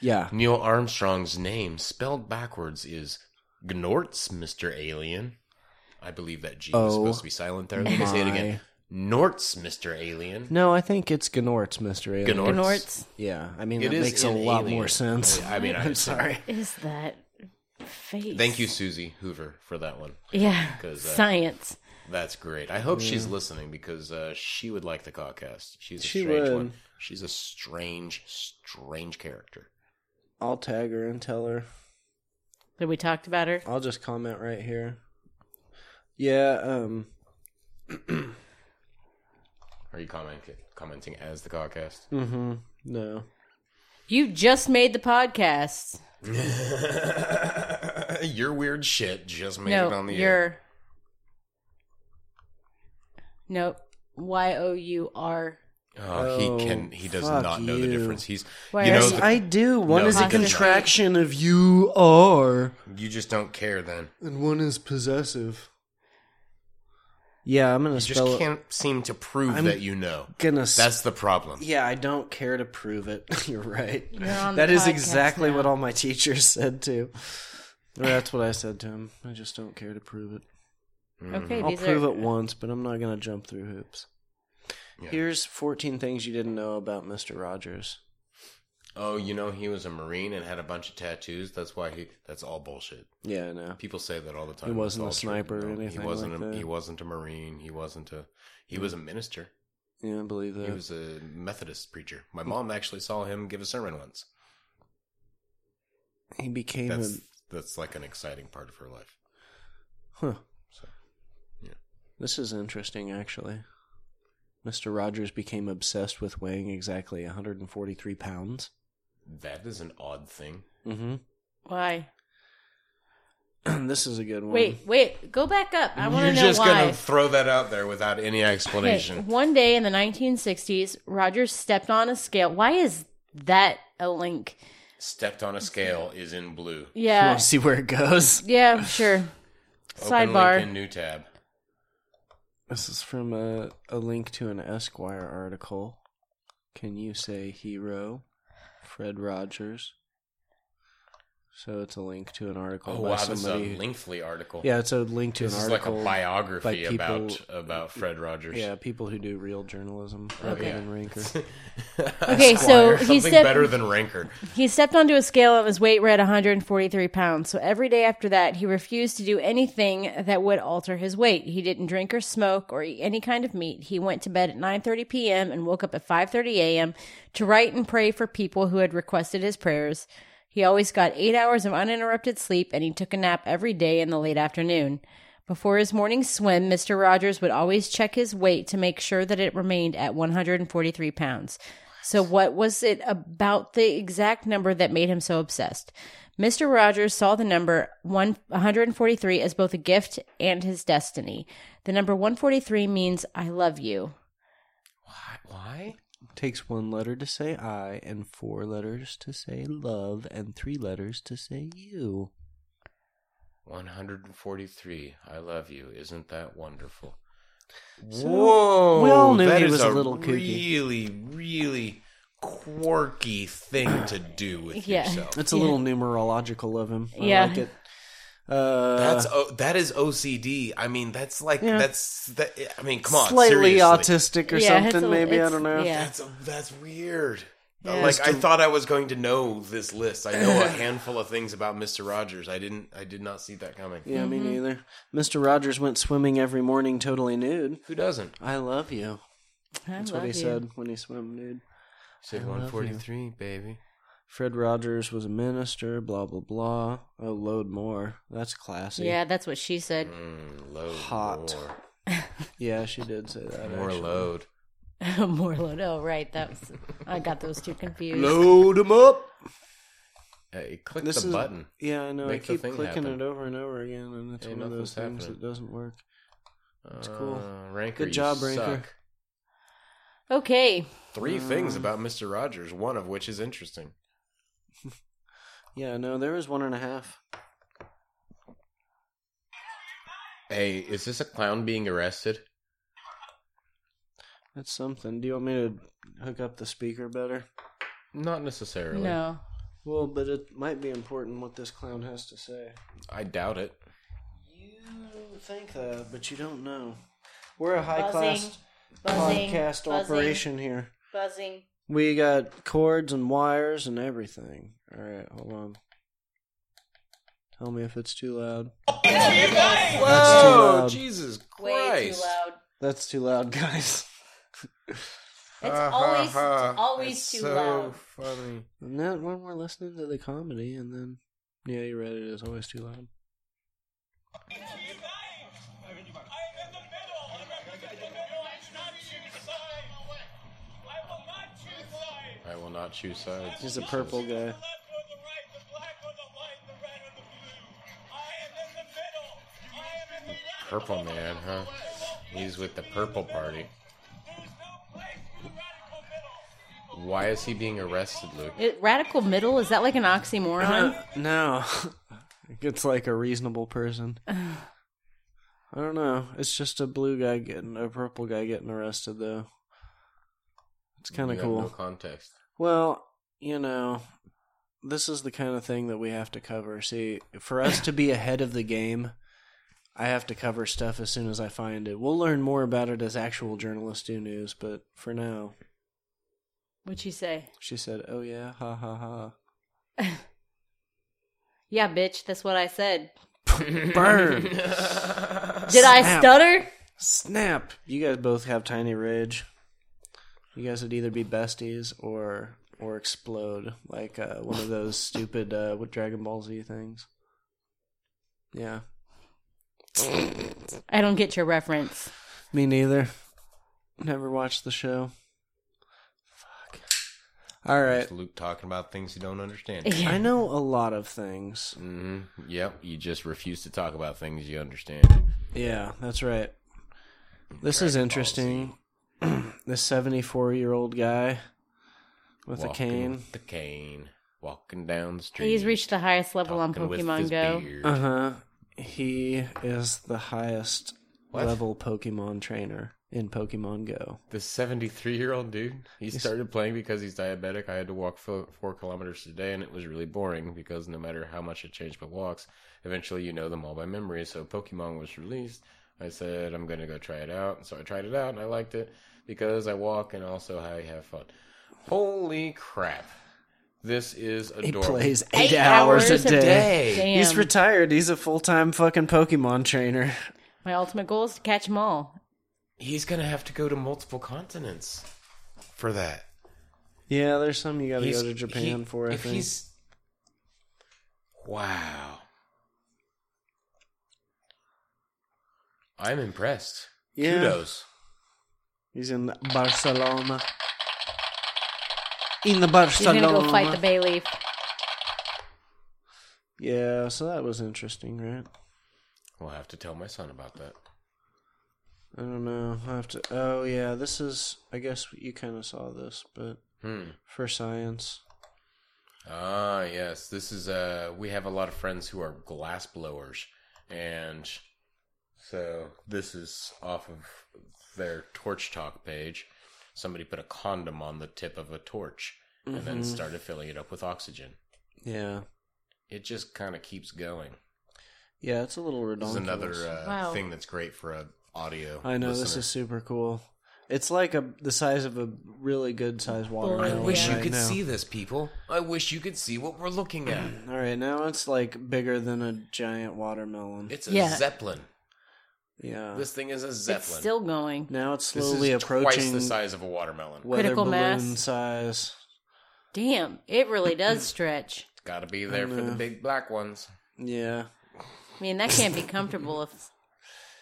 S1: Yeah,
S3: Neil Armstrong's name spelled backwards is Gnorts, Mr. Alien. I believe that G was
S1: Oh,
S3: supposed to be silent there. Let me say it again. Norts, Mr. Alien.
S1: No, I think it's Gnorts, Mr. Alien.
S3: Gnorts.
S2: Nort's
S1: Yeah, I mean,
S3: It
S1: that
S3: is
S1: makes a
S3: in
S1: lot
S3: Alien.
S1: more sense.
S3: I mean, I-
S1: I'm sorry.
S2: is that face?
S3: Thank you, Susie Hoover, for that one.
S2: Yeah,
S3: 'Cause, uh,
S2: science.
S3: That's great. I hope she's listening because uh, she would like the caucast. She's a
S1: She
S3: strange
S1: would.
S3: one. She's a strange, strange character.
S1: I'll tag her and tell her.
S2: That we talked about her.
S1: I'll just comment right here. Yeah, um,
S3: Are you commenting commenting as the caucast?
S1: Mm. no.
S2: You just made the podcast.
S3: <laughs> Your weird shit just made it on
S2: No,
S3: the air.
S2: you're. Nope. Y o u r.
S3: Oh,
S1: Oh,
S3: he can. He does
S1: fuck
S3: not know the
S1: you.
S3: difference. He's
S2: Why
S3: you
S2: are
S3: know
S2: you-
S3: the-
S1: I do. One
S3: No,
S1: is a
S3: he doesn't.
S1: contraction of you are,
S3: you just don't care. Then
S1: and one is possessive. Yeah, I'm gonna
S3: you just
S1: spell it.
S3: can't seem to prove
S1: I'm
S3: that you know.
S1: Gonna s-
S3: That's the problem.
S1: <laughs> Yeah, I don't care to prove it. <laughs> You're right.
S2: on
S1: That
S2: the
S1: is
S2: podcast
S1: exactly
S2: now.
S1: what all my teachers said too. Or that's what I said to him. I just don't care to prove it.
S3: Mm-hmm.
S2: Okay,
S1: I'll
S2: these
S1: prove
S2: are
S1: it once, but I'm not gonna jump through hoops.
S3: Yeah.
S1: Here's 14 things you didn't know about Mr. Rogers.
S3: Oh, you know he was a marine and had a bunch of tattoos. That's why he. That's all bullshit.
S1: Yeah, I know.
S3: People say that all the time.
S1: He wasn't
S3: It's
S1: a
S3: all true.
S1: sniper or
S3: No,
S1: anything
S3: He wasn't.
S1: like
S3: a,
S1: that.
S3: He wasn't a marine. He wasn't a. He was a minister.
S1: Yeah, I believe
S3: He
S1: that.
S3: was a Methodist preacher. My mom actually saw him give a sermon once.
S1: He became a
S3: That's that's like an exciting part of her life.
S1: huh.
S3: So, yeah.
S1: This is interesting, actually. Mr. Rogers became obsessed with weighing exactly 143 pounds.
S3: That is an odd thing.
S1: Mm-hmm.
S2: why?
S1: <clears throat> this is a good one.
S2: Wait, wait, go back up. I want to
S3: You're
S2: know
S3: just
S2: why.
S3: gonna throw that out there without any
S2: Okay,
S3: explanation.
S2: one day in the 1960s, Rogers stepped on a scale. Why is that a link?
S3: Stepped on a scale is in blue.
S1: You
S2: Yeah,
S1: want to see where it goes?
S2: yeah,
S3: <sighs>
S2: sure.
S3: Open
S2: Sidebar.
S3: link in new tab.
S1: This is from a, a link to an Esquire article. Can you say hero? Fred Rogers. So it's a link to an article
S3: Oh
S1: by
S3: wow, that's a
S1: somebody.
S3: lengthy article.
S1: Yeah, it's a link to
S3: this
S1: an
S3: is like
S1: article.
S3: a biography
S1: by people-
S3: about about Fred Rogers.
S1: Yeah, people who do real journalism rather
S3: Okay.
S1: than ranker.
S3: <laughs>
S2: Okay, so he
S3: something
S2: stepped
S3: better than Ranker.
S2: he stepped onto a scale and his weight read 143 pounds. So every day after that, he refused to do anything that would alter his weight. He didn't drink or smoke or eat any kind of meat. He went to bed at 9:30 p.m. and woke up at 5:30 a.m. to write and pray for people who had requested his prayers. He always got 8 hours of uninterrupted sleep and he took a nap every day in the late afternoon. Before his morning swim, Mr. Rogers would always check his weight to make sure that it remained at 143 pounds. So, what was it about the exact number that made him so obsessed? Mr. Rogers saw the number one- 143 as both a gift and his destiny. The number 143 means I love you.
S3: Why?
S1: Takes one letter to say I, and four letters to say love, and three letters to say you.
S3: One hundred and forty-three. I love you. Isn't that wonderful? Whoa!
S1: we all knew
S3: that
S1: he
S3: is
S1: was a little kooky.
S3: really, really quirky thing to do
S2: <laughs>
S3: with
S2: Yeah.
S3: yourself.
S1: It's a little numerological of him. I
S2: Yeah.
S1: like it. Uh,
S3: That's o that is OCD. I mean, that's like that's that. I mean, come on,
S1: slightly
S3: seriously.
S1: autistic or
S2: Yeah, it's
S1: something,
S2: a-
S1: maybe. I
S2: it's-
S1: don't know.
S2: yeah.
S3: That's that's weird.
S2: Yeah.
S3: Like I thought I was going to know this list. I know
S1: <laughs>
S3: a handful of things about Mister Rogers. I didn't. I did not see that coming.
S1: Yeah,
S2: Mm-hmm.
S1: me neither. Mr. Rogers went swimming every morning totally nude.
S3: Who doesn't?
S1: I love you.
S2: I
S1: That's
S2: love
S1: what he
S2: you.
S1: said when he swam nude.
S3: Save
S1: I love you.
S3: one forty three, baby.
S1: Fred Rogers was a minister, blah, blah, blah. Oh, load more. That's classy.
S2: Yeah, that's what she said. <laughs>
S3: Mm, load
S1: Hot.
S3: more.
S1: Yeah, she did say that.
S3: More
S1: actually.
S3: load.
S2: Morlot. Oh, right. That was. I got those two confused.
S3: Load them up. Hey, click
S1: This
S3: the
S1: is-
S3: button.
S1: Yeah, I know.
S3: Make
S1: I
S3: the
S1: keep
S3: thing
S1: clicking
S3: happen.
S1: it over and over again, and it's
S3: Ain't
S1: one of
S3: nothing's
S1: those things
S3: happening.
S1: that doesn't work.
S3: That's
S1: cool.
S3: Uh, ranker, Uh,
S1: Good
S3: you
S1: job, Ranker.
S3: suck.
S2: Okay.
S3: Three things about Mister Rogers. One of which is interesting.
S1: Yeah, no, there was one and a half.
S3: Hey, is this a clown being arrested?
S1: That's something. Do you want me to hook up the speaker better?
S3: Not necessarily.
S2: No.
S1: Well, but it might be important what this clown has to say.
S3: I doubt it.
S1: You think that, but you don't know. We're a high
S2: Buzzing.
S1: class
S2: Buzzing.
S1: podcast
S2: buzzing,
S1: operation here.
S2: Buzzing.
S1: We got cords and wires and everything. All right, hold on. Tell me if it's too loud.
S3: Oh,
S1: loud.
S3: Jesus Christ.
S2: Way too loud.
S1: That's too loud, <laughs> guys.
S2: It's always it's <laughs> always too loud.
S3: funny.
S1: And that when we're listening to the comedy, and then yeah, you're right. It is always too loud.
S3: I will not choose sides.
S1: He's a purple guy.
S3: Purple man, huh? He's with the purple party. Why is he being arrested, Luke?
S2: It, radical middle is that like an
S1: Uh-huh.
S2: oxymoron?
S1: Uh, no, <laughs> it's like a reasonable person. I don't know. It's just a blue guy getting a purple guy getting arrested though. It's kind
S3: You
S1: of
S3: have
S1: cool.
S3: No context.
S1: Well, you know, this is the kind of thing that we have to cover. See, for us to be ahead of the game, I have to cover stuff as soon as I find it. We'll learn more about it as actual journalists do news, but for now,
S2: What'd you say?
S1: she said, "Oh yeah, ha ha ha."
S2: Yeah, bitch. That's what I said.
S1: Burn,
S2: Did I
S1: Uh, Snap.
S2: stutter?
S1: snap. You guys both have tiny ridge. You guys would either be besties or or explode like uh, one of those stupid uh, what Dragon Ball Z things. Yeah,
S2: I don't get your reference.
S1: Me neither. Never watched the show. Fuck. All right.
S3: It's Luke talking about things you
S2: <laughs>
S3: don't understand.
S1: I
S2: Yeah.
S1: know a lot of things.
S3: hmm Yep, you just refuse to talk about things you understand.
S1: Yeah, that's right. This is interesting. <clears throat> this 74 year old guy with a
S3: Walking
S1: cane.
S3: with The cane. Walking down the street.
S2: He's reached the highest level on
S3: talking with his
S2: Pokemon Go.
S3: beard.
S1: Uh huh. He is the highest
S3: What?
S1: level Pokemon trainer in Pokemon Go.
S3: The 73 year old dude, he started playing because he's diabetic. I had to walk fo- four kilometers today, and it was really boring because no matter how much I changed my walks, eventually you know them all by memory. So Pokemon was released. I said, I'm going to go try it out. So I tried it out, and I liked it because I walk and also I have fun. Holy crap. This is
S1: He
S3: adorable.
S1: plays eight,
S2: Eight
S1: hours,
S2: hours
S1: a
S2: a
S1: day.
S3: Hey,
S2: Damn.
S1: He's retired. He's a full time fucking Pokemon trainer.
S2: My ultimate goal is to catch them all.
S3: he's going to have to go to multiple continents for that.
S1: Yeah, there's some you gotta
S3: He's-
S1: go to Japan
S3: he-
S1: for. I
S3: if
S1: think.
S3: he's wow, I'm impressed.
S1: Yeah.
S3: Kudos.
S1: He's in Barcelona. In the
S2: He's
S1: Barcelona.
S2: gonna go fight the bay leaf.
S1: yeah, so that was interesting, right?
S3: We'll have to tell my son about that.
S1: I don't know. I have to. Oh yeah, this is. I guess you kind of saw this, but
S3: Hmm.
S1: for science.
S3: Ah, yes. This is uh we have a lot of friends who are glass blowers and so this is off of their torch talk page. Somebody put a condom on the tip of a torch and then started filling it up with oxygen.
S1: Yeah.
S3: It just kind of keeps going.
S1: Yeah, it's a little redonkulous.
S3: This is another uh,
S2: Wow.
S3: thing that's great for a audio.
S1: I know this
S3: uh, listener.
S1: is super cool. It's like a the size of a really good sized watermelon.
S3: I wish
S1: right
S3: you could
S1: now.
S3: see this, people. I wish you could see what we're looking at.
S1: All right, now it's like bigger than a giant watermelon.
S3: It's a
S2: Yeah.
S3: zeppelin.
S1: yeah.
S3: This thing is a zeppelin.
S2: It's still going.
S1: now it's
S3: this
S1: slowly
S3: is twice
S1: approaching
S3: the size of a watermelon.
S1: weather
S2: Critical
S1: balloon
S2: mass.
S1: size.
S2: Damn, it really does stretch.
S3: It's got to be there for the big black ones.
S1: Yeah.
S2: I mean, that can't be comfortable if.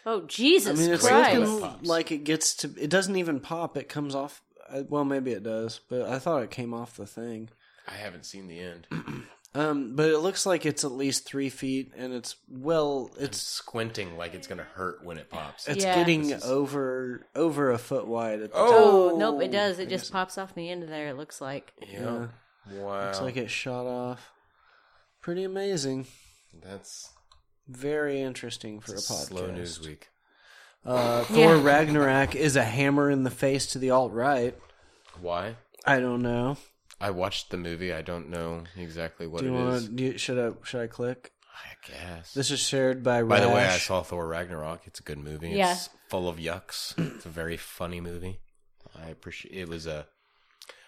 S2: Oh Jesus
S1: I mean, it's
S2: Christ!
S1: looking like it gets to. It doesn't even pop. It comes off. uh, Well, maybe it does, but I thought it came off the thing.
S3: I haven't seen the end. <clears throat>
S1: Um, but it looks like it's at least three feet, and it's well,
S3: It's
S1: it's
S3: squinting like it's gonna hurt when it pops.
S1: it's
S2: Yeah.
S1: getting
S3: This is-
S1: over over a foot wide. At the
S2: oh nope, it does. It just
S1: Yes.
S2: pops off the end of there. It looks like.
S3: Yeah. Wow.
S1: Looks like it shot off. Pretty amazing.
S3: That's
S1: Very interesting for a podcast.
S3: slow news week.
S1: Uh, Thor
S2: Yeah.
S1: Ragnarok is a hammer in the face to the alt right.
S3: Why?
S1: I don't know.
S3: I watched the movie. I don't know exactly what
S1: Do you
S3: it
S1: want
S3: is.
S1: to? Should I? Should I click?
S3: I guess.
S1: This is shared by.
S3: By the way, I
S1: Rash.
S3: saw Thor Ragnarok. It's a good movie.
S2: Yeah.
S3: It's full of yucks. <clears throat> It's a very funny movie. I appreciate. It was a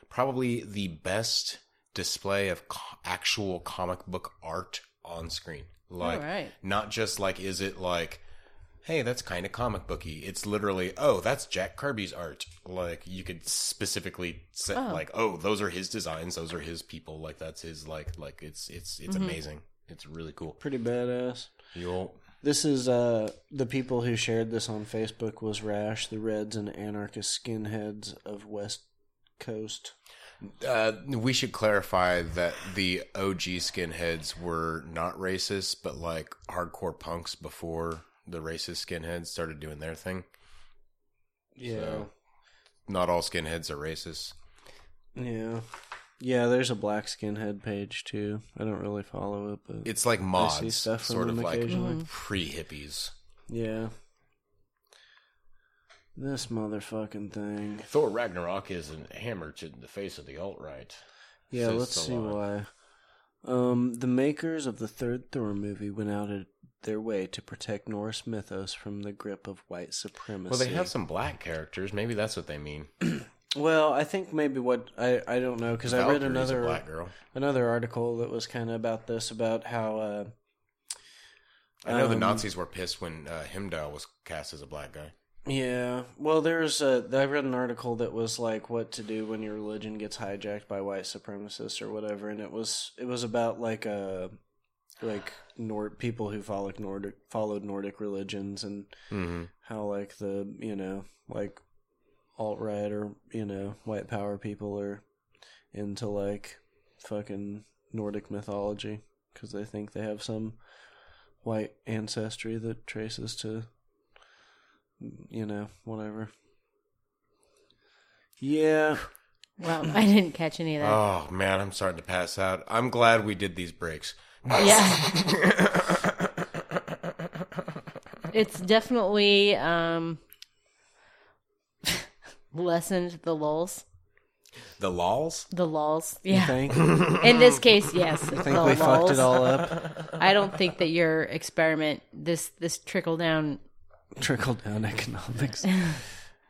S3: probably the best display of co- actual comic book art on screen. Like,
S2: Alright.
S3: not just like, is it like, hey, that's kind of comic booky. It's literally, oh, that's Jack Kirby's art. Like, you could specifically set like, oh, those are his designs. Those are his people. Like, that's his like, like it's it's it's
S2: Mm-hmm.
S3: amazing. It's really cool.
S1: Pretty badass.
S3: You'll
S1: This is uh the people who shared this on Facebook was Rash, the Reds, and anarchist skinheads of West Coast.
S3: Uh, we should clarify that the OG skinheads were not racist, but like hardcore punks before the racist skinheads started doing their thing.
S1: Yeah.
S3: Not all skinheads are racist.
S1: Yeah. Yeah, there's a black skinhead page too. I don't really follow it, but
S3: It's like
S1: see
S3: mods,
S1: stuff from
S3: sort of
S1: them
S3: like
S1: occasionally.
S3: pre hippies.
S1: yeah. This motherfucking thing.
S3: Thor Ragnarok is a hammer to the face of the alt right.
S1: Yeah,
S3: Says
S1: let's
S3: the
S1: see
S3: line.
S1: why. Um, the makers of the third Thor movie went out of their way to protect Norse mythos from the grip of white supremacy.
S3: Well, they have some black characters. Maybe that's what they mean.
S1: Well, I think maybe what I I don't know because I read
S3: Valkyrie's a
S1: another
S3: black girl.
S1: another article that was kind of about this about how uh,
S3: I know the
S1: Um,
S3: Nazis were pissed when uh, Himdall was cast as a black guy.
S1: yeah well there's a I read an article that was like what to do when your religion gets hijacked by white supremacists or whatever and it was it was about like uh like Nord people who followed Nordic followed Nordic religions and
S3: Mm-hmm.
S1: how like the you know like alt right or you know white power people are into like fucking Nordic mythology because they think they have some white ancestry that traces to you know whatever. Yeah,
S2: Wow, I didn't catch any of that.
S3: Oh man, I'm starting to pass out. I'm glad we did these breaks. <laughs>
S2: yeah.
S3: Oh.
S2: it's definitely um <laughs> lessened the lulls.
S3: The lols?
S2: The lulls. Yeah.
S1: think think
S2: In this case, yes. the
S1: we fucked
S2: lulls.
S1: it all up.
S2: I don't think that your experiment this this trickle down
S1: Trickle down <laughs> economics.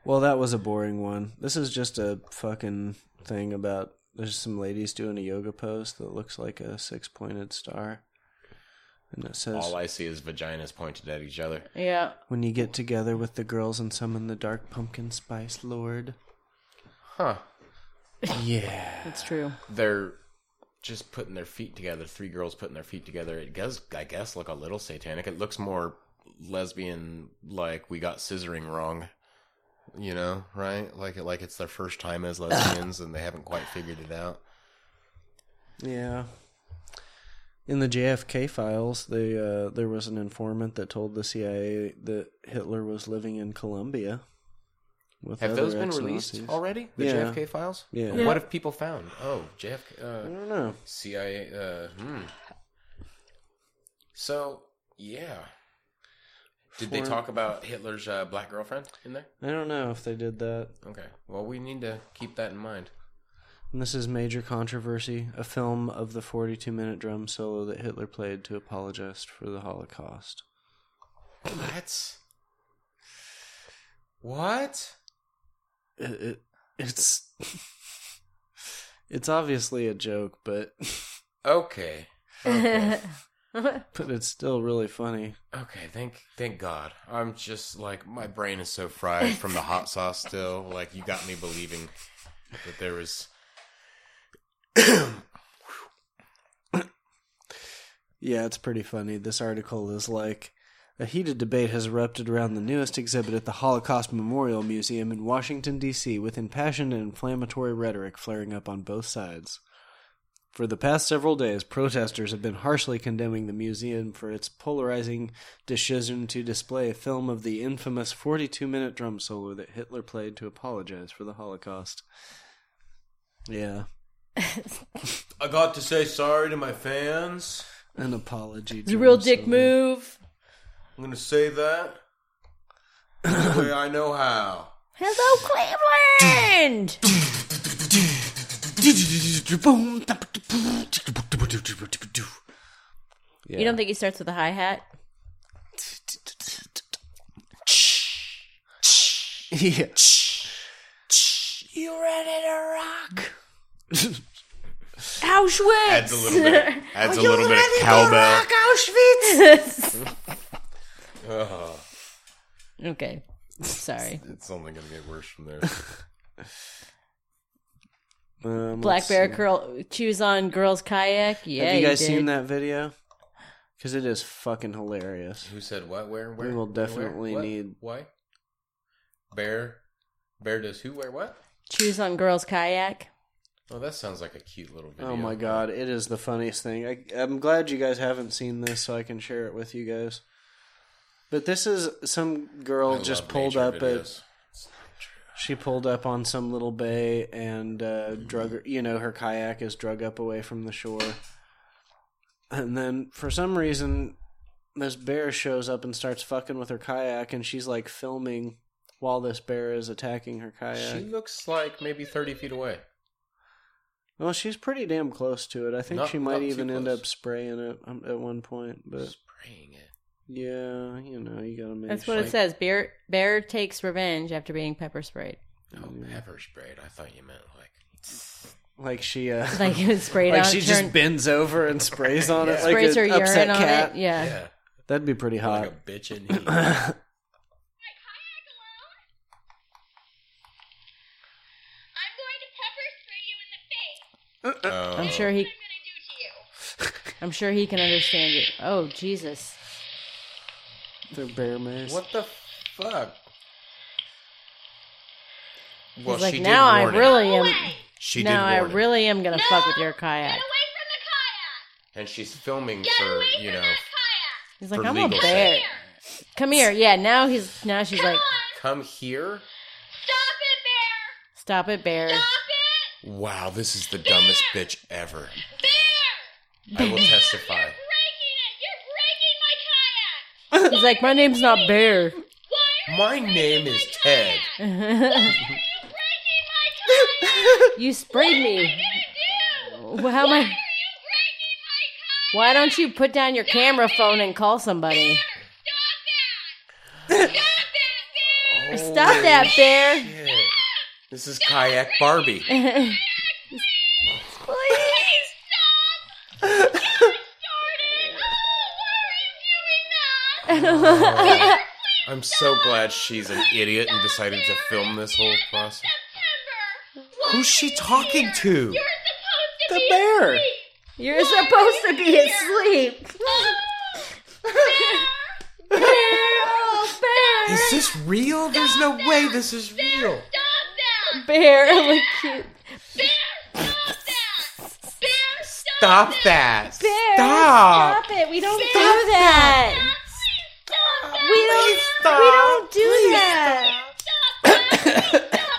S1: Well, that was a boring one. This is just a fucking thing about there's some ladies doing a yoga pose that looks like a six pointed star. And it says,
S3: All I see is vaginas pointed at each other.
S2: yeah.
S1: When you get together with the girls and summon the dark pumpkin spice lord.
S3: Huh.
S1: Yeah.
S2: It's true.
S3: They're just putting their feet together. Three girls putting their feet together. It does, I guess, look a little satanic. It looks more lesbian, like we got scissoring wrong. You know, right? Like, like it's their first time as lesbians, and they haven't quite figured it out.
S1: Yeah. In the JFK files, they, uh, there was an informant that told the CIA that Hitler was living in Colombia. with
S3: Have
S1: other
S3: those been released
S1: ex-Nazis.
S3: already? The
S1: Yeah.
S3: JFK files?
S1: Yeah.
S3: What have people found? Oh,
S1: I
S3: JFK. Uh,
S1: don't know.
S3: CIA. Uh, hmm. So yeah, did they
S1: Foreign-
S3: talk about Hitler's uh, black girlfriend in there?
S1: I don't know if they did that.
S3: Okay. Well, we need to keep that in mind.
S1: And this is Major Controversy, a film of the 42 minute drum solo that Hitler played to apologize for the Holocaust.
S3: What? What?
S1: it, it, it's <laughs> it's obviously a joke, but <laughs>
S3: Okay. Okay.
S2: That's
S1: but it's still really funny.
S3: Okay, thank thank God. I'm just like my brain is so fried from the hot sauce still. Like you got me believing that there was
S1: Yeah, it's pretty funny. This article is like a heated debate has erupted around the newest exhibit at the Holocaust Memorial Museum in Washington D.C. with impassioned and inflammatory rhetoric flaring up on both sides. For the past several days, protesters have been harshly condemning the museum for its polarizing decision to display a film of the infamous 42 minute drum solo that Hitler played to apologize for the Holocaust. Yeah,
S3: I got to say sorry to my fans.
S1: an apology.
S2: a real
S1: drum
S2: dick
S1: solo.
S2: move.
S3: I'm gonna say that the way I know how.
S2: Hello, Cleveland.
S1: Yeah.
S2: You don't think he starts with a hi hat?
S1: yeah.
S2: You ready to rock? Auschwitz.
S3: Adds a little bit. Adds a little bit of cowbell. Ugh,
S2: okay. Sorry.
S3: it's only gonna get worse from there.
S1: Um,
S2: Black
S1: let's
S2: bear
S1: see.
S2: curl choose on girls kayak. Yeah.
S1: Have you guys
S2: did.
S1: seen that video? Because it is fucking hilarious.
S3: <laughs> Who said what? Where? Where?
S1: will
S3: where,
S1: definitely
S3: what,
S1: need-
S3: why. Bear. Bear does who? Where? What?
S2: Choose on girls kayak.
S3: Oh, that sounds like a cute little video.
S1: Oh my god, it is the funniest thing. I, I'm glad you guys haven't seen this, so I can share it with you guys. But this is some
S3: I
S1: girl
S3: love
S1: just pulled
S3: nature
S1: up at
S3: videos.
S1: She pulled up on some little bay and uh, drug her, you know, her kayak is drug up away from the shore. And then for some reason, this bear shows up and starts fucking with her kayak, and she's like filming while this bear is attacking her kayak.
S3: She looks like maybe thirty feet away.
S1: well, she's pretty damn close to it. I think
S3: Not-
S1: she
S3: not
S1: might
S3: too
S1: even end
S3: close.
S1: up spraying it um, at one point. But
S3: Spraying it.
S1: yeah, you know, you gotta make
S2: That's what it
S1: sure.
S2: says. Bear bear takes revenge after being pepper sprayed.
S3: Oh, pepper sprayed. I thought you meant like.
S1: like she uh,
S2: Like <laughs> it was sprayed
S1: <laughs> like
S2: on.
S1: she
S2: it
S1: just
S2: turned-
S1: bends over
S2: <laughs>
S1: and sprays on it like
S2: sprays
S1: an
S2: her
S1: upset
S2: urine on
S1: cat.
S2: it. Yeah.
S3: Yeah,
S1: That'd be pretty hot.
S3: like a bitch
S1: <coughs>
S3: in heat.
S8: my kayak alone? I'm going to pepper spray you in the face.
S2: I'm sure he.
S8: I'm gonna do to you.
S2: I'm sure he can understand it. Oh Jesus!
S1: They're bear mace.
S3: What the fuck? Well,
S2: He's like
S3: she
S2: now
S3: did
S2: I
S3: warn him.
S2: really am.
S3: She did
S2: now I
S3: warn him.
S2: really am gonna fuck with your
S8: Get
S2: kayak.
S8: away from the kayak.
S3: and she's filming
S8: Get
S3: for
S8: away
S3: you
S8: from
S3: know.
S8: that kayak.
S2: He's like
S3: for
S2: I'm a
S3: legal
S2: bear.
S8: Here.
S2: Come here. Yeah. Now he's now she's like
S8: on.
S3: Come here.
S8: Stop it, bear.
S2: stop it, bear.
S8: Stop it,
S3: Wow, this is the dumbest bitch ever.
S8: bear.
S3: I will testify.
S8: Breaking it. You're breaking my kayak.
S2: He's like my name's not bear.
S8: Why are
S3: My name is Ted.
S8: you breaking my kayak?
S2: you sprayed me. Well, How am I?
S8: Are you breaking my kayak?
S2: Why don't you put down your camera phone and call somebody?
S8: Stop that. Stop that, bear.
S2: Stop that bear!
S3: Shit. This is kayak Barbie.
S8: Please stop. Jordan. Oh, why are you doing that?
S3: I'm so glad she's an idiot and decided to film this whole process.
S8: September. Why
S3: Who's she talking to?
S8: You're supposed to
S1: The
S8: be
S1: bear.
S8: asleep.
S2: You're supposed to be asleep. Bear, oh, bear.
S3: Is this real? There's no way this is real.
S8: Stop that.
S2: Bear, <laughs> look cute.
S8: Bear, stop that. Bear, stop.
S3: Stop that.
S2: Bear,
S3: Stop.
S2: it. We don't do that.
S8: Please stop that.
S2: We don't. We don't do that.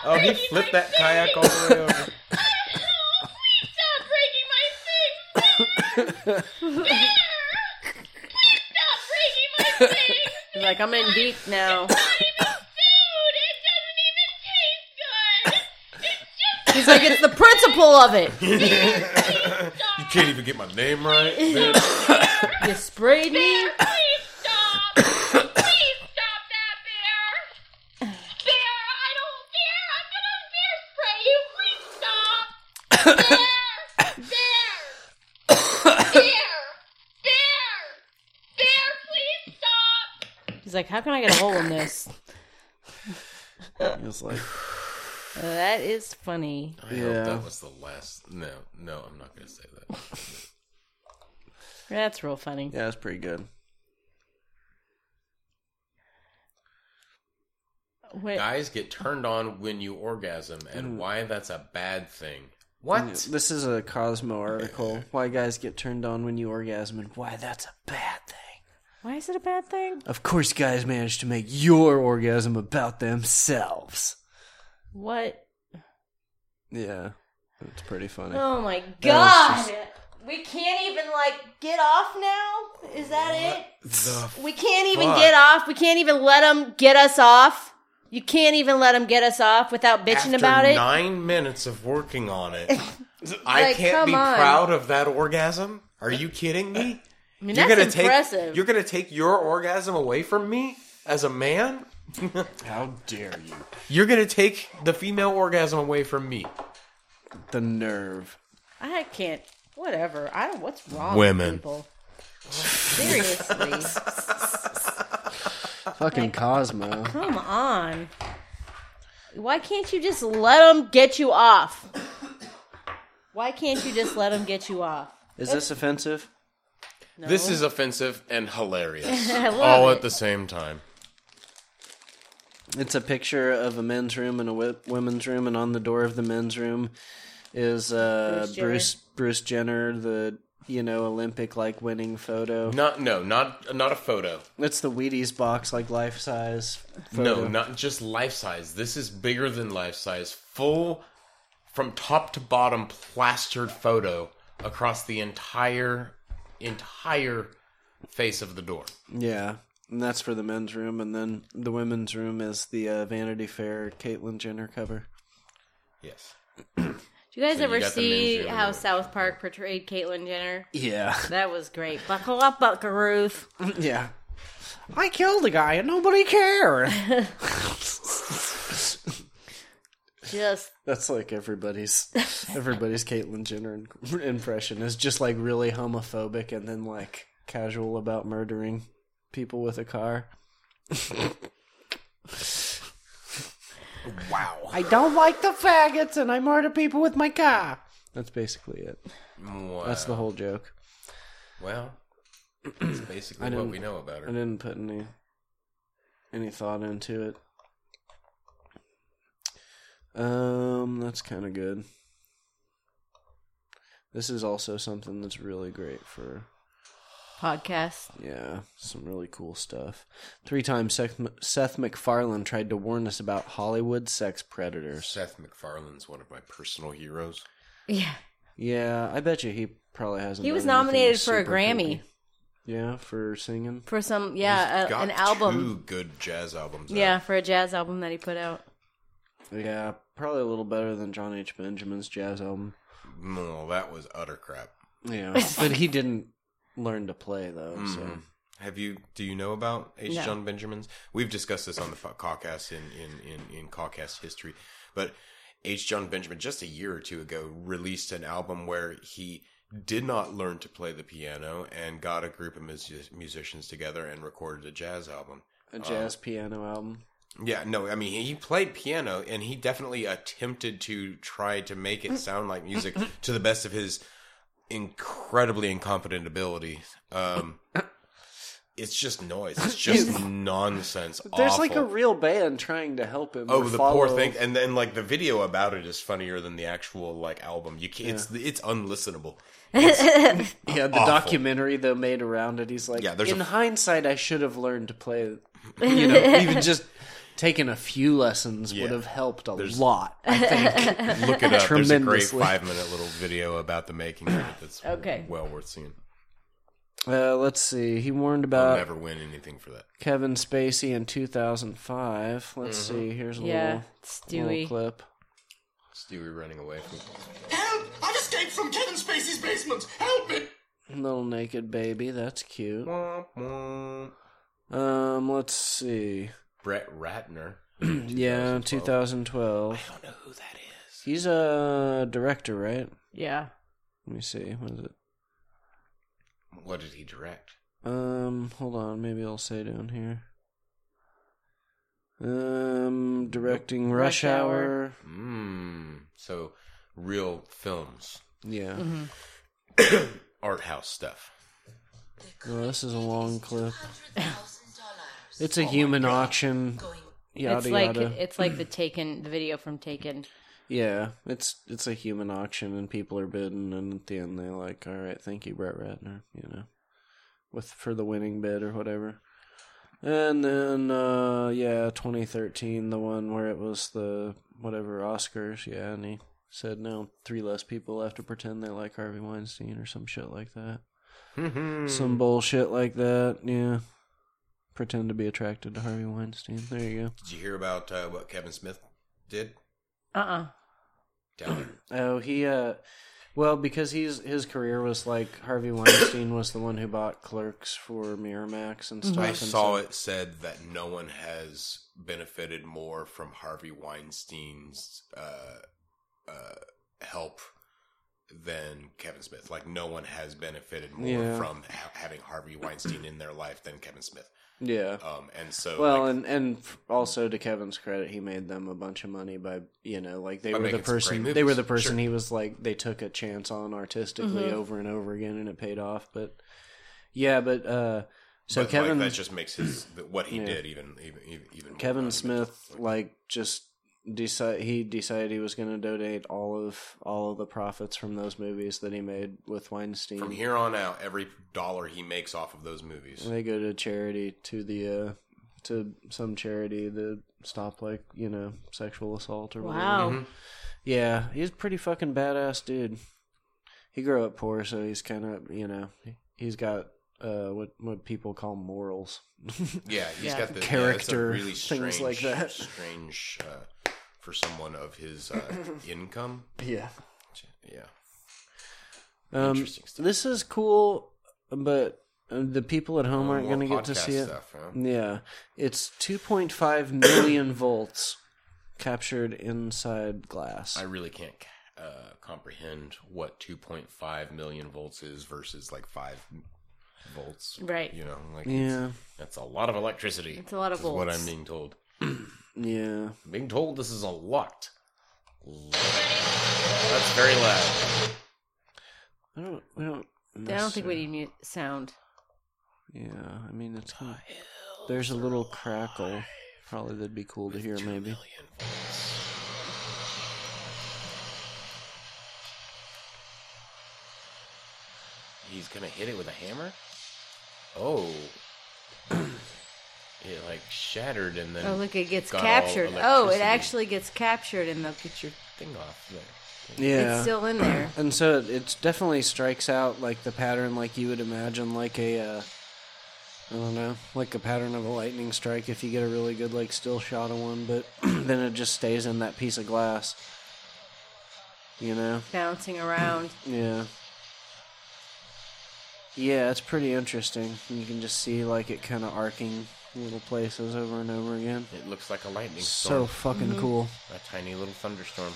S3: Oh, he flipped that kayak all the way over.
S8: Oh, please stop breaking my face. Bear, please stop breaking my face.
S2: He's like, I'm in deep now.
S8: Not even food. It doesn't even taste good. It's just
S2: <laughs> He's like, it's the principle of it.
S3: You can't even get my name right. bitch.
S2: You sprayed <laughs> me.
S8: Please stop! Please stop that bear! Bear, I don't dare! I'm gonna Bear! Bear! Bear! Bear! Bear, please stop!
S2: He's like, how can I get a hole in this?
S1: It's like,
S2: that is funny.
S3: I
S1: Yeah.
S3: hope that was the last. No, no, I'm not going to say that.
S2: That's real funny.
S1: yeah, it's pretty good.
S2: Wait,
S3: Guys get turned on when you orgasm, and why that's a bad thing. Mm. What?
S1: This is a Cosmo article. Why guys get turned on when you orgasm and why that's a bad thing.
S2: why is it a bad thing?
S1: Of course, guys manage to make your orgasm about themselves.
S2: What?
S1: Yeah, it's pretty funny.
S2: Oh my
S1: That
S2: god! We can't even like get off now. Is that it?
S3: The
S2: We can't even
S3: fuck?
S2: get off. We can't even let them get us off. You can't even let them get us off without bitching
S3: After
S2: about it.
S3: Nine minutes of working on it. <laughs> I
S2: Like,
S3: can't
S2: come
S3: be
S2: on.
S3: proud of that orgasm. Are you kidding me?
S2: I mean,
S3: you're
S2: that's
S3: gonna
S2: impressive.
S3: take you're gonna take your orgasm away from me as a man.
S1: How dare you?
S3: You're gonna take the female orgasm away from me.
S1: The nerve.
S2: I can't. Whatever. I don't. What's wrong?
S3: Women.
S2: with people? Seriously,
S3: <laughs>
S1: Fucking Cosmo.
S2: come on. Why can't you just let them get you off? Why can't you just let them get you off? <laughs>
S1: Is this offensive?
S2: No.
S3: This is offensive and hilarious
S2: <laughs> I love
S3: all
S2: it.
S3: at the same time.
S1: It's a picture of a men's room and a wi- women's room, and on the door of the men's room is uh,
S2: Bruce Jenner.
S1: Bruce Bruce Jenner, the you know Olympic like winning photo.
S3: Not no, not not a photo.
S1: It's the Wheaties box, like life size. uh,
S3: No, not just life size. This is bigger than life size. Full from top to bottom plastered photo across the entire entire face of the door.
S1: Yeah, and that's for the men's room, and then the women's room is the uh, Vanity Fair Caitlyn Jenner cover.
S3: Yes.
S2: Do you guys
S3: So you
S2: ever
S3: got the
S2: see
S3: ninja
S2: how
S3: move.
S2: South Park portrayed Caitlyn Jenner?
S1: Yeah, <laughs>
S2: That was great. Buckle up, Buckaroof.
S1: yeah. I killed a guy and nobody cared.
S2: Just
S1: That's like everybody's everybody's Caitlyn Jenner in- impression is just like really homophobic and then like casual about murdering people with a car.
S3: Wow.
S1: I don't like the faggots and I murder people with my car. That's basically it.
S3: Wow.
S1: That's the whole joke.
S3: well. That's basically what
S1: didn't-
S3: we know about
S1: I
S3: her.
S1: didn't put any any thought into it. Um, that's kind of good. This is also something that's really great for
S2: podcast.
S1: Yeah, some really cool stuff. Three times Seth, Seth MacFarlane tried to warn us about Hollywood sex predators.
S3: Seth MacFarlane's one of my personal heroes.
S2: Yeah.
S1: Yeah, I bet you he probably hasn't.
S2: He was
S1: done anything
S2: nominated for a
S1: super
S2: Grammy.
S1: creepy. Yeah, for singing.
S2: For some yeah,
S3: He's
S2: a,
S3: got
S2: an album.
S3: Two good jazz albums. out.
S2: Yeah, for a jazz album that he put out.
S1: Yeah, probably a little better than John H. Benjamin's jazz album.
S3: No, that was utter crap.
S1: Yeah, but he didn't learn to play though.
S3: Mm-hmm.
S1: So
S3: Have you? Do you know about H.
S2: No.
S3: John Benjamin's? We've discussed this on the podcast in in in, in Caucast history, but H. John Benjamin just a year or two ago released an album where he did not learn to play the piano and got a group of mus- musicians together and recorded a jazz album.
S1: a jazz piano album.
S3: Yeah, no, I mean he played piano and he definitely attempted to try to make it sound like music to the best of his incredibly incompetent ability. Um it's just noise.
S1: <laughs>
S3: It's just nonsense.
S1: There's
S3: awful.
S1: like a real band trying to help him.
S3: Oh,
S1: or
S3: the poor
S1: follow-
S3: thing, and then like the video about it is funnier than the actual like album. You can't, it's it's unlistenable.
S1: Yeah, the
S3: Awful.
S1: documentary though made around it. He's like,
S3: Yeah, there's
S1: in
S3: a-
S1: hindsight, I should have learned to <laughs> play. You know, even just taking a few lessons would
S3: Yeah.
S1: have helped a
S3: There's-
S1: lot. I think. <laughs>
S3: Look it up. There's a great
S1: Tremendously.
S3: five minute little video about the making of it. That's
S2: Okay.
S3: well worth seeing.
S1: <laughs> uh, let's see. He warned
S3: I'll
S1: about
S3: never win anything for that.
S1: Kevin Spacey in 2005. Let's
S3: Mm-hmm.
S1: see. Here's a
S2: Yeah.
S1: little, little
S2: Stewie.
S1: clip.
S3: Stewie running away from.
S5: Help! I've escaped from Kevin Spacey's basement! Help me!
S1: Little naked baby. That's cute.
S3: Womp womp.
S1: Um, let's see.
S3: Brett Ratner.
S1: Yeah, 2012.
S3: I don't know who that is.
S1: He's a director, right?
S2: Yeah.
S1: Let me see. What is it?
S3: What did he direct?
S1: Um, hold on. Maybe I'll say down here. Um, directing
S2: Rush
S1: Rush, Hour.
S2: Hour.
S3: Mm, so real films,
S1: Yeah.
S2: Mm-hmm.
S3: art house stuff.
S1: No, this is a long clip. It's a human auction. Yada
S2: it's like
S1: yada.
S2: it's like the Taken, the video from Taken.
S1: yeah, it's it's a human auction, and people are bidding, and at the end they're like, "All right, thank you, Brett Ratner," you know, with for the winning bid or whatever. And then, uh, yeah, 2013, the one where it was the whatever Oscars, yeah, and he said no, three less people have to pretend they like Harvey Weinstein or some shit like that. some bullshit like that. Yeah, pretend to be attracted to Harvey Weinstein. There you
S3: Did you hear about uh, what Kevin Smith did
S2: Uh uh
S3: down there?
S1: go. Oh, he. uh Well, because he's his career was like Harvey Weinstein was the one who bought Clerks for Miramax and stuff.
S3: Mm-hmm. I
S1: and
S3: saw
S1: so-
S3: it said that no one has benefited more from Harvey Weinstein's uh, uh, help than Kevin Smith. Like no one has benefited more
S1: Yeah.
S3: from ha- having Harvey Weinstein in their life than Kevin Smith.
S1: Yeah.
S3: Um, and so,
S1: Well,
S3: like,
S1: and and f- also to Kevin's credit, he made them a bunch of money by you know like they
S3: By
S1: were the
S3: making some
S1: person
S3: great
S1: they were
S3: movies.
S1: the person
S3: Sure. Mm-hmm.
S1: he was like they took a chance on artistically over and over again and it paid off. But yeah, but uh so
S3: but, like,
S1: Kevin
S3: that just makes his what he
S1: Yeah.
S3: did even even even, even more
S1: Kevin
S3: monumental.
S1: Smith like just decide he decided he was going to donate all of all of the profits from those movies that he made with Weinstein.
S3: From here on out, every dollar he makes off of those movies.
S1: They go to charity to the uh to some charity to stop like, you know, sexual assault or whatever.
S2: Wow.
S1: Yeah, he's a pretty fucking badass dude. He grew up poor, so he's kind of, you know, he- he's got uh what what people call morals.
S3: Yeah, he's
S2: Yeah.
S3: got the
S1: Character,
S3: yeah, it's a really
S1: things
S3: strange,
S1: like that. <laughs>
S3: Strange uh, for someone of his uh,
S1: <laughs>
S3: income.
S1: yeah.
S3: Yeah,
S1: Um,
S3: Interesting stuff.
S1: This is cool, but uh, the people at home aren't
S3: More
S1: going to get to
S3: podcast
S1: see it.
S3: Stuff, huh?
S1: Yeah, it's 2.5 million <coughs> volts captured inside glass.
S3: I really can't uh, comprehend what 2.5 million volts is versus like five volts.
S2: Right.
S3: You know, like
S1: yeah,
S3: that's a lot of electricity.
S2: It's a lot of
S3: is What
S2: volts.
S3: I'm being told.
S1: yeah.
S3: I'm being told this is a lot. That's very loud.
S1: I don't. I don't.
S2: I don't think we need mu- sound.
S1: Yeah, I mean it's. Gonna, there's a little crackle. Probably that'd be cool to hear. Maybe.
S3: He's gonna hit it with a hammer. Oh, <clears throat> it like shattered and then
S2: Oh, look, it gets
S3: got all
S2: captured. Oh, it
S3: electricity
S2: actually gets captured, and they'll get your.
S3: thing off there.
S1: Yeah.
S2: It's still in there.
S1: and so it, it definitely strikes out like the pattern like you would imagine like a uh, i don't know like a pattern of a lightning strike if you get a really good like still shot of one but <clears throat> then it just stays in that piece of glass you know
S2: bouncing around.
S1: <clears throat> yeah yeah it's pretty interesting you can just see like it kind of arcing little places over and over again
S3: It looks like a lightning
S1: so
S3: storm.
S1: fucking
S2: Mm-hmm.
S1: cool
S3: a tiny little thunderstorm.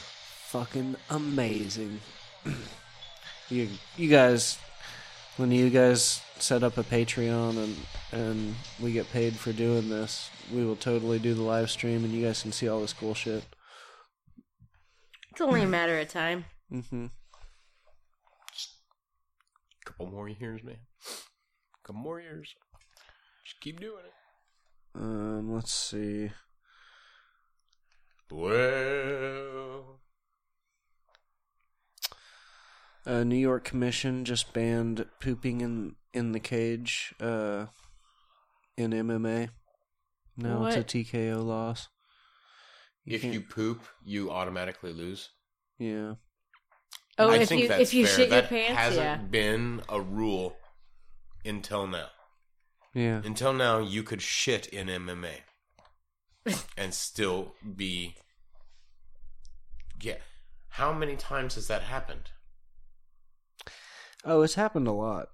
S1: fucking amazing. <clears throat> you you guys when you guys set up a Patreon and and we get paid for doing this, we will totally do the live stream and you guys can see all this cool shit.
S2: It's only a matter of time.
S1: Mhm.
S3: Couple more years, man. Couple more years. Just keep doing it.
S1: Um let's see.
S3: Well,
S1: Uh New York Commission just banned pooping in in the cage uh in MMA. No,
S2: What?
S1: it's a TKO loss.
S3: if
S1: can't-
S3: you poop, you automatically lose.
S1: yeah.
S2: Oh,
S3: I
S2: if
S3: think
S2: you
S3: that's
S2: if you
S3: fair.
S2: shit
S3: That
S2: your pants,
S3: hasn't
S2: yeah.
S3: been a rule until now.
S1: Yeah.
S3: Until now, you could shit in MMA
S2: <laughs>
S3: and still be. Yeah, how many times has that happened?
S1: Oh, it's happened a lot.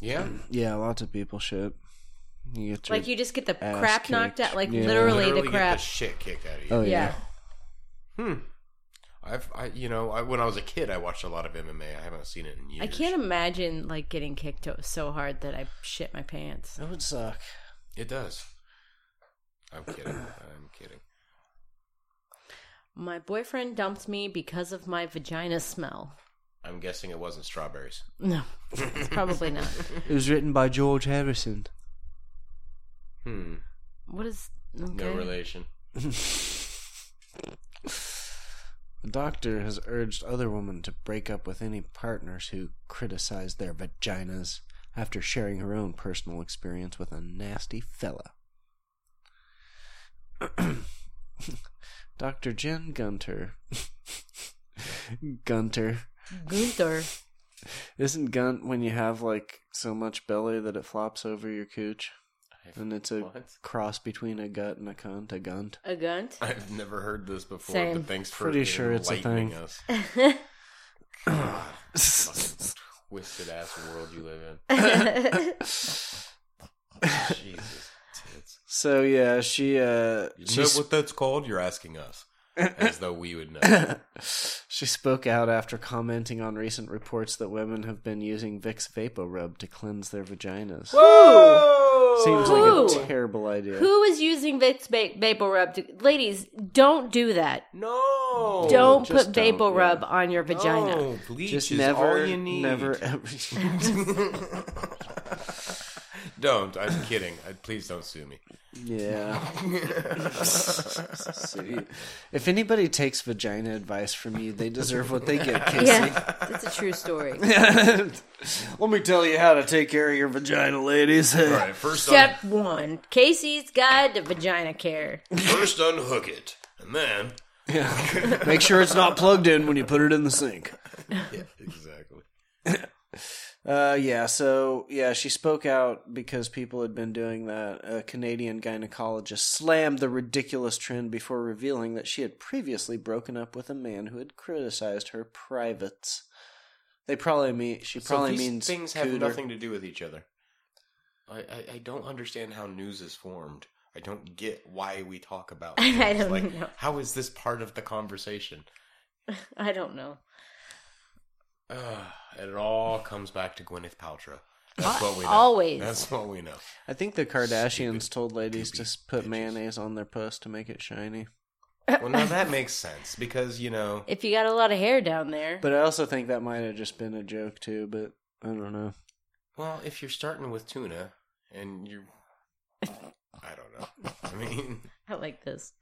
S3: Yeah,
S1: Yeah, lots of people shit. You get your,
S2: Like you just get the
S1: ass
S2: crap knocked
S1: kicked.
S2: out, like
S1: Yeah.
S2: literally,
S3: literally
S2: the
S3: get the
S2: crap.
S3: shit kicked out of you.
S1: oh yeah.
S2: yeah.
S3: Hmm. I've, I, you know, I, when I was a kid, I watched a lot of MMA. I haven't seen it in years.
S2: I can't imagine like getting kicked o- so hard that I shit my pants.
S1: That would suck.
S3: It does. I'm kidding. I'm kidding.
S2: My boyfriend dumped me because of my vagina smell.
S3: I'm guessing it wasn't strawberries.
S2: No, it's probably
S3: <laughs>
S2: not.
S1: It was written by George Harrison.
S3: Hmm.
S2: What is okay?
S3: No relation.
S1: The doctor has urged other women to break up with any partners who criticize their vaginas after sharing her own personal experience with a nasty fella. <clears throat> Dr. Jen Gunter. <laughs> Gunter.
S2: Gunther.
S1: Isn't gunt when you have like so much belly that it flops over your cooch? And it's a
S3: What?
S1: cross between a gut and a cunt, a gunt.
S3: <laughs>
S2: A gunt?
S3: I've never heard this before.
S2: Same.
S3: But thanks for
S1: Pretty sure it's a
S3: enlightening
S1: thing.
S3: us.
S2: I
S3: Twisted ass world you live in.
S2: <laughs>
S3: Jesus. tits.
S1: so yeah, she uh
S3: You
S1: she
S3: know
S1: sp-
S3: what that's called? You're
S1: <laughs>
S3: asking us. As though we would know.
S1: she spoke out after commenting on recent reports that women have been using Vicks VapoRub to cleanse their vaginas. Seems like
S2: Who?
S1: a terrible idea.
S2: Who is using Vicks va- Vapor Rub? To- Ladies, don't do that.
S3: No.
S2: don't
S1: Oh, just
S2: put
S1: don't,
S2: Vapor Rub
S1: yeah. Oh.
S2: on your vagina.
S3: No, Oh, bleach
S1: Just
S3: is
S1: never,
S3: all you need.
S1: never ever. <laughs> <laughs>
S3: don't. I'm kidding. I, please don't sue me. <laughs>
S1: yeah. So, if anybody takes vagina advice from you, they deserve what they get, Casey.
S2: <laughs> <laughs> Yeah, it's a true
S1: <laughs>
S2: story.
S1: Let me tell you how to take care of your vagina, ladies.
S3: All right, first un-
S2: Step one Casey's Guide to Vagina Care.
S3: first unhook it, and then
S1: <laughs> Make sure it's not plugged in when you put it in the sink.
S3: yeah, exactly.
S1: Uh, yeah. So yeah, she spoke out because people had been doing that. A Canadian gynecologist slammed the ridiculous trend before revealing that she had previously broken up with a man who had criticized her privates. They probably mean she probably
S3: so these
S1: means
S3: things have
S1: cooter.
S3: nothing to do with each other. I, I, I don't understand how news is formed. I don't get why we talk
S2: <laughs>
S3: about.
S2: I
S3: things.
S2: don't
S3: like,
S2: know.
S3: How is this part of the conversation?
S2: <laughs> I don't know.
S3: Uh, it all comes back to Gwyneth Paltrow. That's what we know.
S2: always.
S3: That's
S2: <laughs>
S3: what we know.
S1: I think the Kardashians told ladies to
S3: goopy
S1: s- put
S3: bitches.
S1: mayonnaise on their puss to make it shiny.
S3: Well, now that makes sense because you know
S2: If you got a lot of hair down there,
S1: But I also think that might have just been a joke too. But I don't know.
S3: Well, if you're starting with tuna and you're. I don't know. I mean,
S2: I like this.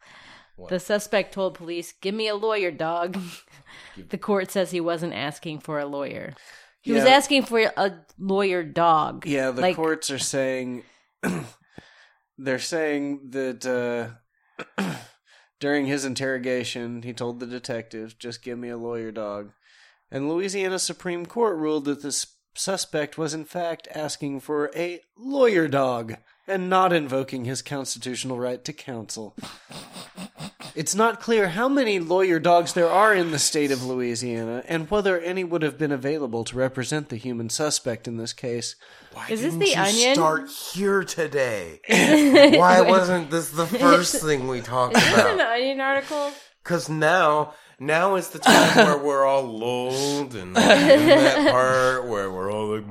S3: What?
S2: The suspect told police, Give me a lawyer, dog. <laughs> the court says he wasn't asking for a lawyer. He was
S1: Yeah.
S2: asking for a lawyer dog.
S1: Yeah, the
S2: Like-
S1: courts are saying <clears throat> they're saying that uh, <clears throat> during his interrogation, he told the detectives, "Just give me a lawyer dog." And Louisiana Supreme Court ruled that the s- suspect was in fact asking for a lawyer dog and not invoking his constitutional right to counsel. It's not clear how many lawyer dogs there are in the state of Louisiana and whether any would have been available to represent the human suspect in this case.
S3: why
S2: Is this
S3: didn't
S2: the
S3: you
S2: onion?
S3: start here
S2: <laughs>
S3: today? why wasn't this the first thing
S2: <laughs>
S3: we talked
S2: Is this an
S3: about?
S2: onion article?
S3: Because now, now is the time
S2: <laughs>
S3: where we're all lulled and like, in that part where we're all like,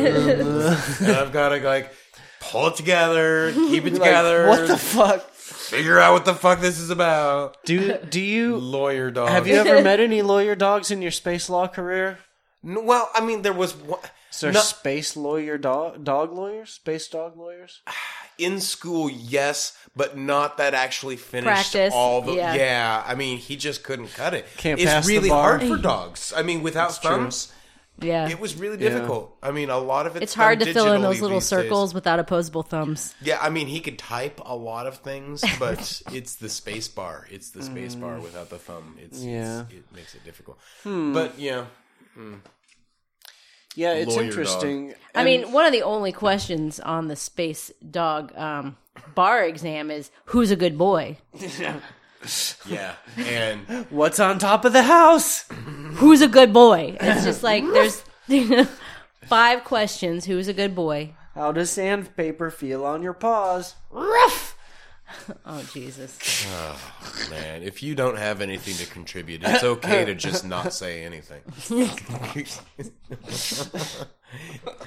S3: <laughs> and I've got to like pull it together, keep it together,
S1: What the fuck?
S3: figure out what the fuck this is about.
S1: Do do you
S3: Lawyer dog.
S1: have you ever
S3: <laughs>
S1: met any lawyer dogs in your space law career?
S3: N- Well, I mean, there was one,
S1: Is there
S3: No.
S1: space lawyer dog dog lawyers? Space dog lawyers?
S3: in school, yes, but not that actually finished
S2: Practice,
S3: all the.
S2: yeah.
S3: Yeah. I mean, he just couldn't cut it.
S1: Can't
S3: it's
S1: pass the
S3: really
S1: bar.
S3: hard for dogs. I mean, without
S1: true.
S3: thumbs,
S2: Yeah.
S3: it was really difficult. I mean, a lot of it's
S2: it's hard
S3: done
S2: to fill in
S3: digitally
S2: those little
S3: these days.
S2: circles without opposable thumbs.
S3: Yeah, I mean, he could type a lot of
S2: <laughs>
S3: things, but it's the space bar. It's the space bar without the thumb. It's,
S1: Mm. Yeah. Hmm.
S3: it's it makes it difficult. But yeah,
S1: Yeah, it's
S3: Lawyer dog.
S1: interesting.
S2: I mean, one of the only questions on the space dog um, bar exam is who's a good boy?
S1: <laughs>
S3: yeah, and
S1: What's on top of the house?
S2: Who's a good boy? It's just like there's <laughs> five questions. Who's a good boy?
S1: How does sandpaper feel on your paws?
S2: Ruff. Oh Jesus!
S3: Man, if you don't have anything to contribute, it's okay to just not say anything.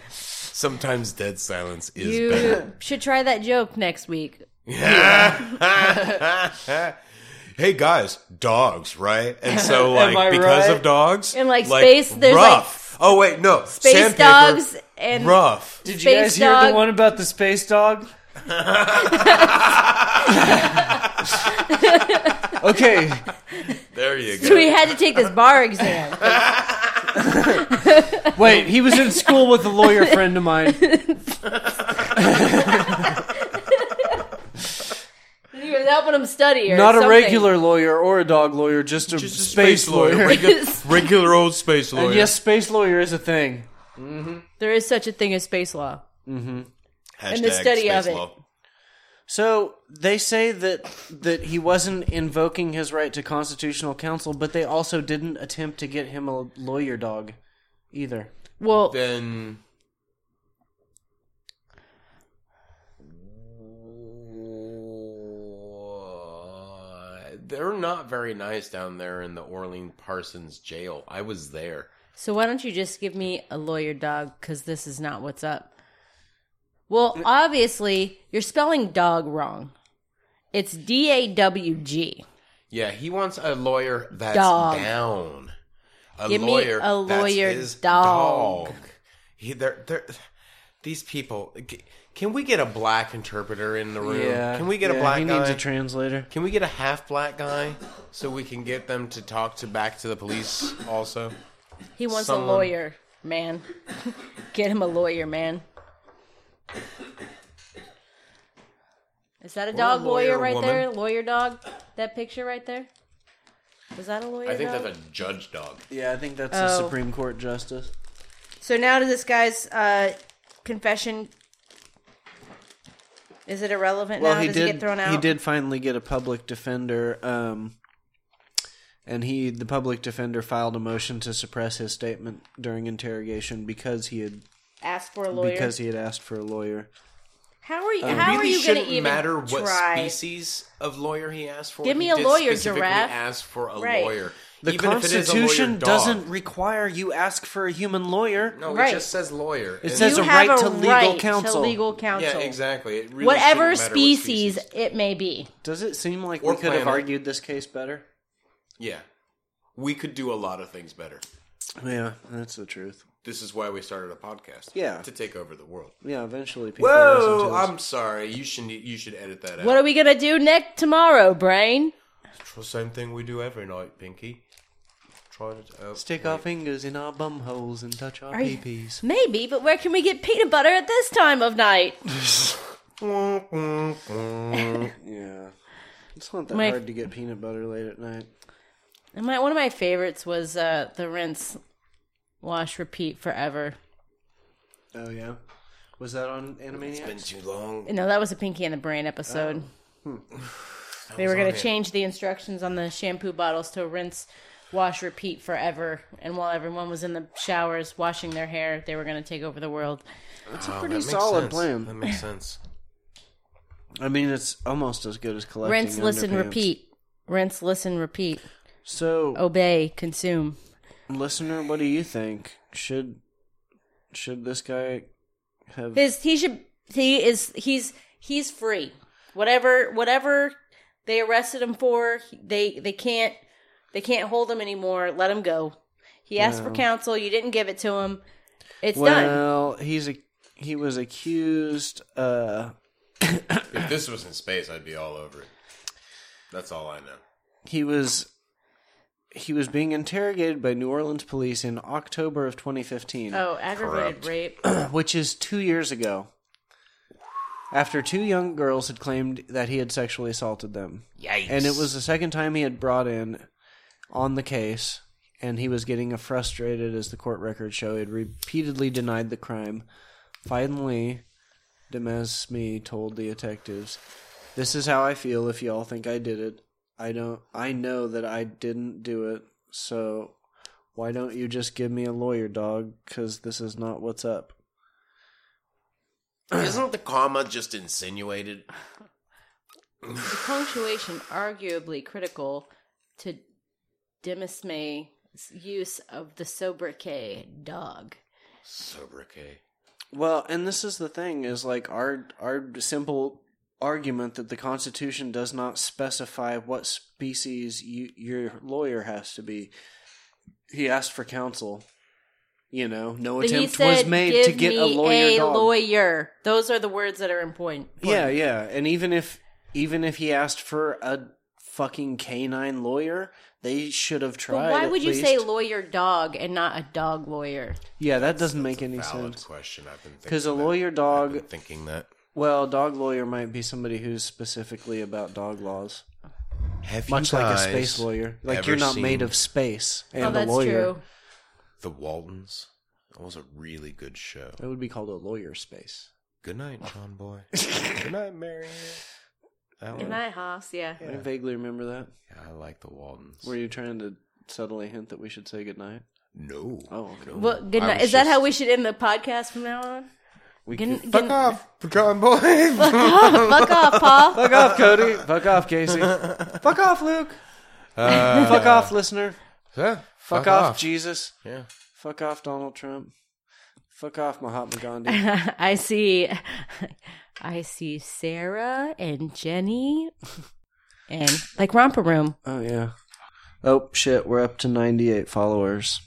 S3: Sometimes dead silence is better.
S2: You should try that joke next week.
S3: hey guys, dogs, right?
S2: <laughs>
S3: And so like
S1: Am I
S3: because
S1: right?
S3: of dogs
S2: And, like, space- there's, like,
S3: rough. oh wait, no.
S2: Space
S3: sandpaper,
S2: dogs and
S3: rough.
S1: Did you
S2: Space
S1: guys hear
S2: dog.
S1: the one about the space
S3: <laughs>
S1: dog? okay,
S3: There you go.
S2: <laughs> we had to take this bar exam. <laughs>
S1: wait. He was in school with a lawyer friend of mine.
S2: You were helping him study or
S1: Not a
S2: something.
S1: regular lawyer or a dog lawyer, just a
S3: Just a
S1: space, lawyer.
S3: Regular, regular old space lawyer.
S1: And yes, space lawyer is a thing.
S2: There is such a thing as space law.
S3: Hashtag
S2: and the study of
S3: space
S2: it.
S3: law.
S1: So they say that that he wasn't invoking his right to constitutional counsel, but they also didn't attempt to get him a lawyer dog either.
S2: Well,
S3: Then they're not very nice down there in the Orlean Parsons jail. I was there.
S2: so why don't you just give me a lawyer dog? Because this is not what's up. Well, obviously you're spelling dog wrong. It's D A W G.
S3: Yeah, he wants a lawyer that's
S2: Dog.
S3: down. A
S2: Give me
S3: lawyer,
S2: a lawyer
S3: that's his
S2: dog.
S3: He, they're, they're, these people. c- Can we get a black interpreter in the room? Can we get
S1: yeah,
S3: a black
S1: He
S3: guy?
S1: needs a translator.
S3: Can we get a half black guy so we can get them to talk to back to the police also?
S2: He wants
S3: Someone-
S2: a lawyer, man. <laughs> Get him a lawyer, man. Is that a dog lawyer,
S3: lawyer
S2: right
S3: woman.
S2: there? Lawyer dog? That picture right there? Was that a lawyer?
S3: I think
S2: dog?
S3: that's a judge dog.
S1: Yeah, I think that's
S2: Oh.
S1: the Supreme Court justice.
S2: So now to this guy's uh, confession. Is it irrelevant now? Does he get thrown out?
S1: He did finally get a public defender, um, and he the public defender filed a motion to suppress his statement during interrogation because he had
S2: ask for a lawyer.
S1: because he had asked for a lawyer.
S2: how are you? how are
S3: really
S2: you going
S3: shouldn't
S2: to even
S3: matter what
S2: try?
S3: species of lawyer he asked for.
S2: Give me
S3: He
S2: a
S3: did
S2: lawyer,
S3: specifically
S2: giraffe.
S3: Ask for a
S2: Right.
S3: lawyer.
S1: The
S3: Even if it is a lawyer
S1: Constitution
S3: dog.
S1: doesn't require you ask for a human lawyer.
S3: No,
S2: Right.
S3: it just says lawyer. It
S1: says
S2: you
S1: a
S2: have
S1: right
S2: a
S1: to legal
S2: right
S1: counsel.
S2: To legal counsel.
S3: yeah, exactly. It really
S2: Whatever
S3: shouldn't matter what
S2: species it may be.
S1: Does it seem like
S3: Or
S1: we could have
S3: planet.
S1: argued this case better?
S3: Yeah, we could do a lot of things better.
S1: Yeah, that's the truth.
S3: This is why we started a podcast.
S1: Yeah.
S3: to take over the world.
S1: Yeah, eventually people listen
S3: Whoa!
S1: to us.
S3: I'm sorry. You should you should edit that out.
S2: What are we going to do next tomorrow, brain?
S3: Same thing we do every night, Pinky. Try to uh,
S1: Stick our fingers in our bum holes and touch our
S2: you- <laughs>
S1: peepees.
S2: Maybe, but where can we get peanut butter at this time of night?
S1: Yeah. It's not that
S2: My-
S1: hard to get peanut butter late at night.
S2: And my one of my favorites was uh, the rinse, wash, repeat forever.
S1: Oh yeah. Was that on Animaniacs?
S3: Been too long.
S2: No, that was a Pinky and the Brain episode. They were going to change the instructions on the shampoo bottles to rinse, wash, repeat forever. And while everyone was in the showers washing their hair, they were going to take over the world.
S1: It's a pretty solid plan.
S3: That makes sense.
S1: I mean, it's almost as good as collecting.
S2: Rinse, listen,
S1: underpants.
S2: repeat. Oh. Rinse, listen, repeat.
S1: So,
S2: Obey, consume.
S1: listener, what do you think? Should should this guy have?
S2: His he should he is he's he's free. Whatever whatever they arrested him for, they they can't they can't hold him anymore. Let him go. He asked for counsel. You didn't give it to him. It's done.
S1: well, he's a he was accused. Uh,
S3: <laughs> If this was in space, I'd be all over it. That's all I <clears throat> know.
S1: he was he was being interrogated by New Orleans police in October of 2015.
S2: Oh, aggravated
S3: Corrupt.
S2: rape.
S1: which is two years ago, after two young girls had claimed that he had sexually assaulted them.
S3: Yikes!
S1: And it was the second time he had brought in on the case, and he was getting frustrated as the court records show. He had repeatedly denied the crime. Finally, Demesme told the detectives, This is how I feel if y'all think I did it. I don't I know that I didn't do it, so why don't you just give me a lawyer, dog? Because this is not what's up.
S3: isn't the comma just insinuated?
S2: the punctuation arguably critical to Demis May's use of the sobriquet dog.
S3: Sobriquet.
S1: Well, and this is the thing is like our our simple argument that the Constitution does not specify what species you, your lawyer has to be. He asked for counsel. You know, no
S2: But he
S1: attempt
S2: said,
S1: was made
S2: "Give
S1: to get
S2: me
S1: a lawyer
S2: a
S1: dog.
S2: lawyer." Those are the words that are important.
S1: Yeah, yeah. And even if even if he asked for a fucking canine lawyer, they should have tried.
S2: But why
S1: at
S2: would you
S1: least.
S2: say lawyer dog and not a dog lawyer?
S1: Yeah, that doesn't make any
S3: Valid
S1: sense.
S3: question. I've been thinking
S1: Because a
S3: that.
S1: lawyer
S3: I've been
S1: dog,
S3: thinking that.
S1: well, dog lawyer might be somebody who's specifically about dog laws,
S3: Have
S1: much
S3: you
S1: like a
S3: guys
S1: space lawyer. Like
S3: ever
S1: you're not
S3: seen
S1: made of space, and
S2: oh,
S1: a
S2: that's
S1: lawyer
S2: true.
S3: The Waltons. That was a really good show.
S1: it would be called a lawyer space.
S3: Good night, John Boy.
S1: <laughs>
S3: good night, Marianne. Alan.
S2: Good night, Haas. Yeah.
S1: I vaguely remember that.
S3: Yeah, I like the Waldens.
S1: Were you trying to subtly hint that we should say goodnight?
S3: No.
S1: Oh, okay.
S3: No.
S2: Well, good
S3: I
S2: night.
S3: was
S2: Is that how
S3: just-
S2: we should end the podcast from now on?
S1: We
S2: Good-
S1: could-
S2: good-
S3: Fuck off, John
S1: <laughs>
S3: Boy.
S2: Fuck off, Paul.
S1: Fuck
S2: <laughs>
S1: off, Cody. Fuck off,
S3: <laughs>
S1: Casey. Fuck off, Luke.
S3: Uh,
S1: <laughs> Fuck off, listener.
S3: yeah,
S1: Fuck, off, Jesus.
S3: yeah.
S1: Fuck off, Donald Trump. Fuck off, Mahatma Gandhi.
S2: I see. I see Sarah and Jenny, and like romper room.
S1: oh, yeah. Oh, shit. We're up to 98 followers.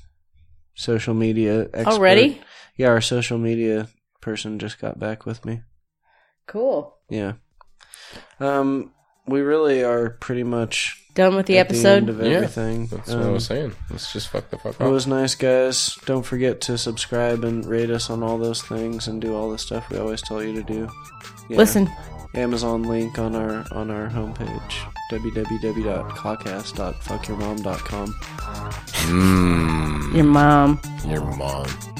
S1: Social media expert.
S2: Already?
S1: Yeah, our social media person just got back with me.
S2: Cool.
S1: Yeah. Um, we really are pretty much
S2: Done with the
S1: at
S2: episode.
S1: the end of
S3: Yeah.
S1: everything. Um,
S3: saying. Let's just fuck the fuck
S1: It was nice, guys. Don't forget to subscribe and rate us on all those things, and do all the stuff we always tell you to do. Yeah.
S2: Listen,
S1: Amazon link on our on our homepage www.clockcast.fuckyourmom.com.
S2: your mom.
S3: Your mom.